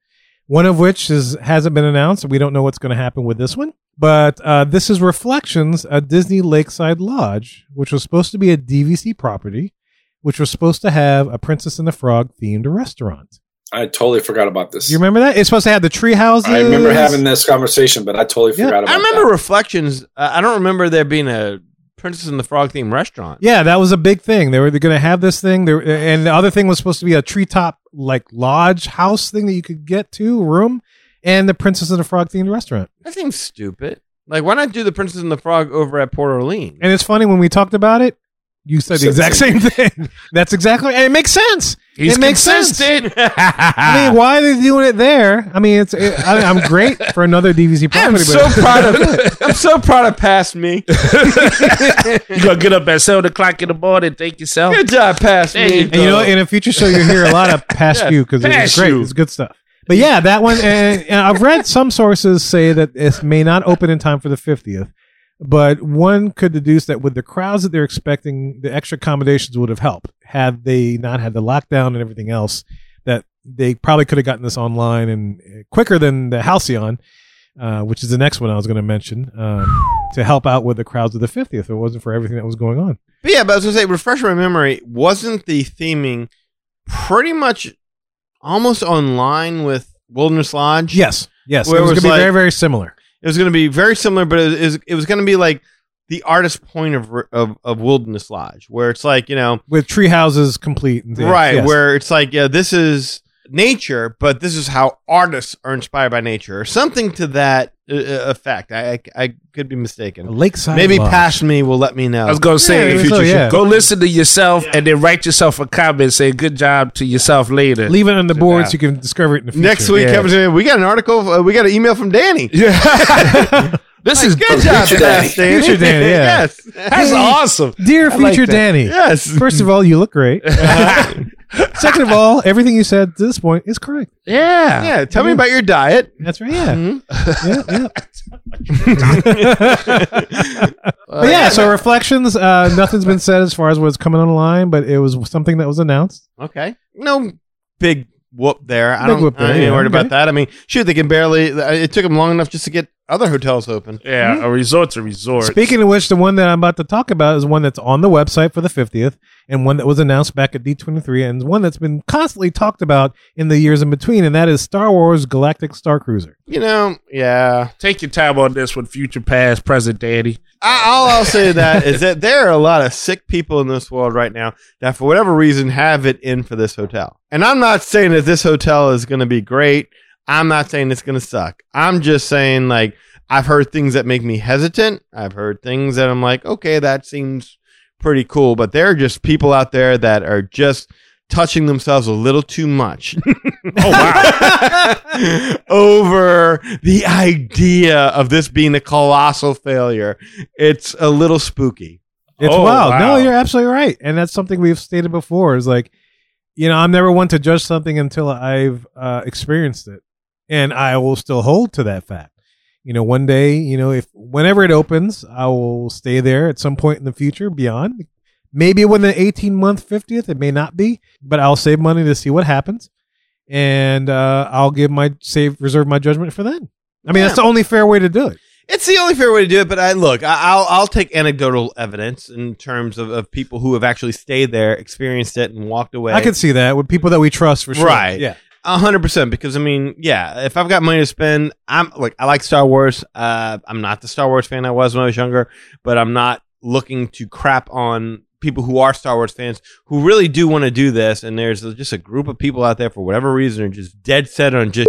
[SPEAKER 2] One of which is hasn't been announced. and We don't know what's going to happen with this one. But uh, this is Reflections at Disney Lakeside Lodge, which was supposed to be a DVC property, which was supposed to have a Princess and the Frog themed restaurant.
[SPEAKER 8] I totally forgot about this.
[SPEAKER 2] You remember that? It's supposed to have the tree houses.
[SPEAKER 8] I remember having this conversation, but I totally
[SPEAKER 2] Yeah,
[SPEAKER 8] forgot about.
[SPEAKER 3] I remember
[SPEAKER 8] that.
[SPEAKER 3] reflections. Uh, I don't remember there being a Princess and the Frog themed restaurant.
[SPEAKER 2] Yeah, that was a big thing. They were going to have this thing. There, and the other thing was supposed to be a treetop like lodge house thing that you could get to room, and the Princess and the Frog themed restaurant.
[SPEAKER 3] That seems stupid. Like, why not do the Princess and the Frog over at Port Orleans?
[SPEAKER 2] And it's funny when we talked about it, you said the
[SPEAKER 8] Said
[SPEAKER 2] exact same thing. That's exactly, and it makes sense.
[SPEAKER 4] He's
[SPEAKER 2] it makes sense.
[SPEAKER 4] consistent.
[SPEAKER 2] I mean, why are they doing it there? I mean, it's it, I, I'm great for another DVC property.
[SPEAKER 3] I'm
[SPEAKER 2] but-
[SPEAKER 3] so proud of. I'm so proud of past me.
[SPEAKER 4] You're gonna get up at seven o'clock in the morning, thank yourself.
[SPEAKER 3] Good job, past
[SPEAKER 4] There
[SPEAKER 3] me.
[SPEAKER 4] you
[SPEAKER 2] And you know, in a future show, you'll hear a lot of past
[SPEAKER 3] Yeah,
[SPEAKER 2] you because it's
[SPEAKER 4] past
[SPEAKER 2] great.
[SPEAKER 4] you.
[SPEAKER 2] It's good stuff. But yeah, that one. And, and I've read some sources say that it may not open in time for the 50th, but one could deduce that with the crowds that they're expecting, the extra accommodations would have helped had they not had the lockdown and everything else. That they probably could have gotten this online and uh, quicker than the Halcyon, uh, which is the next one I was going to mention, um, to help out with the crowds of the 50th. If it wasn't for everything that was going on.
[SPEAKER 3] But yeah, but I was gonna say, refresh my memory. Wasn't the theming pretty much almost online with Wilderness Lodge?
[SPEAKER 2] Yes, yes,
[SPEAKER 3] Where
[SPEAKER 2] it was,
[SPEAKER 3] it
[SPEAKER 2] going to
[SPEAKER 3] was
[SPEAKER 2] be
[SPEAKER 3] like-
[SPEAKER 2] very, very similar.
[SPEAKER 3] it was gonna be very similar, but it was, it was gonna be like the artist point of, of of Wilderness Lodge, where it's like you know,
[SPEAKER 2] with tree houses complete and things.
[SPEAKER 3] right,
[SPEAKER 2] Yes.
[SPEAKER 3] where it's like yeah, this is nature, but this is how artists are inspired by nature, or something to that uh, uh, effect. I, I I could be
[SPEAKER 2] A
[SPEAKER 3] mistaken.
[SPEAKER 2] lakeside
[SPEAKER 3] Maybe
[SPEAKER 2] lodge.
[SPEAKER 3] past me will let me know.
[SPEAKER 4] I was gonna say
[SPEAKER 2] Yeah,
[SPEAKER 4] in the
[SPEAKER 2] so,
[SPEAKER 4] future
[SPEAKER 2] yeah.
[SPEAKER 4] show, go listen to yourself and then write yourself a comment saying good job to yourself later.
[SPEAKER 2] leave it on the
[SPEAKER 4] Yeah.
[SPEAKER 2] board so you can discover it in the future.
[SPEAKER 3] Next week,
[SPEAKER 4] Yeah.
[SPEAKER 3] comes in, we got an article. Uh, we got an email from Danny.
[SPEAKER 4] Yeah. this is
[SPEAKER 3] Good job,
[SPEAKER 8] Future Danny.
[SPEAKER 3] Fast Danny.
[SPEAKER 2] Future Danny, yeah.
[SPEAKER 3] yes.
[SPEAKER 4] That's awesome.
[SPEAKER 2] dear
[SPEAKER 4] like
[SPEAKER 2] future
[SPEAKER 4] that.
[SPEAKER 2] Danny.
[SPEAKER 3] Yes.
[SPEAKER 2] First of all, you look great. Second of all, everything you said to this point is correct.
[SPEAKER 4] Yeah.
[SPEAKER 3] Yeah. Tell me about your diet.
[SPEAKER 2] That's right. Yeah.
[SPEAKER 3] Mhm.
[SPEAKER 2] yeah, yeah. but yeah, so reflections. Uh, nothing's been said as far as what's coming online, but it was something that was announced.
[SPEAKER 3] Okay. No big whoop there. I
[SPEAKER 2] Big
[SPEAKER 3] don't.
[SPEAKER 2] whoop there,
[SPEAKER 3] I ain't
[SPEAKER 2] yeah,
[SPEAKER 3] worried
[SPEAKER 2] okay.
[SPEAKER 3] about that. I mean, shoot, they can barely. It took them long enough just to get other hotels open.
[SPEAKER 4] Yeah, a resort's a resort.
[SPEAKER 2] Hmm? Speaking of which, the one that I'm about to talk about is one that's on the website for the 50th and one that was announced back at D23 and one that's been constantly talked about in the years in between, and that is Star Wars Galactic Star Cruiser.
[SPEAKER 3] You know. Yeah.
[SPEAKER 4] take your time on this one, future, past, present, daddy.
[SPEAKER 3] I, all I'll say to that is that there are a lot of sick people in this world right now that, for whatever reason, have it in for this hotel. And I'm not saying that this hotel is going to be great. I'm not saying it's going to suck. I'm just saying, like, I've heard things that make me hesitant. I've heard things that I'm like, okay, that seems pretty cool. But there are just people out there that are just touching themselves a little too much
[SPEAKER 4] Oh wow.
[SPEAKER 3] over the idea of this being a colossal failure. It's a little spooky.
[SPEAKER 2] It's
[SPEAKER 4] Oh,
[SPEAKER 2] wild. No,
[SPEAKER 4] wow.
[SPEAKER 2] you're absolutely right. And that's something we've stated before is like, you know, I'm never one to judge something until I've uh, experienced it. And I will still hold to that fact. You know, one day, you know, if whenever it opens, I will stay there at some point in the future beyond. Maybe when the 18 month 50th, it may not be, but I'll save money to see what happens. And uh, I'll give my save, reserve my judgment for then. I mean,
[SPEAKER 3] Yeah.
[SPEAKER 2] that's the only fair way to do it.
[SPEAKER 3] It's the only fair way to do it, but I look, I, I'll I'll take anecdotal evidence in terms of, of people who have actually stayed there, experienced it, and walked away.
[SPEAKER 2] I could see that with people that we trust for sure.
[SPEAKER 3] Right.
[SPEAKER 2] Yeah.
[SPEAKER 3] A hundred percent, because I mean, yeah, if I've got money to spend, I'm like, I like Star Wars. Uh, I'm not the Star Wars fan I was when I was younger, but I'm not looking to crap on people who are Star Wars fans who really do want to do this. And there's just a group of people out there for whatever reason are just dead set on just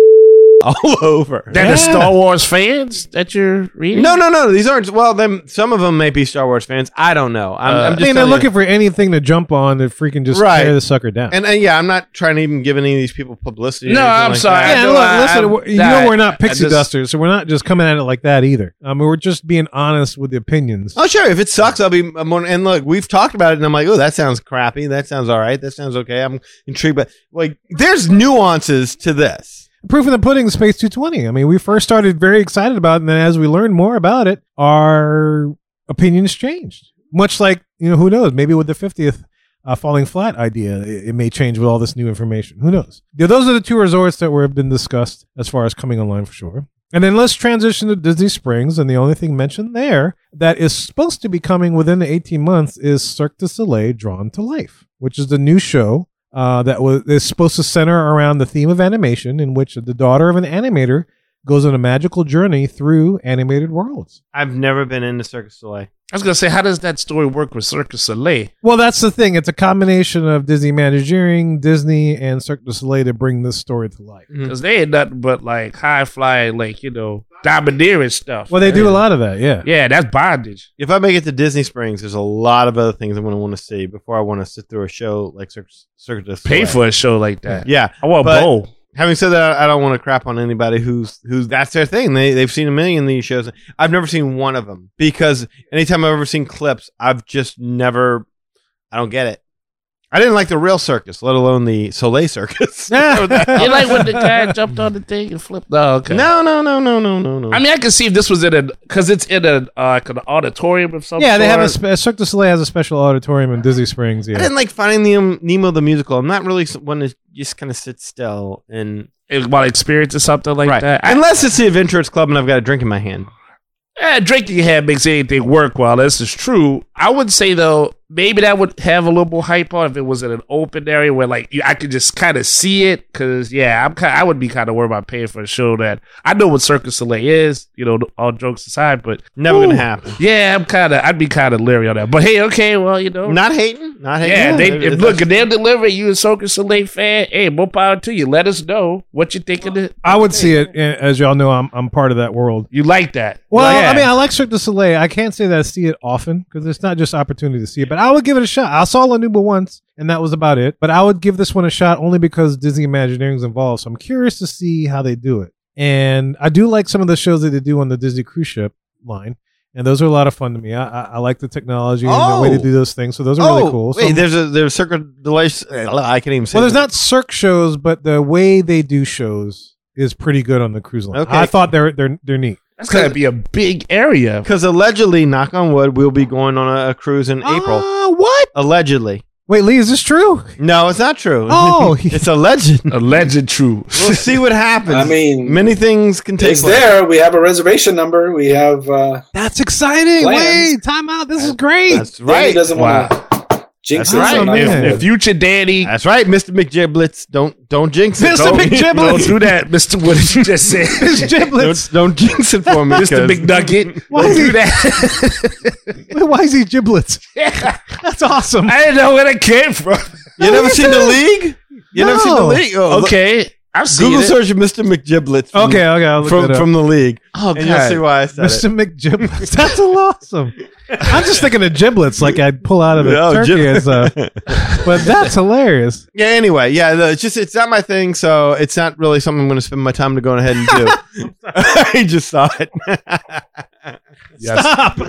[SPEAKER 3] all over.
[SPEAKER 4] That the
[SPEAKER 2] Yeah.
[SPEAKER 4] Star Wars fans that you're reading?
[SPEAKER 3] No, no, no. These aren't. Well, them. Some of them may be Star Wars fans. I don't know. I'm,
[SPEAKER 4] Uh,
[SPEAKER 3] I'm
[SPEAKER 2] I
[SPEAKER 3] just
[SPEAKER 2] mean, they're
[SPEAKER 3] telling you.
[SPEAKER 2] looking for anything to jump on to freaking just
[SPEAKER 3] Right.
[SPEAKER 2] tear the sucker down.
[SPEAKER 3] And, and yeah, I'm not trying to even give any of these people publicity. or
[SPEAKER 4] No,
[SPEAKER 3] anything
[SPEAKER 4] I'm
[SPEAKER 3] like
[SPEAKER 4] sorry.
[SPEAKER 3] that.
[SPEAKER 2] yeah,
[SPEAKER 4] I
[SPEAKER 2] look,
[SPEAKER 4] don't-
[SPEAKER 2] listen,
[SPEAKER 4] I-
[SPEAKER 2] we're- you
[SPEAKER 4] I-
[SPEAKER 2] know we're
[SPEAKER 4] I
[SPEAKER 2] not pixie
[SPEAKER 4] just-
[SPEAKER 2] dusters, so we're not just coming at it like that either. I mean, we're just being honest with the opinions.
[SPEAKER 3] Oh, sure. If it sucks, I'll be. I'm on, and look, we've talked about it, and I'm like, oh, that sounds crappy. That sounds all right. That sounds okay. I'm intrigued, but like, there's nuances to this.
[SPEAKER 2] Proof in the pudding, Space 220. I mean, we first started very excited about it, and then as we learned more about it, our opinions changed. Much like, you know, who knows? Maybe with the 50th uh, falling flat idea, it, it may change with all this new information. Who knows? Yeah, those are the two resorts that were have been discussed as far as coming online for sure. And then let's transition to Disney Springs. And the only thing mentioned there that is supposed to be coming within the 18 months is Cirque du Soleil Drawn to Life, which is the new show uh, that was is supposed to center around the theme of animation, in which the daughter of an animator goes on a magical journey through animated worlds.
[SPEAKER 3] I've never been into Circus Soleil.
[SPEAKER 4] I was gonna say, how does that story work with Circus Soleil?
[SPEAKER 2] Well, that's the thing. It's a combination of Disney Managing, Disney, and Cirque du Soleil to bring this story to life.
[SPEAKER 4] Because Hmm. they ain't nothing but like high flying, like you know, domineering stuff.
[SPEAKER 2] Well, they do a lot of that, yeah.
[SPEAKER 4] Yeah, that's bondage.
[SPEAKER 3] If I make it to Disney Springs, there's a lot of other things I'm going to want to see before I want to sit through a show like Circus, Circus du Soleil.
[SPEAKER 4] Pay for a show like that.
[SPEAKER 3] Yeah.
[SPEAKER 4] I want
[SPEAKER 3] But-
[SPEAKER 4] bowl.
[SPEAKER 3] Having said that, I I don't want to crap on anybody who's who's that's their thing. They they've seen a million of these shows. I've never seen one of them because anytime I've ever seen clips, I've just never. I don't get it. I didn't like the real circus, let alone the Soleil circus.
[SPEAKER 4] You like when the guy jumped on the thing and flipped? No, okay.
[SPEAKER 3] No, no, no, no, no, no, no.
[SPEAKER 4] I mean, I could see if this was in a because it's in a uh, like an auditorium of some.
[SPEAKER 2] Yeah, they have a
[SPEAKER 4] sort.
[SPEAKER 2] spe- Cirque du Soleil has a special auditorium in Disney Springs.
[SPEAKER 3] I
[SPEAKER 2] Yeah,
[SPEAKER 3] didn't like Finding Nemo, Nemo the musical. I'm not really s- one that just kind of sits still and
[SPEAKER 4] It- while experience or something like that. I,
[SPEAKER 3] Unless it's the Adventurers Club and I've got a drink in my hand.
[SPEAKER 4] eh, drinking hand makes anything work. While this is true, I would say though maybe that would have a little more hype on if it was in an open area where like you, I could just kind of see it. Because yeah, I'm kind I would be kind of worried about paying for a show that I know what Circus Soleil is. You know, all jokes aside, but
[SPEAKER 3] Never
[SPEAKER 4] Ooh.
[SPEAKER 3] gonna happen.
[SPEAKER 4] yeah, I'm kind of I'd be kind of leery on that. But hey, okay, well you know.
[SPEAKER 3] Not hating. Not hating.
[SPEAKER 4] yeah, they if,
[SPEAKER 3] it's-
[SPEAKER 4] look. If they're delivering you a Circus Soleil fan, hey, more power to you. Let us know what you think of it.
[SPEAKER 2] I would see it eh, as y'all know. I'm I'm part of that world.
[SPEAKER 4] You like that?
[SPEAKER 2] Well,
[SPEAKER 4] Yeah.
[SPEAKER 2] I mean, I like Cirque du Soleil. I can't say that I see it often because it's not just opportunity to see it. But I would give it a shot. I saw La Nuba once, and that was about it. But I would give this one a shot only because Disney Imagineering's involved. So I'm curious to see how they do it. And I do like some of the shows that they do on the Disney cruise ship line, and those are a lot of fun to me. I I, I like the technology and the way
[SPEAKER 3] Oh.
[SPEAKER 2] to do those things. So those are
[SPEAKER 3] oh,
[SPEAKER 2] really cool. So
[SPEAKER 3] wait,
[SPEAKER 2] I'm-
[SPEAKER 3] there's a there's Circuit Delay. I can even say.
[SPEAKER 2] Well, there's
[SPEAKER 3] that.
[SPEAKER 2] not Cirque shows, but the way they do shows is pretty good on the cruise line.
[SPEAKER 3] Okay.
[SPEAKER 2] I thought they're they're they're neat.
[SPEAKER 4] That's gonna be a big area.
[SPEAKER 3] Because allegedly, knock on wood, we'll be going on a, a cruise in April.
[SPEAKER 2] Ah, what?
[SPEAKER 3] Allegedly.
[SPEAKER 2] Wait, Lee, is this true?
[SPEAKER 3] No, it's not true.
[SPEAKER 2] Oh.
[SPEAKER 3] it's a legend.
[SPEAKER 4] A legend true.
[SPEAKER 3] We'll see what happens.
[SPEAKER 8] I mean,
[SPEAKER 3] many things can take
[SPEAKER 8] It's
[SPEAKER 3] place.
[SPEAKER 8] there. We have a reservation number. We have. Uh,
[SPEAKER 2] That's exciting.
[SPEAKER 8] Plans.
[SPEAKER 2] Wait, time out. This is great.
[SPEAKER 3] That's
[SPEAKER 8] Danny
[SPEAKER 3] right.
[SPEAKER 8] doesn't
[SPEAKER 4] Wow.
[SPEAKER 8] want to jinx
[SPEAKER 3] That's
[SPEAKER 8] it, so
[SPEAKER 4] Right.
[SPEAKER 8] I'm not
[SPEAKER 2] Yeah.
[SPEAKER 8] gonna-
[SPEAKER 4] If, if future Danny
[SPEAKER 3] That's right, Mr. McGiblets. Don't don't jinx it.
[SPEAKER 2] Mr.
[SPEAKER 3] Don't-
[SPEAKER 2] Mc-
[SPEAKER 4] don't
[SPEAKER 2] Giblets.
[SPEAKER 4] do that, Mister. What did you just say,
[SPEAKER 2] giblets.
[SPEAKER 3] Don't, don't jinx it for me,
[SPEAKER 4] Mister
[SPEAKER 3] 'cause-
[SPEAKER 4] McNugget?
[SPEAKER 2] Why
[SPEAKER 4] Don't
[SPEAKER 2] is
[SPEAKER 4] do
[SPEAKER 2] he-
[SPEAKER 4] that.
[SPEAKER 2] Why is he giblets? That's awesome.
[SPEAKER 4] I didn't know where that came from.
[SPEAKER 3] You never seen the league? You never seen the
[SPEAKER 2] No.
[SPEAKER 3] league? Oh, look-
[SPEAKER 4] Okay, I've seen
[SPEAKER 3] Google
[SPEAKER 4] it.
[SPEAKER 3] search Mr. McGiblets. from-
[SPEAKER 2] Okay, okay. I'll look
[SPEAKER 3] From
[SPEAKER 2] that up.
[SPEAKER 3] from the league,
[SPEAKER 4] Oh
[SPEAKER 3] and you'll see
[SPEAKER 4] god,
[SPEAKER 3] why I said it.
[SPEAKER 2] Mr. McGiblets. That's awesome. I'm just thinking of giblets, like I'd pull out of a
[SPEAKER 3] No,
[SPEAKER 2] turkey.
[SPEAKER 3] gib-
[SPEAKER 2] as a, but that's hilarious.
[SPEAKER 3] Yeah. Anyway, yeah. no, It's just it's not my thing, so it's not really something I'm going to spend my time to go ahead and do. I just saw it.
[SPEAKER 2] Stop.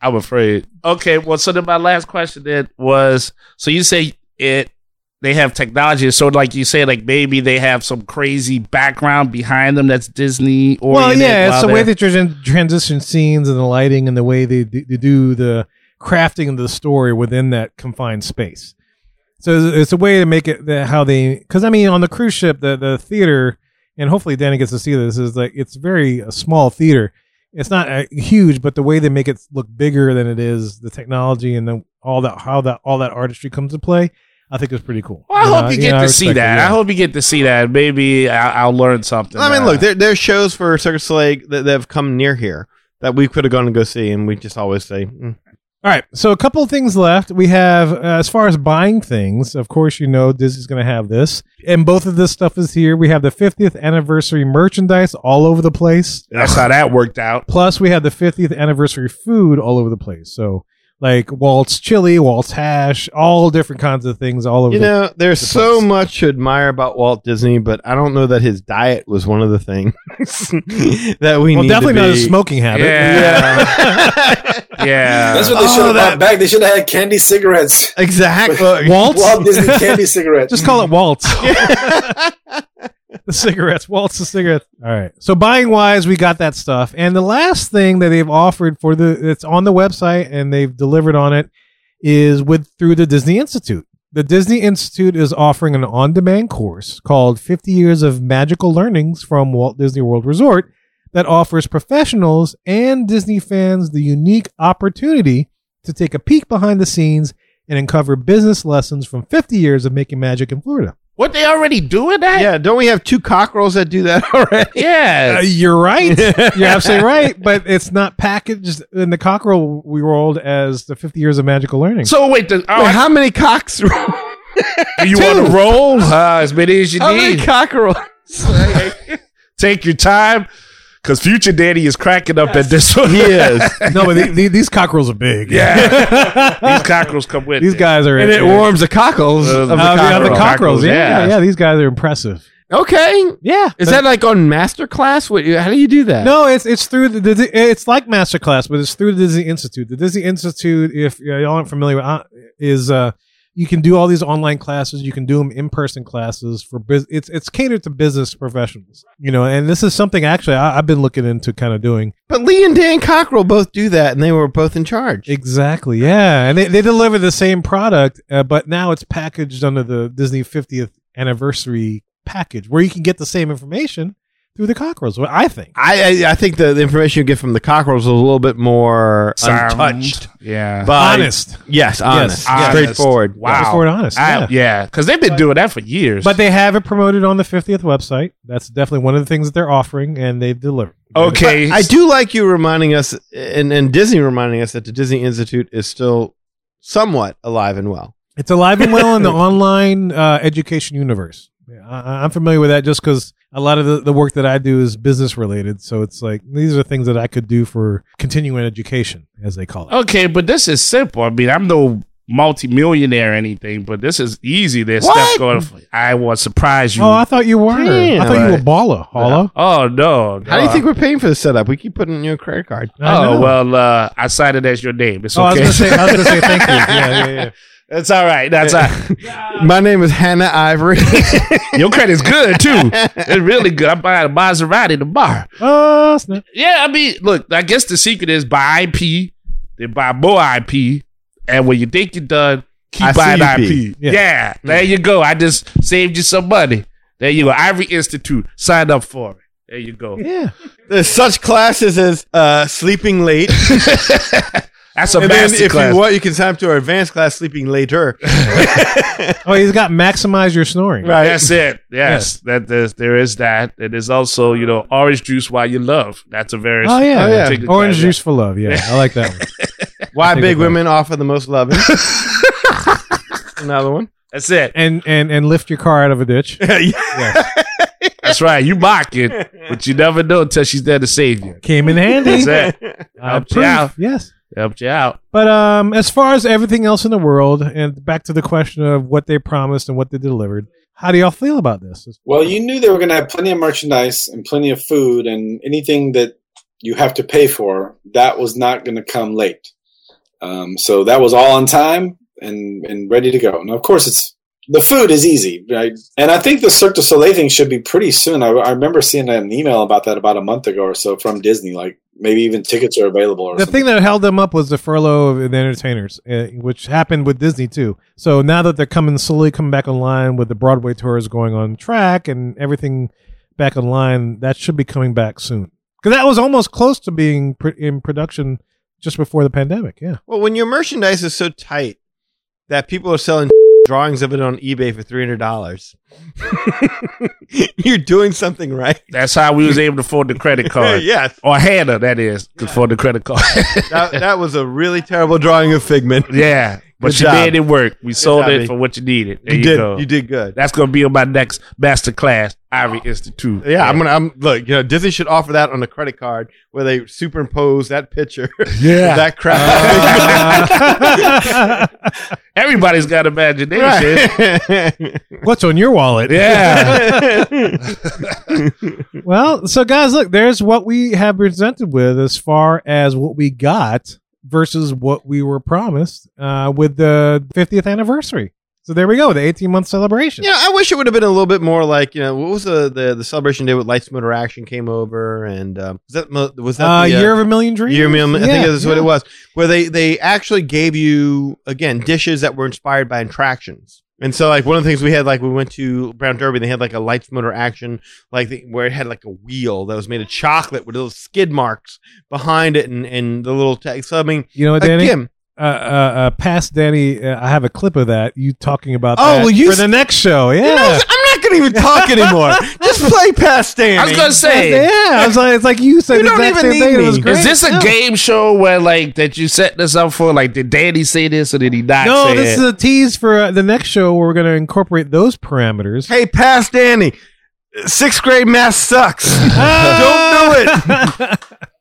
[SPEAKER 4] I'm afraid. Okay, well, so then my last question then was: so you say it? They have technology, so like you say, like maybe they have some crazy background behind them that's Disney or
[SPEAKER 2] Well, yeah, it's the way they trans- transition scenes and the lighting and the way they, d- they do the crafting of the story within that confined space. So it's, it's a way to make it that how they because I mean on the cruise ship the the theater and hopefully Danny gets to see this is like it's very a small theater. It's not uh, huge, but the way they make it look bigger than it is, the technology and the, all that how that all that artistry comes to play, I think is pretty cool.
[SPEAKER 4] Well, I
[SPEAKER 2] know,
[SPEAKER 4] hope you get
[SPEAKER 2] know, I
[SPEAKER 4] to see
[SPEAKER 2] respect it,
[SPEAKER 4] that.
[SPEAKER 2] yeah.
[SPEAKER 4] I hope you get to see that. Maybe I- I'll learn something.
[SPEAKER 3] I mean,
[SPEAKER 4] Uh,
[SPEAKER 3] look, there there's shows for Circus Lake that, that have come near here that we could have gone and go see, and we just always say, mm.
[SPEAKER 2] All right, so a couple of things left. We have, uh, as far as buying things, of course, you know Disney's going to have this, and both of this stuff is here. We have the 50th anniversary merchandise all over the place.
[SPEAKER 4] That's how that worked out.
[SPEAKER 2] Plus, we have the 50th anniversary food all over the place. So, like Walt's chili, Walt's hash, all different kinds of things all over.
[SPEAKER 3] You
[SPEAKER 2] the-
[SPEAKER 3] know, there's
[SPEAKER 2] the
[SPEAKER 3] so
[SPEAKER 2] place.
[SPEAKER 3] much to admire about Walt Disney, but I don't know that his diet was one of the things that we
[SPEAKER 2] well,
[SPEAKER 3] need.
[SPEAKER 2] definitely
[SPEAKER 3] to
[SPEAKER 2] not
[SPEAKER 3] be.
[SPEAKER 2] a smoking habit.
[SPEAKER 4] Yeah. yeah.
[SPEAKER 8] That's what they
[SPEAKER 3] Oh,
[SPEAKER 8] should have
[SPEAKER 3] that-
[SPEAKER 8] brought back. They should have had candy cigarettes.
[SPEAKER 3] exactly.
[SPEAKER 2] Waltz?
[SPEAKER 8] Walt Disney candy cigarettes.
[SPEAKER 2] Just call it Waltz. the cigarettes. Waltz the cigarettes. All right. So buying wise, we got that stuff. And the last thing that they've offered for the it's on the website and they've delivered on it is with through the Disney Institute. The Disney Institute is offering an on-demand course called 50 Years of Magical Learnings from Walt Disney World Resort that offers professionals and Disney fans the unique opportunity to take a peek behind the scenes and uncover business lessons from 50 years of making magic in Florida.
[SPEAKER 4] What they already doing that?
[SPEAKER 3] yeah, don't we have two cockerels that do that already?
[SPEAKER 4] Yeah.
[SPEAKER 2] Uh, you're right. you're absolutely right. But it's not packaged in the cockerel we rolled as the 50 years of magical learning.
[SPEAKER 4] So wait, the,
[SPEAKER 3] Wait,
[SPEAKER 4] oh,
[SPEAKER 3] how many cocks?
[SPEAKER 4] you
[SPEAKER 3] two?
[SPEAKER 4] want to roll uh, as many as you
[SPEAKER 3] How many
[SPEAKER 4] need.
[SPEAKER 3] cockerels?
[SPEAKER 4] Take your time, because future daddy is cracking up at this one.
[SPEAKER 3] he is.
[SPEAKER 2] no, but the, the, these cockerels are big.
[SPEAKER 4] Yeah. These cockerels come with
[SPEAKER 2] these
[SPEAKER 4] it.
[SPEAKER 2] guys are.
[SPEAKER 3] And it warms the cockles
[SPEAKER 4] Uh,
[SPEAKER 3] of
[SPEAKER 2] Uh,
[SPEAKER 3] the
[SPEAKER 2] yeah, the
[SPEAKER 3] cockerel.
[SPEAKER 2] cockerels.
[SPEAKER 4] Cockerels,
[SPEAKER 2] Yeah,
[SPEAKER 4] yeah.
[SPEAKER 2] yeah, These guys are impressive.
[SPEAKER 3] Okay.
[SPEAKER 2] Yeah.
[SPEAKER 3] Is that like on Masterclass? What? How do you do that?
[SPEAKER 2] No, it's it's through the, the it's like MasterClass, but it's through the Disney Institute. The Disney Institute, if uh, y'all aren't familiar with, uh, is uh, you can do all these online classes. You can do them in person classes for bus It's it's catered to business professionals, you know. And this is something actually I, I've been looking into kind of doing.
[SPEAKER 3] But Lee and Dan Cockrell both do that, and they were both in charge.
[SPEAKER 2] Exactly, yeah. And they they deliver the same product, uh, but now it's packaged under the Disney 50th anniversary package, where you can get the same information through the cockroaches. What I think.
[SPEAKER 3] I, I I think the, the information you get from the cockerels is a little bit more
[SPEAKER 4] Sound.
[SPEAKER 3] untouched.
[SPEAKER 4] Yeah.
[SPEAKER 3] By,
[SPEAKER 2] Honest,
[SPEAKER 3] Yes, honest.
[SPEAKER 4] Honest.
[SPEAKER 3] Straightforward.
[SPEAKER 4] Wow.
[SPEAKER 2] straightforward, honest. yeah.
[SPEAKER 4] I- yeah, because they've been doing that for years.
[SPEAKER 2] But they have it promoted on the 50th website. That's definitely one of the things that they're offering, and they've delivered.
[SPEAKER 4] okay,
[SPEAKER 3] I do like you reminding us, and, and Disney reminding us that the Disney Institute is still somewhat alive and well.
[SPEAKER 2] It's alive and well in the online uh, education universe. Yeah, I, I'm familiar with that just because a lot of the, the work that I do is business related. So it's like these are things that I could do for continuing education, as they
[SPEAKER 3] Oh,
[SPEAKER 2] call it.
[SPEAKER 4] okay, but this is simple. I mean, I'm no multimillionaire or anything, but this is easy. There's
[SPEAKER 3] What?
[SPEAKER 4] stuff going. I will surprise you.
[SPEAKER 2] Oh, I thought you were.
[SPEAKER 3] Damn.
[SPEAKER 2] I thought you were Bala, Holla.
[SPEAKER 4] Oh, no,
[SPEAKER 3] How do you
[SPEAKER 4] no.
[SPEAKER 3] think we're paying for the setup? We keep putting in your credit card.
[SPEAKER 2] I know.
[SPEAKER 4] Oh well, uh, I signed it as your name. It's
[SPEAKER 2] Oh, I was
[SPEAKER 4] okay.
[SPEAKER 2] gonna say, I was gonna say thank you. Yeah, yeah,
[SPEAKER 4] That's all right. That's all right.
[SPEAKER 3] My name is Hannah Ivory.
[SPEAKER 4] Your credit's good too. It's really good. I'm buying a Maserati tomorrow.
[SPEAKER 2] yeah. Uh, snap.
[SPEAKER 4] Yeah, I mean, look. I guess the secret is buy IP, then buy more IP, and when you think you're done, keep
[SPEAKER 3] I see
[SPEAKER 4] buying
[SPEAKER 3] you,
[SPEAKER 4] IP.
[SPEAKER 2] Yeah.
[SPEAKER 4] Yeah. there you go. I just saved you some money. There you go. Ivory Institute. Sign up for it. There you go.
[SPEAKER 2] yeah.
[SPEAKER 3] There's such classes as uh, sleeping late.
[SPEAKER 4] That's a
[SPEAKER 3] and then
[SPEAKER 4] master
[SPEAKER 3] if
[SPEAKER 4] class.
[SPEAKER 3] you want, you can sign up to our advanced class, sleeping later.
[SPEAKER 2] Oh, he's got maximize your snoring.
[SPEAKER 3] Right.
[SPEAKER 4] That's it. Yes, that there's, there is that. And there's also you know orange juice while you love. That's a very
[SPEAKER 2] Oh yeah.
[SPEAKER 3] Oh, yeah.
[SPEAKER 4] particular
[SPEAKER 2] Orange
[SPEAKER 4] class.
[SPEAKER 2] juice for love. Yeah, I like that one.
[SPEAKER 3] Why
[SPEAKER 2] Take
[SPEAKER 3] big
[SPEAKER 2] it back.
[SPEAKER 3] women offer the most loving? Another one.
[SPEAKER 4] That's it.
[SPEAKER 2] and and and lift your car out of a ditch.
[SPEAKER 4] That's right. You mock it, but you never know until she's there to save you.
[SPEAKER 2] Came in handy.
[SPEAKER 4] That's it.
[SPEAKER 2] I
[SPEAKER 4] Helped
[SPEAKER 2] approve.
[SPEAKER 4] you out.
[SPEAKER 2] Yes.
[SPEAKER 4] Helped you out.
[SPEAKER 2] But um, as far as everything else in the world, and back to the question of what they promised and what they delivered, how do y'all feel about this?
[SPEAKER 8] Well, you knew they were going to have plenty of merchandise and plenty of food and anything that you have to pay for. That was not going to come late. Um, so that was all on time and and ready to go. Now, of course, it's the food is easy, right? And I think the Cirque du Soleil thing should be pretty soon. I, I remember seeing an email about that about a month ago or so from Disney. Like maybe even tickets are available. Or
[SPEAKER 2] The
[SPEAKER 8] something.
[SPEAKER 2] thing that held them up was the furlough of the entertainers, uh, which happened with Disney too. So now that they're coming slowly coming back online with the Broadway tours going on track and everything back online, that should be coming back soon. Because that was almost close to being pr- in production just before the pandemic. Yeah.
[SPEAKER 3] Well, when your merchandise is so tight that people are selling drawings of it on eBay for three hundred dollars. You're doing something right.
[SPEAKER 4] That's how we was able to afford the credit card.
[SPEAKER 3] yes,
[SPEAKER 4] Or Hannah, that is, could afford the credit card.
[SPEAKER 3] that, that was a really terrible drawing of Figment.
[SPEAKER 4] yeah. But
[SPEAKER 3] Good
[SPEAKER 4] she
[SPEAKER 3] job.
[SPEAKER 4] made it work. We sold
[SPEAKER 3] job,
[SPEAKER 4] it
[SPEAKER 3] B.
[SPEAKER 4] for what you needed. There
[SPEAKER 3] you
[SPEAKER 4] you,
[SPEAKER 3] did.
[SPEAKER 4] go.
[SPEAKER 3] You did good.
[SPEAKER 4] That's gonna be on my next master class, Ivory Institute.
[SPEAKER 3] Yeah, I'm gonna. I'm look. You know, Disney should offer that on a credit card where they superimpose that picture.
[SPEAKER 4] Yeah.
[SPEAKER 3] of that crap.
[SPEAKER 4] Everybody's got imagination. Uh.
[SPEAKER 2] What's on your wallet?
[SPEAKER 4] Yeah.
[SPEAKER 2] Well, so guys, look, there's what we have presented with as far as what we got versus what we were promised uh, with the 50th anniversary. So there we go, the 18 month celebration. Uh,
[SPEAKER 3] Yeah, I wish it would have been a little bit more like you know what was the the, the celebration day with Lights Motor Action came over and um, was that mo- was that
[SPEAKER 2] Uh,
[SPEAKER 3] the, uh,
[SPEAKER 2] Year of a Million Dreams.
[SPEAKER 3] Year Meal- I
[SPEAKER 2] Yeah,
[SPEAKER 3] think that's what
[SPEAKER 2] yeah.
[SPEAKER 3] it was, where they they actually gave you again dishes that were inspired by attractions. And so, like one of the things we had, like we went to Brown Derby, they had like a lights motor action, like the, where it had like a wheel that was made of chocolate with little skid marks behind it, and and the little tag. So I mean,
[SPEAKER 2] You know what, Danny?
[SPEAKER 3] again,
[SPEAKER 2] Uh, uh, uh, past Danny, uh, I have a clip of that. You talking about
[SPEAKER 3] Oh,
[SPEAKER 2] that
[SPEAKER 3] well, you
[SPEAKER 2] for
[SPEAKER 3] s-
[SPEAKER 2] the next show. Yeah.
[SPEAKER 3] you know, I'm not gonna even talk anymore. Just play past Danny.
[SPEAKER 4] I was gonna say,
[SPEAKER 2] yeah, I was like, it's like you said
[SPEAKER 3] You
[SPEAKER 2] the
[SPEAKER 3] don't
[SPEAKER 2] exact
[SPEAKER 3] even
[SPEAKER 2] same thing.
[SPEAKER 3] need
[SPEAKER 2] It was
[SPEAKER 3] me.
[SPEAKER 2] great.
[SPEAKER 4] is this a
[SPEAKER 2] Yeah.
[SPEAKER 4] game show where like that you set this up for? Like, did Danny say this or did he not?
[SPEAKER 2] No,
[SPEAKER 4] say
[SPEAKER 2] this
[SPEAKER 4] it?
[SPEAKER 2] is a tease for uh, the next show where we're going to incorporate those parameters.
[SPEAKER 3] hey, past Danny. Sixth grade math sucks. Don't do it.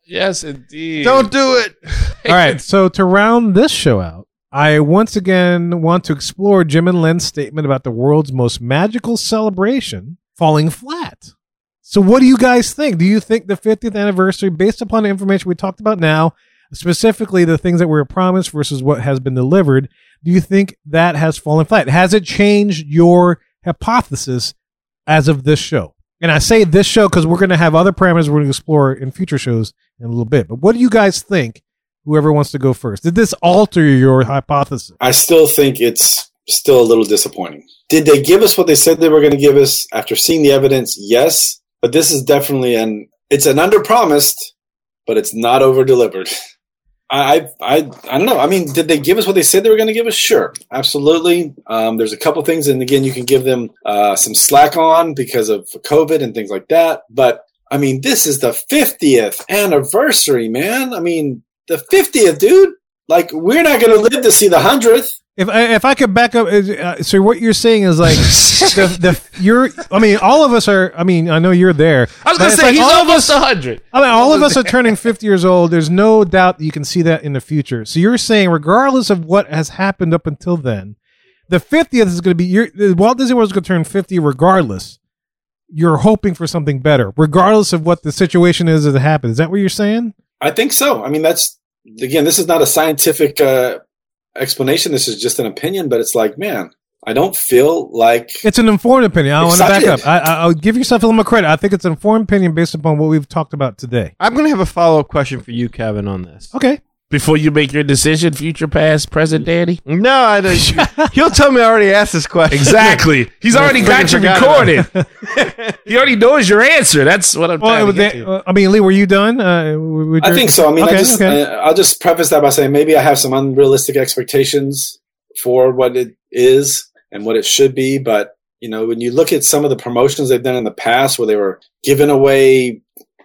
[SPEAKER 4] yes, indeed.
[SPEAKER 3] Don't do it.
[SPEAKER 2] All right. So to round this show out, I once again want to explore Jim and Lynn's statement about the world's most magical celebration falling flat. So what do you guys think? Do you think the 50th anniversary, based upon the information we talked about now, specifically the things that were promised versus what has been delivered, do you think that has fallen flat? Has it changed your hypothesis as of this show? And I say this show because we're going to have other parameters we're going to explore in future shows in a little bit. But what do you guys think? Whoever wants to go first. Did this alter your hypothesis?
[SPEAKER 8] I still think it's still a little disappointing. Did they give us what they said they were going to give us after seeing the evidence? Yes, but this is definitely an it's an underpromised, but it's not over delivered. I, I I I don't know. I mean, did they give us what they said they were going to give us? Sure, absolutely. Um, there's a couple things, and again, you can give them uh, some slack on because of COVID and things like that. But I mean, this is the 50th anniversary, man. I mean, the 50th, dude. Like, we're not going to live to see the hundredth.
[SPEAKER 2] If I, if I could back up, is- uh, so what you're saying is like the, the you're. I mean, all of us are. I mean, I know you're there.
[SPEAKER 4] I
[SPEAKER 2] but
[SPEAKER 4] was gonna
[SPEAKER 2] it's
[SPEAKER 4] say
[SPEAKER 2] like
[SPEAKER 4] he's
[SPEAKER 2] all of
[SPEAKER 4] almost hundred.
[SPEAKER 2] I mean, all of us are turning 50 years old. There's no doubt that you can see that in the future. So you're saying, regardless of what has happened up until then, the 50th is going to be your Walt Disney World is going to turn 50 regardless. You're hoping for something better, regardless of what the situation is that happened. Is that what you're saying?
[SPEAKER 8] I think so. I mean, that's again, this is not a scientific uh, explanation. This is just an opinion, but it's like, man, I don't feel like
[SPEAKER 2] It's an informed opinion. I want to back
[SPEAKER 8] Excited.
[SPEAKER 2] up. I, I- I'll give yourself a little more credit. I think it's an informed opinion based upon what we've talked about today.
[SPEAKER 3] I'm going to have a follow up question for you, Kevin, on this.
[SPEAKER 2] Okay.
[SPEAKER 4] Before you make your decision, future, past, present, Danny.
[SPEAKER 3] No, I don't. he'll tell me I already asked this question.
[SPEAKER 4] Exactly. He's already got you
[SPEAKER 3] forgot about
[SPEAKER 4] recorded. he already knows your answer. That's what I'm trying
[SPEAKER 2] Well,
[SPEAKER 4] to get
[SPEAKER 2] they-
[SPEAKER 4] to.
[SPEAKER 2] uh, I mean, Lee, were you done? Uh, w- with
[SPEAKER 8] I
[SPEAKER 2] your-
[SPEAKER 8] think so. I mean,
[SPEAKER 2] Okay,
[SPEAKER 8] I just,
[SPEAKER 2] okay.
[SPEAKER 8] I, I'll just preface that by saying maybe I have some unrealistic expectations for what it is and what it should be. But, you know, when you look at some of the promotions they've done in the past where they were giving away,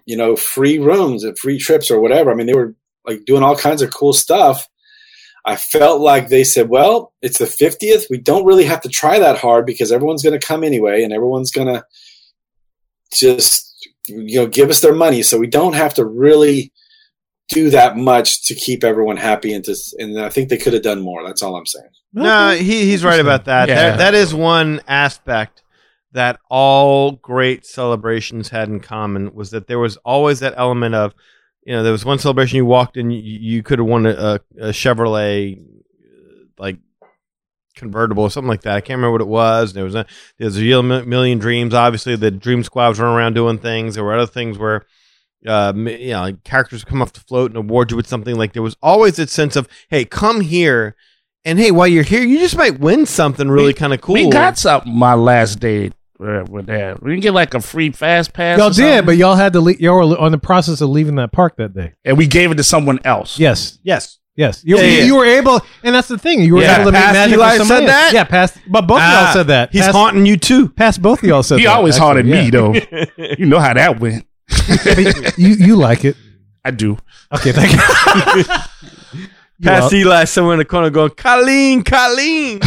[SPEAKER 8] you know, free rooms and free trips or whatever, I mean, they were like doing all kinds of cool stuff. I felt like they said, well, it's the 50th. We don't really have to try that hard because everyone's going to come anyway and everyone's going to just, you know, give us their money. So we don't have to really do that much to keep everyone happy and to and I think they could have done more. That's all I'm saying.
[SPEAKER 3] No,
[SPEAKER 2] Okay.
[SPEAKER 3] he, he's right about that.
[SPEAKER 4] Yeah.
[SPEAKER 3] That- That is one aspect that all great celebrations had in common was that there was always that element of, you know, there was one celebration you walked in, you, you could have won a, a, a Chevrolet, uh, like convertible or something like that. I can't remember what it was. There was a, there was a Yellow Mi- million dreams. Obviously, the Dream Squad was running around doing things. There were other things where. Uh, m- you know, like characters come off the float and award you with something. Like there was always that sense of, "Hey, come here and hey, while you're here, you just might win something really kind of cool.
[SPEAKER 4] We got something my last day uh, with that. We didn't get like a free fast pass.
[SPEAKER 2] Y'all
[SPEAKER 4] or something?
[SPEAKER 2] did, but y'all had to. Le- y'all were on the process of leaving that park that day.
[SPEAKER 4] and we gave it to someone else.
[SPEAKER 2] Yes.
[SPEAKER 3] yes,
[SPEAKER 2] Yes, you,
[SPEAKER 3] Yeah, yeah, yeah.
[SPEAKER 2] you were able, and that's the thing. You were
[SPEAKER 3] Yeah.
[SPEAKER 2] able to make
[SPEAKER 3] Past
[SPEAKER 2] magic.
[SPEAKER 3] Eli
[SPEAKER 2] with somebody
[SPEAKER 3] said
[SPEAKER 2] else.
[SPEAKER 3] that?
[SPEAKER 2] Yeah, past, but both of
[SPEAKER 3] Ah,
[SPEAKER 2] y'all said that.
[SPEAKER 3] He's
[SPEAKER 2] past,
[SPEAKER 3] haunting you too.
[SPEAKER 2] Past both of y'all said
[SPEAKER 4] He
[SPEAKER 2] that.
[SPEAKER 4] always
[SPEAKER 2] actually,
[SPEAKER 4] haunted
[SPEAKER 2] yeah.
[SPEAKER 4] me though. you know how that went.
[SPEAKER 2] But you you like it?
[SPEAKER 4] I do.
[SPEAKER 2] Okay, thank you.
[SPEAKER 3] Past Eli, somewhere in the corner going, Colleen, Colleen,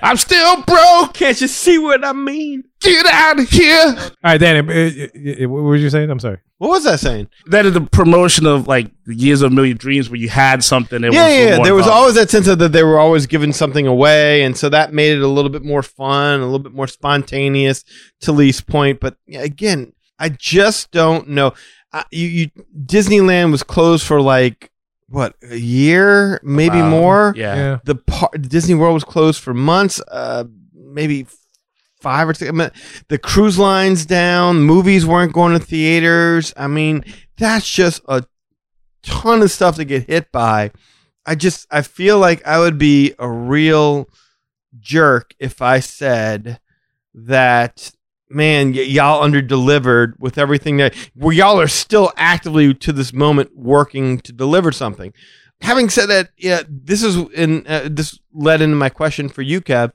[SPEAKER 4] I'm still broke.
[SPEAKER 3] can't you see what I mean?
[SPEAKER 4] Get out of here.
[SPEAKER 2] All right, Danny. uh, uh, uh, what were you saying? I'm sorry.
[SPEAKER 3] What was I saying?
[SPEAKER 4] That is the promotion of like the years of a million dreams where you had something. That
[SPEAKER 3] yeah,
[SPEAKER 4] was
[SPEAKER 3] yeah.
[SPEAKER 4] more
[SPEAKER 3] There was
[SPEAKER 4] about-
[SPEAKER 3] always that sense of that they were always giving something away, and so that made it a little bit more fun, a little bit more spontaneous to Lee's point. But yeah, again, I just don't know. Uh, you, you Disneyland was closed for like what a year, maybe
[SPEAKER 4] Um,
[SPEAKER 3] more.
[SPEAKER 4] Yeah.
[SPEAKER 3] the par- Disney World was closed for months, uh, maybe f- five or six. I mean, the cruise lines down, movies weren't going to theaters. I mean, that's just a ton of stuff to get hit by. I just I feel like I would be a real jerk if I said that man y- y'all underdelivered with everything that where y'all are still actively to this moment working to deliver something having said that, yeah, this is in uh, this led into my question for you, Kev,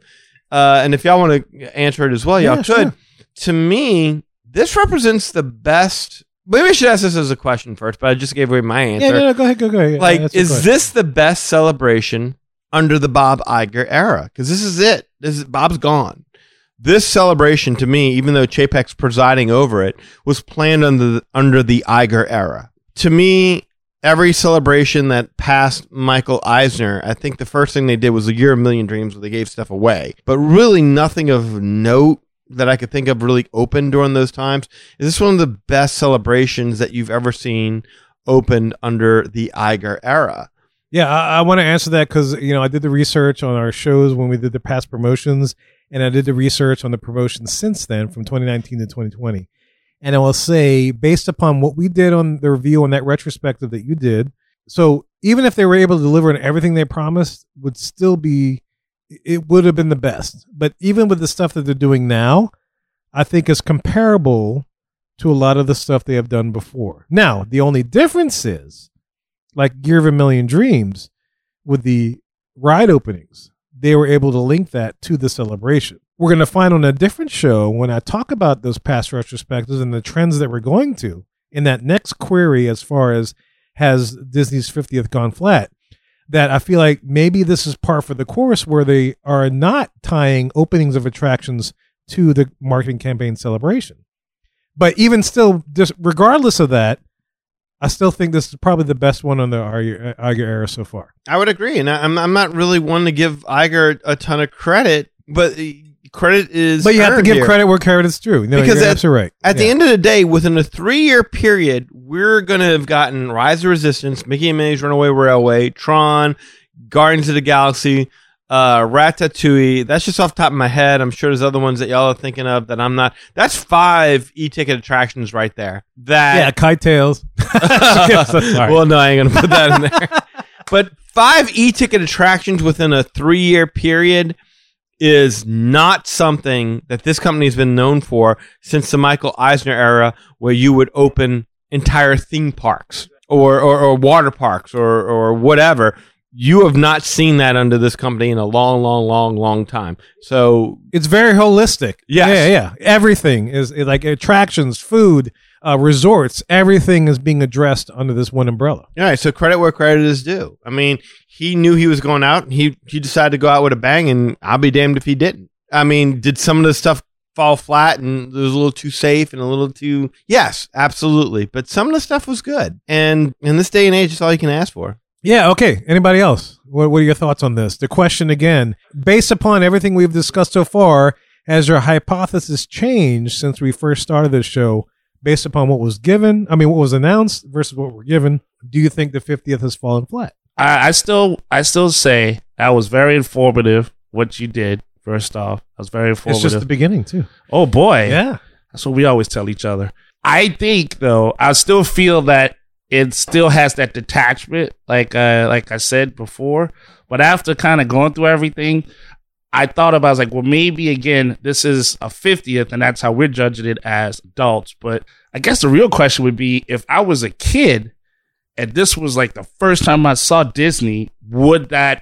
[SPEAKER 3] uh, and if y'all want to answer it as well, y'all
[SPEAKER 2] Yeah,
[SPEAKER 3] could.
[SPEAKER 2] sure.
[SPEAKER 3] To me, this represents the best. Maybe I should ask this as a question first, but I just gave away my answer.
[SPEAKER 2] Yeah, no, no, go ahead, go, go. Yeah,
[SPEAKER 3] like,
[SPEAKER 2] that's a
[SPEAKER 3] is
[SPEAKER 2] question.
[SPEAKER 3] this the best celebration under the Bob Iger era? Because this is it. This is, Bob's gone. This celebration, to me, even though Chapek's presiding over it, was planned under the, under the Iger era. To me, every celebration that passed Michael Eisner, I think the first thing they did was a year of million dreams where they gave stuff away, but really nothing of note that I could think of really open during those times. Is this one of the best celebrations that you've ever seen opened under the Iger era?
[SPEAKER 2] Yeah, I, I want to answer that because you know I did the research on our shows when we did the past promotions, and I did the research on the promotions since then, from 2019 to 2020. And I will say, based upon what we did on the review on that retrospective that you did, so even if they were able to deliver on everything they promised, would still be, it would have been the best. But even with the stuff that they're doing now, I think is comparable to a lot of the stuff they have done before. Now, the only difference is like Gear of a Million Dreams with the ride openings, they were able to link that to the celebration. We're going to find on a different show when I talk about those past retrospectives and the trends that we're going to in that next query as far as has Disney's 50th gone flat. That I feel like maybe this is par for the course where they are not tying openings of attractions to the marketing campaign celebration. But even still, just regardless of that, I still think this is probably the best one on the Iger Iger era so far.
[SPEAKER 3] I would agree, and I, I'm I'm not really one to give Iger a ton of credit, but uh, credit is
[SPEAKER 2] But you have to
[SPEAKER 3] earned
[SPEAKER 2] give
[SPEAKER 3] here.
[SPEAKER 2] credit where credit is due. No,
[SPEAKER 3] Because
[SPEAKER 2] you're
[SPEAKER 3] at-
[SPEAKER 2] absolutely right.
[SPEAKER 3] At the
[SPEAKER 2] Yeah.
[SPEAKER 3] end of the day, within a three-year period, we're gonna have gotten Rise of Resistance, Mickey and Minnie's Runaway Railway, Tron, Guardians of the Galaxy, uh, Ratatouille. That's just off the top of my head. I'm sure there's other ones that y'all are thinking of that I'm not. That's five e-ticket attractions right there. That
[SPEAKER 2] yeah, kite tails. Sorry.
[SPEAKER 3] well, no, I ain't gonna put that in there. but five e-ticket attractions within a three-year period is not something that this company has been known for since the Michael Eisner era, where you would open entire theme parks or or, or water parks or or whatever. You have not seen that under this company in a long, long, long, long time. So
[SPEAKER 2] It's very holistic.
[SPEAKER 3] Yes.
[SPEAKER 2] Yeah, yeah. Everything is is like attractions, food, uh, resorts. Everything is being addressed under this one umbrella.
[SPEAKER 3] All right, so credit where credit is due. I mean, he knew he was going out, and he he decided to go out with a bang, and I'll be damned if he didn't. I mean, did some of the stuff fall flat and it was a little too safe and a little too yes, absolutely. But some of the stuff was good, and in this day and age, it's all you can ask for.
[SPEAKER 2] Yeah. Okay. Anybody else? What, what are your thoughts on this? The question again, based upon everything we've discussed so far, has your hypothesis changed since we first started this show? Based upon what was given, I mean, what was announced versus what we're given, do you think the 50th has fallen flat?
[SPEAKER 4] I, I still I still say that was very informative what you did. First off, that was very
[SPEAKER 2] It's
[SPEAKER 4] informative.
[SPEAKER 2] just the beginning, too.
[SPEAKER 4] oh boy,
[SPEAKER 2] Yeah.
[SPEAKER 4] that's what we always tell each other. I think though, I still feel that it still has that detachment, like uh, like I said before. But after kind of going through everything, I thought about I was like, well, maybe again, this is a fiftieth, and that's how we're judging it as adults. But I guess the real question would be if I was a kid and this was like the first time I saw Disney, would that,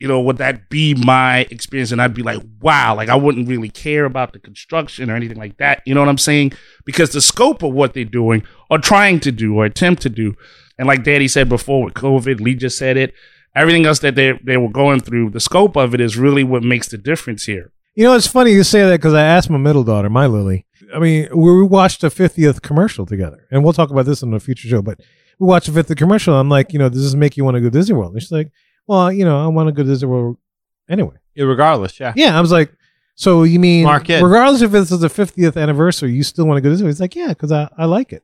[SPEAKER 4] you know, would that be my experience? And I'd be like, wow, like I wouldn't really care about the construction or anything like that. You know what I'm saying? Because the scope of what they're doing or trying to do or attempt to do, and like Daddy said before with COVID, Lee just said it, everything else that they they were going through, the scope of it is really what makes the difference here.
[SPEAKER 2] You know, it's funny you say that because I asked my middle daughter, my Lily. I mean, we watched a 50th commercial together, and we'll talk about this in a future show. But we watched a 50th commercial. I'm like, you know, does this make you want to go to Disney World? And she's like, well, you know, I want to go to Disney World anyway.
[SPEAKER 3] Regardless, yeah.
[SPEAKER 2] Yeah, I was like, so you mean,
[SPEAKER 3] Mark it.
[SPEAKER 2] regardless if this is the 50th anniversary, you still want to go to Disney? World? It's like, yeah, because I, I like it.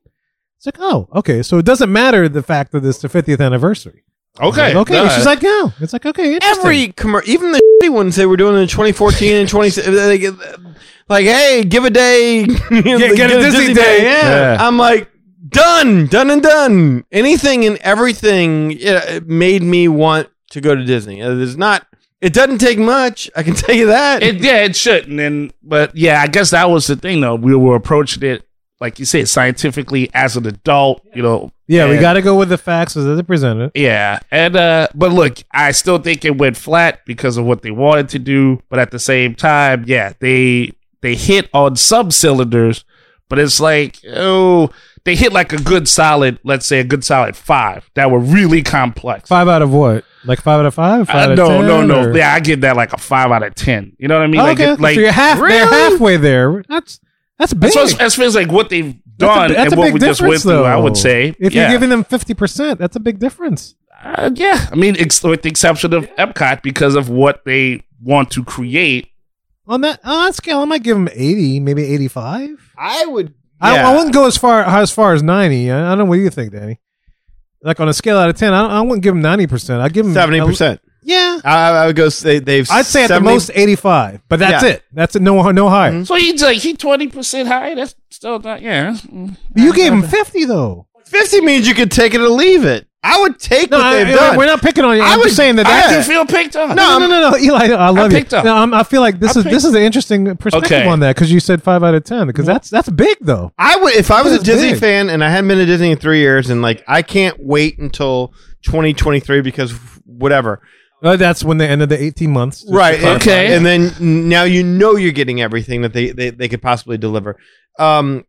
[SPEAKER 2] It's like, oh, okay. So it doesn't matter the fact that it's the 50th anniversary.
[SPEAKER 4] Okay.
[SPEAKER 2] okay.
[SPEAKER 3] no,
[SPEAKER 2] She's like, no. It's like, okay. Interesting.
[SPEAKER 3] Every commercial, even the shitty ones they were doing in 2014 and 20, like, like, hey, give a day, yeah,
[SPEAKER 2] get a Disney day, yeah.
[SPEAKER 3] I'm like, done, done and done. Anything and everything yeah, it made me want to go to Disney. Uh, There's not, it doesn't take much. I can tell you that.
[SPEAKER 4] It, yeah, it shouldn't. And but yeah, I guess that was the thing though. We were approaching it, like you said, scientifically as an adult, you know.
[SPEAKER 2] yeah, we
[SPEAKER 4] and-
[SPEAKER 2] got to go with the facts as they presented. it.
[SPEAKER 4] Yeah. And uh but look, I still think it went flat because of what they wanted to do, but at the same time, yeah, they they hit on some cylinders, but it's like, oh, they hit like a good solid, let's say a good solid 5 that were really complex.
[SPEAKER 2] Five out of what? Like five out of five?
[SPEAKER 4] Uh,
[SPEAKER 2] Five out of
[SPEAKER 4] no,
[SPEAKER 2] 10,
[SPEAKER 4] no, no,
[SPEAKER 2] or-
[SPEAKER 4] Yeah, I give that like a five out of ten. You know what I mean?
[SPEAKER 2] okay,
[SPEAKER 4] like, it- like
[SPEAKER 2] so you're half they're
[SPEAKER 4] Really?
[SPEAKER 2] halfway there. That's that's big.
[SPEAKER 4] As far as, as far as like what they've
[SPEAKER 2] That's a-
[SPEAKER 4] done
[SPEAKER 2] that's a
[SPEAKER 4] and what
[SPEAKER 2] big
[SPEAKER 4] we just
[SPEAKER 2] difference,
[SPEAKER 4] went through, I
[SPEAKER 2] though.
[SPEAKER 4] would say,
[SPEAKER 2] If
[SPEAKER 4] yeah,
[SPEAKER 2] you're giving them fifty percent, that's a big difference.
[SPEAKER 4] uh, yeah, I mean, ex- with the exception of Epcot, because of what they want to create.
[SPEAKER 2] On that on that scale, I might give them eighty, maybe eighty-five.
[SPEAKER 3] I would.
[SPEAKER 2] I,
[SPEAKER 3] Yeah.
[SPEAKER 2] I wouldn't go as far as far as ninety. I, I don't know what do you think, Danny. Like on a scale out of ten, I, don't- I wouldn't give them ninety percent. I'd give them
[SPEAKER 3] 70%.
[SPEAKER 2] Yeah,
[SPEAKER 3] I, I would go say they've.
[SPEAKER 2] I'd say at the
[SPEAKER 3] 70
[SPEAKER 2] most eighty-five, but that's
[SPEAKER 3] Yeah.
[SPEAKER 2] it. That's it. No, no higher.
[SPEAKER 4] So he's like he twenty percent high. That's still not yeah. that's- mm.
[SPEAKER 2] You gave them fifty though.
[SPEAKER 3] 50 means you could take it or leave it. I would take
[SPEAKER 2] No,
[SPEAKER 3] what
[SPEAKER 2] I,
[SPEAKER 3] they've done.
[SPEAKER 2] we're not picking on you.
[SPEAKER 3] I
[SPEAKER 2] I'm
[SPEAKER 3] would-
[SPEAKER 2] just saying that.
[SPEAKER 4] I
[SPEAKER 2] that's
[SPEAKER 4] do feel picked on.
[SPEAKER 2] No, no, no, no, Eli. I love
[SPEAKER 4] picked
[SPEAKER 2] you.
[SPEAKER 4] up.
[SPEAKER 2] No, I'm, I feel like this
[SPEAKER 4] I
[SPEAKER 2] is this
[SPEAKER 4] picked-
[SPEAKER 2] is an interesting perspective
[SPEAKER 4] Okay.
[SPEAKER 2] on that because you said five out of ten because that's that's big though.
[SPEAKER 3] I would if I was a
[SPEAKER 2] That's
[SPEAKER 3] Disney
[SPEAKER 2] big.
[SPEAKER 3] fan and I hadn't been to Disney in three years and like I can't wait until 2023 because whatever.
[SPEAKER 2] Uh, that's when they ended the eighteen months, Just to clarify.
[SPEAKER 4] Okay.
[SPEAKER 3] And then now you know you're getting everything that they they, they could possibly deliver. Um,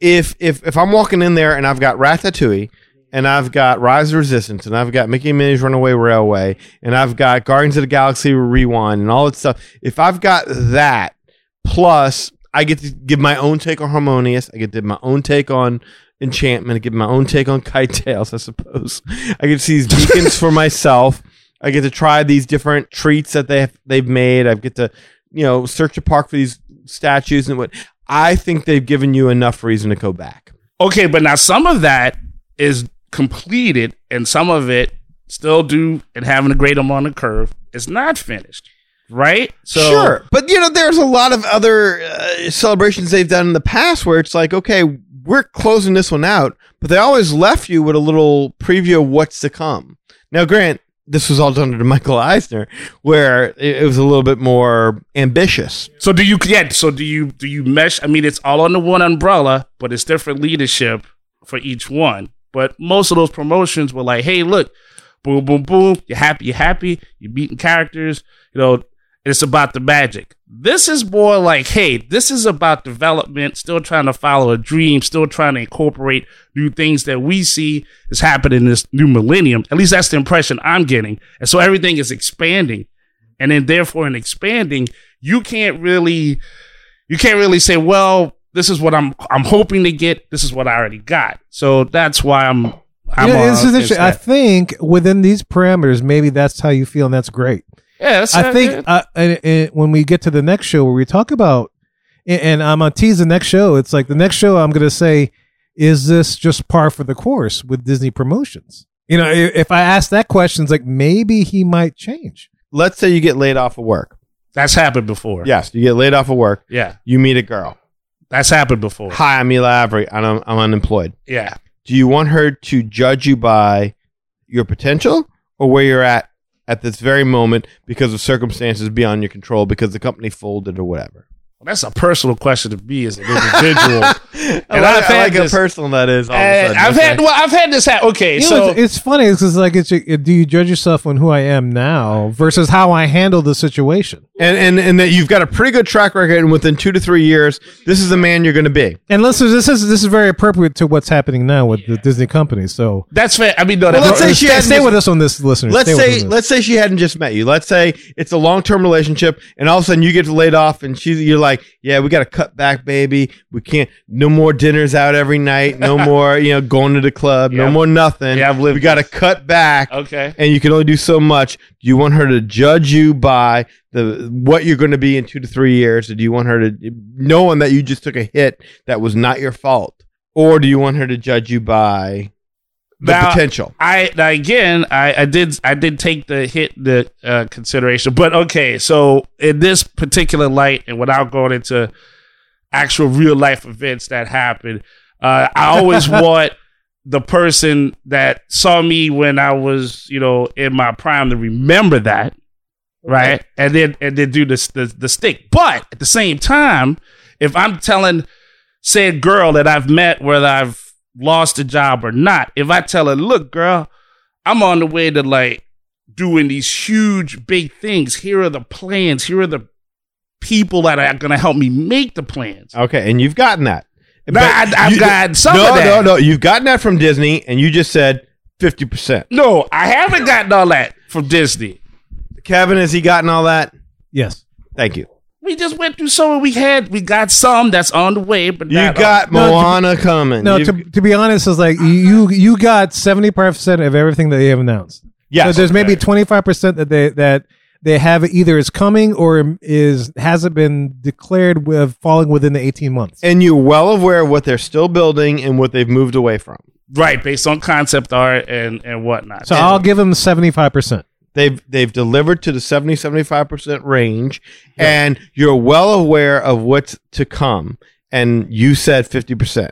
[SPEAKER 3] if if if I'm walking in there and I've got Ratatouille and I've got Rise of Resistance and I've got Mickey and Minnie's Runaway Railway and I've got Guardians of the Galaxy Rewind and all that stuff. If I've got that plus I get to give my own take on Harmonious, I get to my own take on Enchantment, I get my own take on Kite Tales, I suppose. I get to see these beacons for myself. I get to try these different treats that they have, they've made. I get to you know search the park for these statues and what. I think they've given you enough reason to go back.
[SPEAKER 4] Okay, but now some of that is completed, and some of it still due and having a great amount of curve is not finished, right? So
[SPEAKER 3] sure, but you know there's a lot of other uh, celebrations they've done in the past where it's like, okay, we're closing this one out, but they always left you with a little preview of what's to come. Now, Grant, this was all done under Michael Eisner, where it, it was a little bit more ambitious.
[SPEAKER 4] So do you? Yeah. So do you? Do you mesh? I mean, it's all under one umbrella, but it's different leadership for each one. But most of those promotions were like, "Hey, look, boom, boom, boom. You're happy. You're happy. You're beating characters. You know, it's about the magic." This is more like, "Hey, this is about development. Still trying to follow a dream. Still trying to incorporate new things that we see is happening in this new millennium." At least that's the impression I'm getting. And so everything is expanding and then therefore in expanding you can't really you can't really say well this is what i'm i'm hoping to get this is what i already got so that's why i'm i'm
[SPEAKER 2] yeah,
[SPEAKER 4] on
[SPEAKER 2] this is
[SPEAKER 4] against
[SPEAKER 2] interesting. I
[SPEAKER 4] that.
[SPEAKER 2] think within these parameters, maybe that's how you feel, and that's great.
[SPEAKER 4] yeah, that's-
[SPEAKER 2] I think uh, and, and when we get to the next show where we talk about, and, and I'm gonna tease the next show. It's like the next show I'm gonna say, is this just par for the course with Disney promotions? You know, i- if I ask that question, it's like maybe he might change.
[SPEAKER 3] Let's say you get laid off of work.
[SPEAKER 4] that's happened before
[SPEAKER 3] Yes, you get laid off of work.
[SPEAKER 4] yeah
[SPEAKER 3] You meet a girl.
[SPEAKER 4] that's happened before
[SPEAKER 3] Hi, I'm Eli Avery. and I'm, I'm unemployed.
[SPEAKER 4] yeah
[SPEAKER 3] Do you want her to judge you by your potential or where you're at at this very moment because of circumstances beyond your control because the company folded or whatever?
[SPEAKER 4] Well, that's a personal question to me as an individual.
[SPEAKER 3] and
[SPEAKER 4] And
[SPEAKER 3] I
[SPEAKER 4] I've
[SPEAKER 3] like, I
[SPEAKER 4] had
[SPEAKER 3] like how
[SPEAKER 4] this-
[SPEAKER 3] personal that is. All of a
[SPEAKER 4] And
[SPEAKER 3] sudden.
[SPEAKER 4] I've
[SPEAKER 3] Okay.
[SPEAKER 4] had well, I've had this happen. Okay,
[SPEAKER 2] You know,
[SPEAKER 4] so
[SPEAKER 2] it's, it's funny because like it's it, do you judge yourself on who I am now versus how I handle the situation?
[SPEAKER 3] and, and and that you've got a pretty good track record, and within two to three years, this is the man you're going to be.
[SPEAKER 2] And this is this is this is very appropriate to what's happening now with the Disney company. So
[SPEAKER 4] that's fair. I mean, no,
[SPEAKER 3] Well,
[SPEAKER 4] that-
[SPEAKER 3] let's say
[SPEAKER 2] Stay-
[SPEAKER 3] she
[SPEAKER 2] stay,
[SPEAKER 3] hadn't just-
[SPEAKER 2] with us on this, listeners.
[SPEAKER 3] Let's
[SPEAKER 2] Stay with us
[SPEAKER 3] say
[SPEAKER 2] on this.
[SPEAKER 3] let's say she hadn't just met you. Let's say it's a long term relationship, and all of a sudden you get laid off, and she's you're like, yeah, we got to cut back, baby. We can't. No more dinners out every night. No more, you know, going to the club. No
[SPEAKER 4] Yeah.
[SPEAKER 3] more nothing.
[SPEAKER 4] Yeah, I've lived
[SPEAKER 3] we got to cut back.
[SPEAKER 4] okay.
[SPEAKER 3] and you can only do so much. Do you want her to judge you by the what you're going to be in two to three years? Or do you want her to knowing that you just took a hit that was not your fault, or do you want her to judge you by the
[SPEAKER 4] Now-
[SPEAKER 3] potential?
[SPEAKER 4] I now again, I, I did I did take the hit the uh, consideration, but okay. So in this particular light, and without going into actual real life events that happened, uh, I always want the person that saw me when I was you know in my prime to remember that, right? And then and then do this the, the stick. But at the same time, if I'm telling said girl that I've met, whether I've lost a job or not, if I tell her, look, girl, I'm on the way to like doing these huge big things. Here are the plans. Here are the people that are going to help me make the plans.
[SPEAKER 3] Okay, and you've gotten that.
[SPEAKER 4] Nah, I, I've
[SPEAKER 3] you-
[SPEAKER 4] gotten some
[SPEAKER 3] no,
[SPEAKER 4] of that.
[SPEAKER 3] no, no. You've gotten that from Disney, and you just said fifty percent.
[SPEAKER 4] No, I haven't gotten all that from Disney.
[SPEAKER 3] Kevin, has he gotten all that?
[SPEAKER 2] yes.
[SPEAKER 3] Thank you.
[SPEAKER 4] We just went through some. and We had, we got some that's on the way, but
[SPEAKER 3] You
[SPEAKER 4] not all.
[SPEAKER 3] got
[SPEAKER 2] No, to-
[SPEAKER 3] Moana coming.
[SPEAKER 2] No,
[SPEAKER 3] You've-
[SPEAKER 2] to, to be honest, it's like you you got seventy five percent of everything that they have announced.
[SPEAKER 3] Yes,
[SPEAKER 2] so there's maybe twenty five percent that they that they have either is coming or is hasn't been declared with falling within the eighteen months.
[SPEAKER 3] and you're well aware of what they're still building and what they've moved away from.
[SPEAKER 4] right based on concept art and and whatnot.
[SPEAKER 2] so I'll give them seventy five percent.
[SPEAKER 3] they've they've delivered to the 70 75% range and you're well aware of what's to come and you said 50%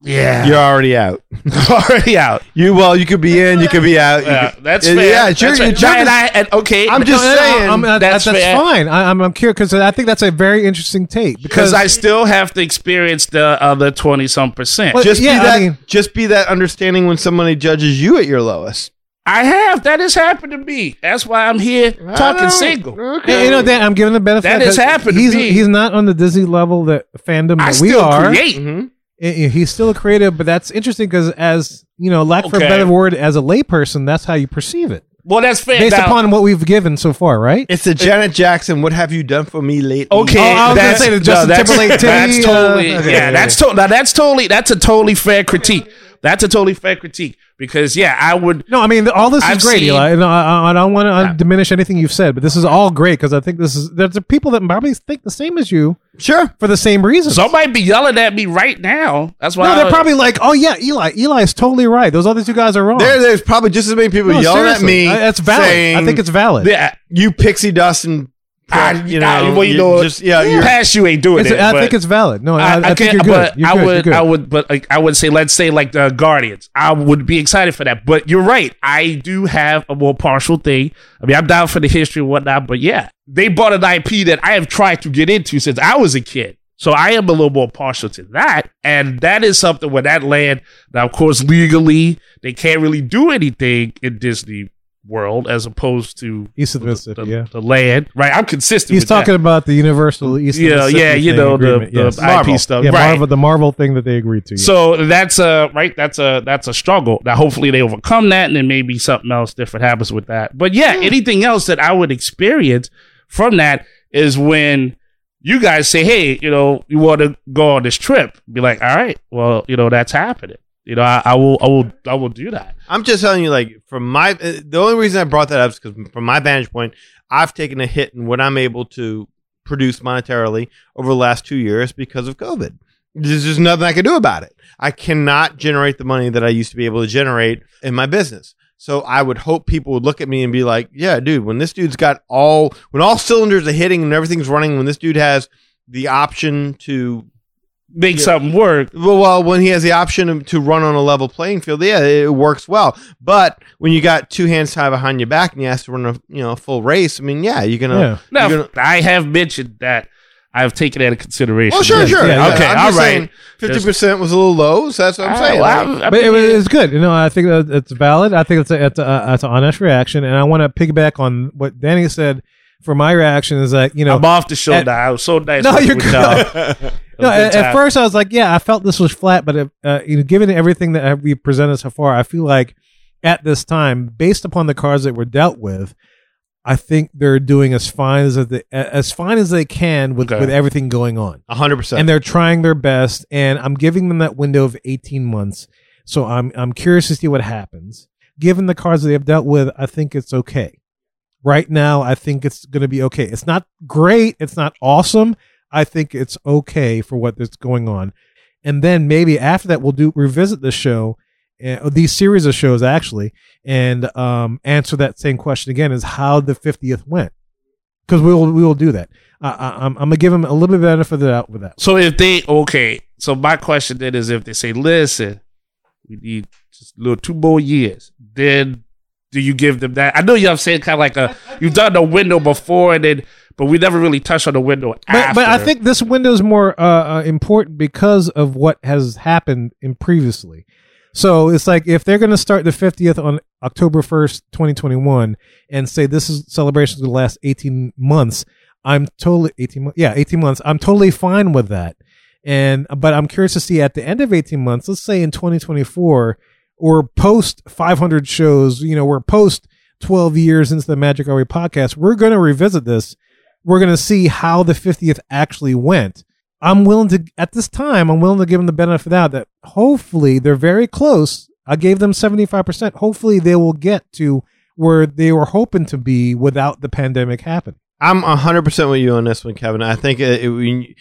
[SPEAKER 4] yeah,
[SPEAKER 3] you're already out
[SPEAKER 4] already out.
[SPEAKER 3] you well you could be in you could be out you
[SPEAKER 4] Yeah,
[SPEAKER 3] could-
[SPEAKER 4] that's
[SPEAKER 3] yeah,
[SPEAKER 4] fair.
[SPEAKER 3] yeah sure
[SPEAKER 4] That's fair.
[SPEAKER 3] your job
[SPEAKER 4] No, and
[SPEAKER 3] is-
[SPEAKER 4] I- and- okay,
[SPEAKER 3] I'm just saying
[SPEAKER 2] I'm, I-
[SPEAKER 4] that's
[SPEAKER 2] that's
[SPEAKER 4] fair.
[SPEAKER 2] fine. I, I'm I'm curious because I think that's a very interesting take
[SPEAKER 4] because I still have to experience the other twenty some percent.
[SPEAKER 2] Well,
[SPEAKER 3] just
[SPEAKER 2] Uh, yeah,
[SPEAKER 3] be
[SPEAKER 2] I
[SPEAKER 3] that
[SPEAKER 2] mean-
[SPEAKER 3] just be that understanding when somebody judges you at your lowest
[SPEAKER 4] I have that has happened to me. That's why I'm here talking single.
[SPEAKER 2] Yeah, you know Dan, I'm giving the benefit.
[SPEAKER 4] That
[SPEAKER 2] because
[SPEAKER 4] has happened to
[SPEAKER 2] He's
[SPEAKER 4] me.
[SPEAKER 2] he's not on the Disney level that fandom
[SPEAKER 4] I
[SPEAKER 2] that we
[SPEAKER 4] still
[SPEAKER 2] are.
[SPEAKER 4] create.
[SPEAKER 3] Mhm.
[SPEAKER 2] I- I- he's still a creative, but that's interesting because as you know, lack for a
[SPEAKER 4] Okay.
[SPEAKER 2] better word, as a layperson, that's how you perceive it
[SPEAKER 4] Well, that's fair.
[SPEAKER 2] based
[SPEAKER 4] Now-
[SPEAKER 2] upon what we've given so far, right?
[SPEAKER 3] it's the janet jackson what have you done for me lately
[SPEAKER 4] Okay,
[SPEAKER 2] Oh, I was gonna
[SPEAKER 4] that's-
[SPEAKER 2] say the Justin
[SPEAKER 4] that's-
[SPEAKER 2] Timberlake
[SPEAKER 4] That's
[SPEAKER 2] titty,
[SPEAKER 4] totally,
[SPEAKER 2] uh,
[SPEAKER 4] yeah,
[SPEAKER 2] okay, yeah,
[SPEAKER 4] that's to, now that's totally, that's a totally fair critique. That's a totally fair critique because yeah, I would
[SPEAKER 2] No, I mean th- all this is
[SPEAKER 4] I've
[SPEAKER 2] great,
[SPEAKER 4] seen-
[SPEAKER 2] Eli. And I, I- I don't want to diminish anything you've said, but this is all great because I think this is there's people that probably think the same as you
[SPEAKER 3] Oh, sure
[SPEAKER 2] for the same reasons.
[SPEAKER 4] somebody be yelling at me right now. That's why
[SPEAKER 2] no,
[SPEAKER 4] I-
[SPEAKER 2] they're probably like, "Oh yeah, Eli, Eli's totally right. Those other two guys are wrong."
[SPEAKER 3] there, there's probably just as many people
[SPEAKER 2] No,
[SPEAKER 3] yelling at
[SPEAKER 2] seriously.
[SPEAKER 3] me
[SPEAKER 2] I- That's valid. I
[SPEAKER 3] saying,
[SPEAKER 2] think it's valid. Ah,
[SPEAKER 4] yeah.
[SPEAKER 3] you pixie dust and
[SPEAKER 4] I,
[SPEAKER 3] you know
[SPEAKER 4] well, you, know,
[SPEAKER 3] just yeah, you're
[SPEAKER 4] past you ain't doing
[SPEAKER 2] It's-
[SPEAKER 4] it.
[SPEAKER 2] I
[SPEAKER 4] but-
[SPEAKER 2] think it's valid. No, I, I, think you're good.
[SPEAKER 4] But
[SPEAKER 2] You're
[SPEAKER 4] I
[SPEAKER 2] good.
[SPEAKER 4] would,
[SPEAKER 2] You're good.
[SPEAKER 4] I would, but like, I would say, let's say like the Guardians. I would be excited for that. But you're right. I do have a more partial thing. I mean, I'm down for the history and whatnot. But yeah, they bought an IP that I have tried to get into since I was a kid. So I am a little more partial to that, and that is something where that land. Now, of course, legally they can't really do anything in Disney World as opposed to
[SPEAKER 2] East of the
[SPEAKER 4] the,
[SPEAKER 2] Mississippi. Yeah.
[SPEAKER 4] the land. Right? I'm consistent.
[SPEAKER 2] He's
[SPEAKER 4] with that.
[SPEAKER 2] talking about the Universal East. of
[SPEAKER 4] Yeah,
[SPEAKER 2] Mississippi
[SPEAKER 4] yeah, you
[SPEAKER 2] thing
[SPEAKER 4] know, the-
[SPEAKER 2] agreement,
[SPEAKER 4] the IP Marvel. stuff,
[SPEAKER 2] Yeah,
[SPEAKER 4] right.
[SPEAKER 2] Marvel, the Marvel thing that they agreed to. yeah.
[SPEAKER 4] So that's a right. That's a that's a struggle. Now hopefully they overcome that, and then maybe something else different happens with that. But yeah, anything else that I would experience from that is when you guys say, "Hey, you know, you want to go on this trip?" Be like, "All right, well, you know, that's happening. You know, I, I will, I will, I will do that."
[SPEAKER 3] I'm just telling you, like from my uh, the only reason I brought that up is because from my vantage point, I've taken a hit in what I'm able to produce monetarily over the last two years because of COVID. There's just nothing I can do about it. I cannot generate the money that I used to be able to generate in my business. So I would hope people would look at me and be like, "Yeah, dude, when this dude's got all when all cylinders are hitting and everything's running, when this dude has the option to
[SPEAKER 4] Make
[SPEAKER 3] Yeah.
[SPEAKER 4] something work.
[SPEAKER 3] well, well, when he has the option to run on a level playing field, yeah, it works well. But when you got two hands tied behind your back and you have to run a you know a full race, I mean, yeah, you're gonna
[SPEAKER 2] Yeah.
[SPEAKER 4] Now
[SPEAKER 3] You're gonna-
[SPEAKER 4] I have mentioned that I have taken that into consideration.
[SPEAKER 3] Oh, sure,
[SPEAKER 2] Yes,
[SPEAKER 3] sure.
[SPEAKER 2] yeah,
[SPEAKER 3] I-
[SPEAKER 4] okay,
[SPEAKER 3] I'm
[SPEAKER 4] all
[SPEAKER 3] just saying
[SPEAKER 4] right.
[SPEAKER 3] 50% was a little low, so that's what I'm saying. Like,
[SPEAKER 4] Uh, Well, I- I
[SPEAKER 2] but it
[SPEAKER 4] mean,
[SPEAKER 2] was, it's good. You know, I think that it's valid. I think it's a, it's a, it's an honest reaction, and I want to piggyback on what Danny said. For my reaction is that you know,
[SPEAKER 4] I'm off the show
[SPEAKER 2] At-
[SPEAKER 4] now. It was so nice.
[SPEAKER 2] No,
[SPEAKER 4] working
[SPEAKER 2] you're
[SPEAKER 4] with
[SPEAKER 2] good.
[SPEAKER 4] y'all.
[SPEAKER 2] no.
[SPEAKER 4] It was a
[SPEAKER 2] At,
[SPEAKER 4] good
[SPEAKER 2] at
[SPEAKER 4] time.
[SPEAKER 2] first, I was like, yeah, I felt this was flat, but it, uh, you know, given everything that uh, we presented so far, I feel like at this time, based upon the cards that were dealt with, I think they're doing as fine as they, as fine as they can with
[SPEAKER 4] Okay.
[SPEAKER 2] with everything going on.
[SPEAKER 3] 100%.
[SPEAKER 2] and they're trying their best and i'm giving them that window of 18 months so i'm i'm curious to see what happens given the cards that they've dealt with i think it's okay right now i think it's going to be okay it's not great it's not awesome i think it's okay for what is going on and then maybe after that we'll do revisit the show uh, or these series of shows actually and um, answer that same question again is how the 50th went because we will we will do that I, I, I'm, I'm gonna give them a little bit benefit of the doubt with that
[SPEAKER 4] So if they okay, so my question then is if they say, listen, we need just a little two more years, then do you give them that? I know you have saying kind of like a you've done the window before and then but we never really touched on the window
[SPEAKER 2] But,
[SPEAKER 4] after.
[SPEAKER 2] but I think this window is more uh, uh, important because of what has happened in previously. So it's like if they're going to start the 50th on October 1st, 2021, and say this is celebration of the last 18 months, I'm totally 18 months. Yeah, 18 months. I'm totally fine with that. And but I'm curious to see at the end of 18 months, let's say in 2024 or post 500 shows, you know, we're post 12 years into the Magic Are We podcast, we're going to revisit this we're going to see how the 50th actually went. I'm willing to, at this time, I'm willing to give them the benefit of the doubt that hopefully they're very close. I gave them 75%. Hopefully they will get to where they were hoping to be without the pandemic happening.
[SPEAKER 3] I'm 100% with you on this one, Kevin. I think it, it, we,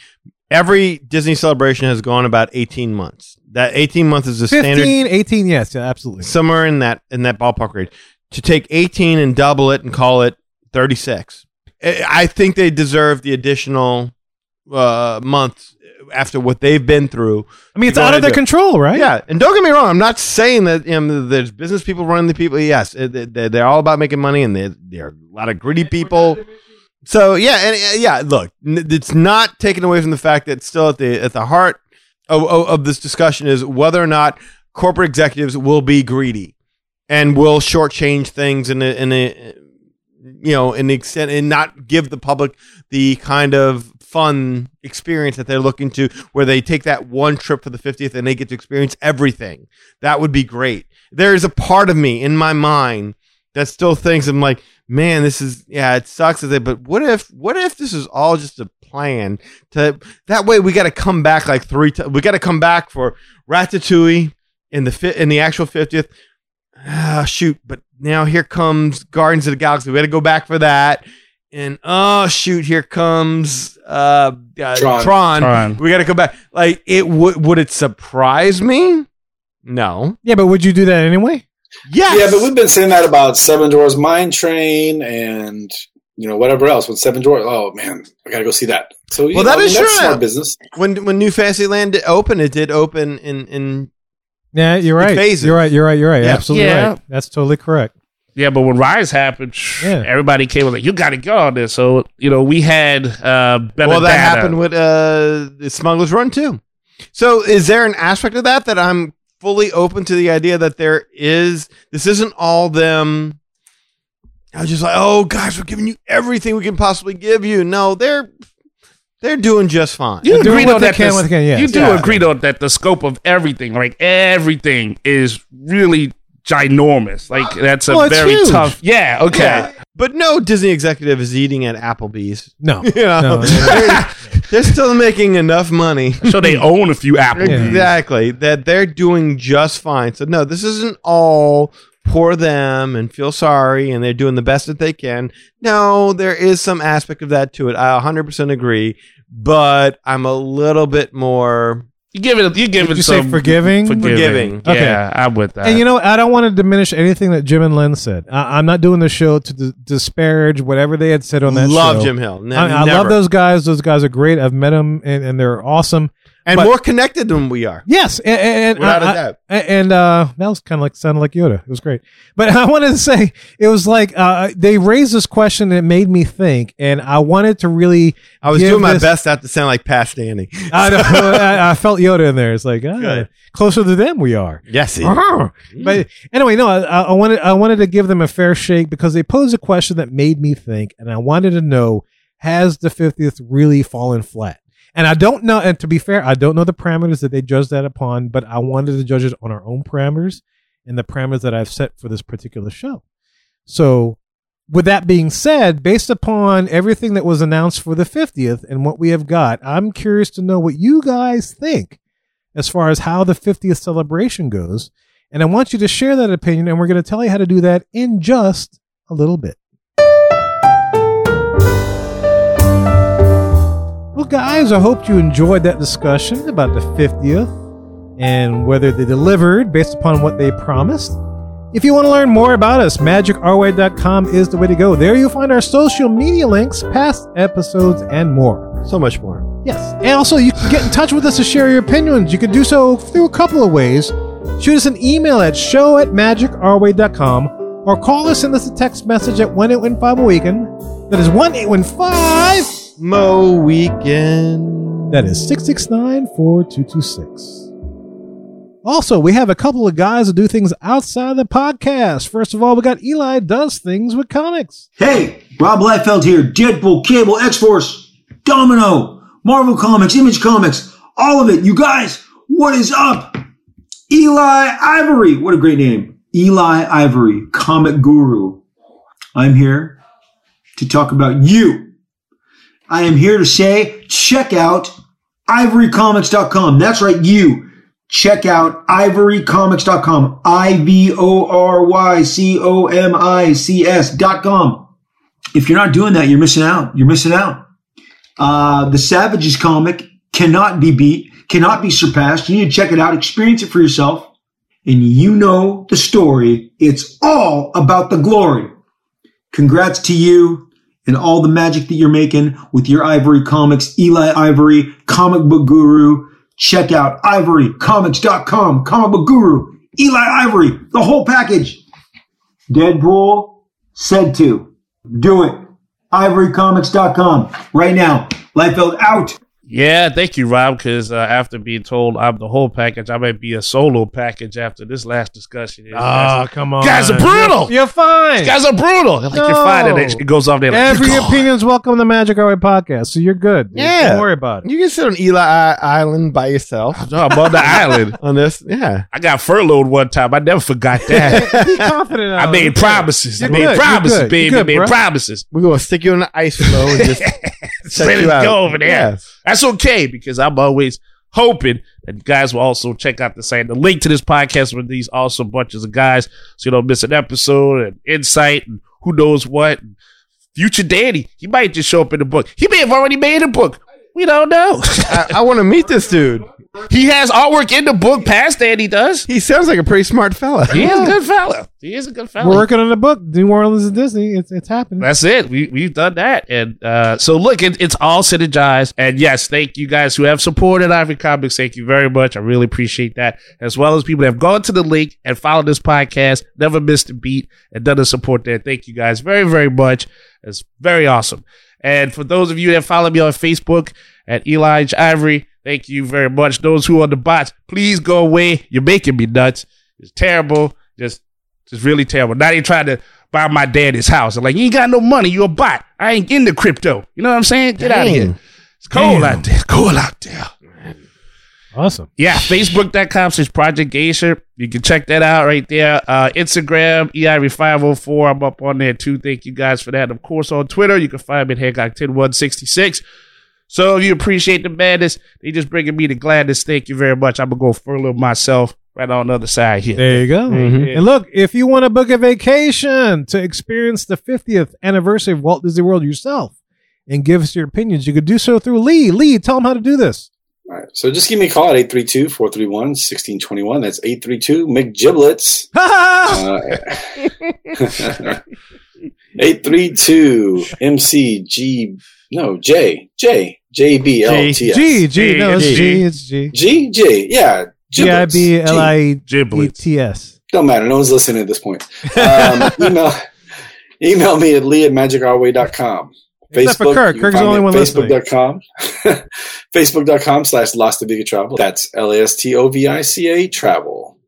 [SPEAKER 3] every Disney celebration has gone about 18 months. That 18 months is the standard
[SPEAKER 2] 15, 18, yes, yeah, absolutely.
[SPEAKER 3] somewhere in that in that ballpark range. To take 18 and double it and call it 36, I I think they deserve the additional uh, month after what they've been through.
[SPEAKER 2] I mean, it's
[SPEAKER 3] You
[SPEAKER 2] out
[SPEAKER 3] wanna
[SPEAKER 2] of their
[SPEAKER 3] do it.
[SPEAKER 2] control, right?
[SPEAKER 3] Yeah, and don't get me wrong. I'm not saying that you know, there's business people running the people. Yes, eh, they- they- they're all about making money, and they're, they're a lot of greedy people. So yeah, and eh, yeah. Look, n- it's not taken away from the fact that still at the at the heart of, of, of this discussion is whether or not corporate executives will be greedy and will shortchange things in a, in a you know in the extent and not give the public the kind of fun experience that they're looking to where they take that one trip for the 50th and they get to experience everything that would be great there is a part of me in my mind that still thinks i'm like man this is yeah it sucks that they but what if what if this is all just a plan to that way we got to come back like three times we got to come back for ratatouille in the fit in the actual 50th ah, shoot, but now here comes Guardians of the Galaxy. We had to go back for that. And oh shoot, here comes uh, uh Tron.
[SPEAKER 8] Tron.
[SPEAKER 4] Tron.
[SPEAKER 3] We got to go back. Like it would would it surprise me? No.
[SPEAKER 2] Yeah, but would you do that anyway?
[SPEAKER 3] Yes.
[SPEAKER 8] Yeah, but we've been saying that about Seven Doors Mine Train and you know whatever else. When Seven Doors, oh man, I gotta go see that. So you
[SPEAKER 3] Well,
[SPEAKER 8] know,
[SPEAKER 3] that
[SPEAKER 8] I mean,
[SPEAKER 3] is
[SPEAKER 8] that's
[SPEAKER 3] true.
[SPEAKER 8] smart business.
[SPEAKER 3] when when New Fantasyland opened, it did open in in
[SPEAKER 2] Yeah, you're
[SPEAKER 3] It
[SPEAKER 2] right.
[SPEAKER 3] phases.
[SPEAKER 2] You're right. You're right. You're right.
[SPEAKER 3] Yeah.
[SPEAKER 2] Absolutely
[SPEAKER 4] Yeah.
[SPEAKER 2] right. That's totally correct.
[SPEAKER 4] Yeah, but when Rise happened, psh,
[SPEAKER 2] Yeah.
[SPEAKER 4] everybody came and was like, You gotta go on this. So, you know, we had uh Benedetta.
[SPEAKER 3] well that happened with uh the Smuggler's Run too. So is there an aspect of that that I'm fully open to the idea that there is this isn't all them I was just like, oh guys, we're giving you everything we can possibly give you. No, they're they're doing just fine.
[SPEAKER 4] You
[SPEAKER 2] They're doing
[SPEAKER 4] agree
[SPEAKER 2] what
[SPEAKER 4] though
[SPEAKER 2] they
[SPEAKER 4] that
[SPEAKER 2] can,
[SPEAKER 4] this-
[SPEAKER 2] what they can, yes.
[SPEAKER 4] you do
[SPEAKER 2] Yeah.
[SPEAKER 4] agree though that the scope of everything, like everything, is really ginormous. Like that's a
[SPEAKER 2] Well, it's
[SPEAKER 4] very
[SPEAKER 2] huge.
[SPEAKER 4] tough. Yeah. Okay.
[SPEAKER 3] Yeah. But no Disney executive is eating at Applebee's.
[SPEAKER 2] No.
[SPEAKER 3] You know?
[SPEAKER 2] No, no,
[SPEAKER 3] they're still making enough money.
[SPEAKER 4] So they own a few Apple.
[SPEAKER 3] Exactly. That they're doing just fine. So no, this isn't all poor them and feel sorry and they're doing the best that they can. No, there is some aspect of that to it. I 100% agree, but I'm a little bit more
[SPEAKER 4] You give it. You give
[SPEAKER 2] Did
[SPEAKER 4] it
[SPEAKER 2] you say
[SPEAKER 4] some
[SPEAKER 2] forgiving?
[SPEAKER 3] Forgiving.
[SPEAKER 4] Yeah,
[SPEAKER 2] Okay.
[SPEAKER 4] I'm with
[SPEAKER 3] Uh,
[SPEAKER 4] that.
[SPEAKER 2] And you know, I don't want to diminish anything that Jim and Lynn said. I, I'm not doing the show to d- disparage whatever they had said on that
[SPEAKER 3] love
[SPEAKER 2] show.
[SPEAKER 3] Jim Hill. Ne-
[SPEAKER 2] I, I
[SPEAKER 3] never.
[SPEAKER 2] love those guys. Those guys are great. I've met them and, and they're awesome.
[SPEAKER 3] and
[SPEAKER 2] But-
[SPEAKER 3] more connected than we are,
[SPEAKER 2] Yes, and, and,
[SPEAKER 3] without
[SPEAKER 2] I-
[SPEAKER 3] a doubt.
[SPEAKER 2] A- and uh that was kind of like sounded like yoda it was great but i wanted to say it was like uh they raised this question that made me think and i wanted to really
[SPEAKER 3] I was
[SPEAKER 2] give
[SPEAKER 3] doing my
[SPEAKER 2] this-
[SPEAKER 3] best not to sound like past Danny.
[SPEAKER 2] I, don't know, I, I felt yoda in there it's like ah,
[SPEAKER 3] Good.
[SPEAKER 2] closer to them we are
[SPEAKER 3] Yes, he-
[SPEAKER 2] Uh-huh. but anyway no I, I wanted i wanted to give them a fair shake because they posed a question that made me think and i wanted to know has the 50th really fallen flat and i don't know and to be fair i don't know the parameters that they judged that upon but i wanted to judge it on our own parameters and the parameters that i've set for this particular show so with that being said based upon everything that was announced for the 50th and what we have got i'm curious to know what you guys think as far as how the 50th celebration goes and I want you to share that opinion, and we're going to tell you how to do that in just a little bit. Well, guys, I hope you enjoyed that discussion about the 50th and whether they delivered based upon what they promised. If you want to learn more about us, magicourway.com is the way to go. There you'll find our social media links, past episodes, and more.
[SPEAKER 3] so much more.
[SPEAKER 2] Yes. And also, you can get in touch with us to share your opinions. You can do so through a couple of ways. Shoot us an email at show at magicourway.com or call us and send us a text message at 1 815 Weekend. That is 1 815.
[SPEAKER 3] Mo weekend.
[SPEAKER 2] That is 669 4226. Also, we have a couple of guys that do things outside of the podcast. First of all, we got Eli Does Things with Comics.
[SPEAKER 9] Hey, Rob Liefeld here. Deadpool, Cable, X Force, Domino, Marvel Comics, Image Comics, all of it. You guys, what is up? Eli Ivory. What a great name. Eli Ivory, comic guru. I'm here to talk about you. I am here to say check out ivorycomics.com. That's right, you. Check out ivorycomics.com. I V O R Y C O M I C S.com if you're not doing that, you're missing out. You're missing out. Uh, the Savages comic cannot be beat, cannot be surpassed. You need to check it out, experience it for yourself. And you know the story. It's all about the glory. Congrats to you and all the magic that you're making with your Ivory Comics, Eli Ivory, comic book guru. Check out ivorycomics.com, comic book guru, Eli Ivory, the whole package. Deadpool said to. Do it. Ivorycomics.com right now. Liefeld out.
[SPEAKER 4] Yeah, thank you, Rob. Because uh, after being told I'm the whole package, I might be a solo package after this last discussion.
[SPEAKER 3] Ah,
[SPEAKER 2] come
[SPEAKER 4] You guys are brutal.
[SPEAKER 2] You're fine.
[SPEAKER 4] You guys are brutal. They're like you're fine, and it, it goes off there. Like,
[SPEAKER 2] Every
[SPEAKER 4] "You're gone."
[SPEAKER 2] opinion's welcome to Magic Our Way podcast, so you're good. dude.
[SPEAKER 3] Yeah.
[SPEAKER 2] Don't worry about it.
[SPEAKER 3] You can sit on Eli I- Island by yourself
[SPEAKER 4] No, I'm on the island.
[SPEAKER 3] on this. Yeah.
[SPEAKER 4] Oh, I got furloughed one time. I never forgot that.
[SPEAKER 2] Be confident.
[SPEAKER 4] I
[SPEAKER 2] Alan.
[SPEAKER 4] made promises. I
[SPEAKER 2] You're
[SPEAKER 4] made
[SPEAKER 2] good. You're
[SPEAKER 4] promises,
[SPEAKER 2] good.
[SPEAKER 4] baby.
[SPEAKER 2] You're
[SPEAKER 4] I
[SPEAKER 2] good,
[SPEAKER 4] made
[SPEAKER 2] bro.
[SPEAKER 4] promises.
[SPEAKER 3] We're gonna stick you in the ice flow and just
[SPEAKER 4] Just let
[SPEAKER 3] check
[SPEAKER 4] it
[SPEAKER 3] you out.
[SPEAKER 4] go over there.
[SPEAKER 3] Yeah.
[SPEAKER 4] That's okay because I'm always hoping that you guys will also check out the site. The link to this podcast with these awesome bunches of guys so you don't miss an episode and insight and who knows what. And Future Danny, he might just show up in the book. He may have already made a book. We don't know.
[SPEAKER 3] I, I want to meet this dude.
[SPEAKER 4] he has artwork in the book past Danny does.
[SPEAKER 3] He sounds like a pretty smart fella.
[SPEAKER 4] He is a good fella. He is a good fella.
[SPEAKER 2] We're working on a book. New Orleans and Disney. It's it's happening.
[SPEAKER 4] That's it. We we've done that, and uh, so look, it, it's all synergized. And yes, thank you guys who have supported Ivory Comics. Thank you very much. I really appreciate that, as well as people that have gone to the link and followed this podcast, never missed a beat, and done the support there. Thank you guys very very much. It's very awesome. And for those of you that follow me on Facebook at Elijah Ivory, thank you very much. Those who are on the bots, please go away. You're making me nuts. It's terrible. Just just really terrible. Now they trying to buy my daddy's house. I'm like, you ain't got no money. You a bot. I ain't into crypto. You know what I'm saying? Get out of
[SPEAKER 3] Dang.
[SPEAKER 4] here. It's cold out there. It's cold out there.
[SPEAKER 2] awesome.
[SPEAKER 4] Yeah, facebook.com slash Project Geisha. You can check that out right there. Uh, Instagram, EIRE504. I'm up on there too. Thank you guys for that. And of course, on Twitter, you can find me at Hancock10166. So if you appreciate the madness, they just bringing me the gladness. Thank you very much. I'm going to go furlough myself right on the other side here.
[SPEAKER 2] There you go.
[SPEAKER 8] Mm-hmm.
[SPEAKER 2] And look, if you want to book a vacation to experience the 50th anniversary of Walt Disney World yourself and give us your opinions, you could do so through Lee. Lee, tell him how to do this.
[SPEAKER 8] All right. So just give me a call at 832-431-1621. That's 832 McGiblets. Uh, 832 MCG no J J J B L T
[SPEAKER 2] G,
[SPEAKER 8] S.
[SPEAKER 2] G, no, it's G, it's G.
[SPEAKER 8] G J. Yeah.
[SPEAKER 2] G I B L I E
[SPEAKER 4] Giblets.
[SPEAKER 2] T S.
[SPEAKER 8] Don't matter. No one's listening at this point. Um, email, email me at lee at magicourway.com.
[SPEAKER 2] Except for Kirk.
[SPEAKER 8] you can
[SPEAKER 2] Kirk's
[SPEAKER 8] find
[SPEAKER 2] the
[SPEAKER 8] me
[SPEAKER 2] only
[SPEAKER 8] at
[SPEAKER 2] one listening.
[SPEAKER 8] Facebook.com. Facebook.com slash Las Vica Travel. That's L A S T O V I C A travel.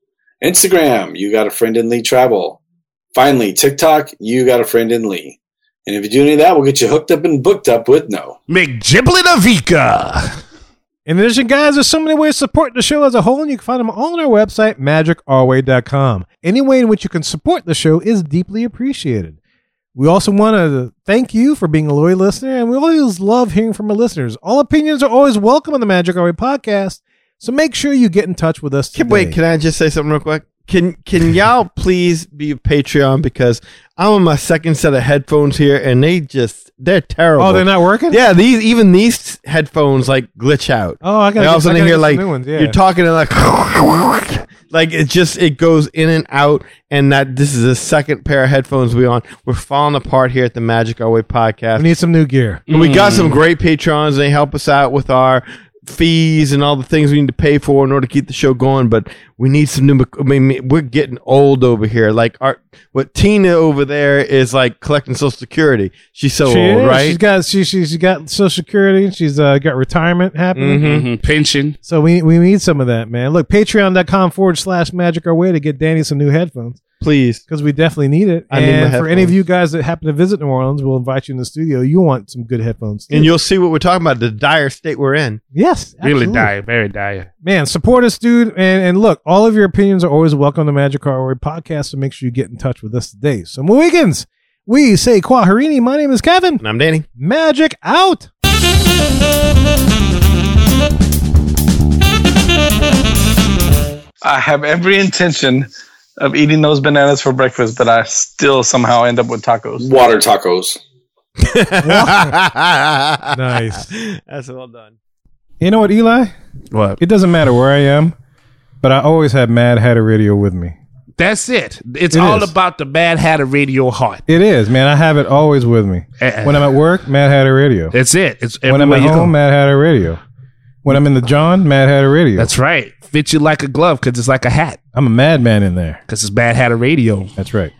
[SPEAKER 8] Instagram, you got a friend in Lee travel. Finally, TikTok, you got a friend in Lee. And if you do any of that, we'll get you hooked up and booked up with no.
[SPEAKER 4] McGiblet Avica.
[SPEAKER 2] In addition, guys, there's so many ways to support the show as a whole, and you can find them all on our website, magicourway.com. Any way in which you can support the show is deeply appreciated. We also want to thank you for being a loyal listener, and we always love hearing from our listeners. All opinions are always welcome on the Magic Our Way podcast, so make sure you get in touch with us.
[SPEAKER 3] Can,
[SPEAKER 2] today.
[SPEAKER 3] wait, can I just say something real quick? Can can y'all please be a Patreon because I'm on my second set of headphones here and they just they're terrible.
[SPEAKER 2] oh, they're not working?
[SPEAKER 3] Yeah, these even these headphones like glitch out.
[SPEAKER 2] Oh, I got
[SPEAKER 3] Like, all of a sudden, I hear like
[SPEAKER 2] new ones. Yeah.
[SPEAKER 3] you're talking and like like it just it goes in and out, and that this is the second pair of headphones we on. We're falling apart here at the Magic Our Way podcast.
[SPEAKER 2] we need Mm. some new gear.
[SPEAKER 3] And we got some great patrons. They help us out with our fees and all the things we need to pay for in order to keep the show going. But we need some new. I mean, we're getting old over here. Like our what Tina over there is like collecting Social Security. She's so
[SPEAKER 2] she
[SPEAKER 3] old,
[SPEAKER 2] is.
[SPEAKER 3] Oh, right?
[SPEAKER 2] She's got she she she got Social Security. She's uh, got retirement happening.
[SPEAKER 3] Mhm.
[SPEAKER 4] Mm-hmm. Pension.
[SPEAKER 2] So we we need some of that, man. Look, Patreon.com forward slash Magic Our Way to get Danny some new headphones
[SPEAKER 3] Please.
[SPEAKER 2] because we definitely need it.
[SPEAKER 3] I need my
[SPEAKER 2] and for any of
[SPEAKER 3] headphones.
[SPEAKER 2] you guys that happen to visit New Orleans, we'll invite you in the studio. You want some good headphones? too.
[SPEAKER 3] And you'll see what we're talking about, the dire state we're in.
[SPEAKER 2] yes,
[SPEAKER 4] Really
[SPEAKER 2] absolutely.
[SPEAKER 4] dire. Very dire.
[SPEAKER 2] man. Support us, dude. And and look, all of your opinions are always welcome to Magic Our Way podcast. So make sure you get in touch with us today. So Mohicans, we say Quaharini. My name is Kevin.
[SPEAKER 3] And I'm Danny.
[SPEAKER 2] Magic out.
[SPEAKER 10] I have every intention of eating those bananas for breakfast, but I still somehow end up with tacos.
[SPEAKER 8] Water tacos.
[SPEAKER 3] nice. That's well done.
[SPEAKER 2] You know what, Eli?
[SPEAKER 4] What?
[SPEAKER 2] It doesn't matter where I am, but I always have Mad Hatter Radio with me.
[SPEAKER 4] That's it. It's
[SPEAKER 2] It
[SPEAKER 4] all
[SPEAKER 2] is.
[SPEAKER 4] about the Mad Hatter Radio heart.
[SPEAKER 2] It is, man. I have it always with me.
[SPEAKER 4] Eh.
[SPEAKER 2] When I'm at work, Mad Hatter Radio.
[SPEAKER 4] That's it. It's
[SPEAKER 2] When I'm
[SPEAKER 4] everywhere
[SPEAKER 2] at
[SPEAKER 4] you go.
[SPEAKER 2] home, Mad Hatter Radio. When I'm in the John, Mad Hatter Radio.
[SPEAKER 4] That's right. Fits you like a glove because it's like a hat
[SPEAKER 2] I'm a madman in there.
[SPEAKER 4] because it's Mad Hatter Radio.
[SPEAKER 2] That's right.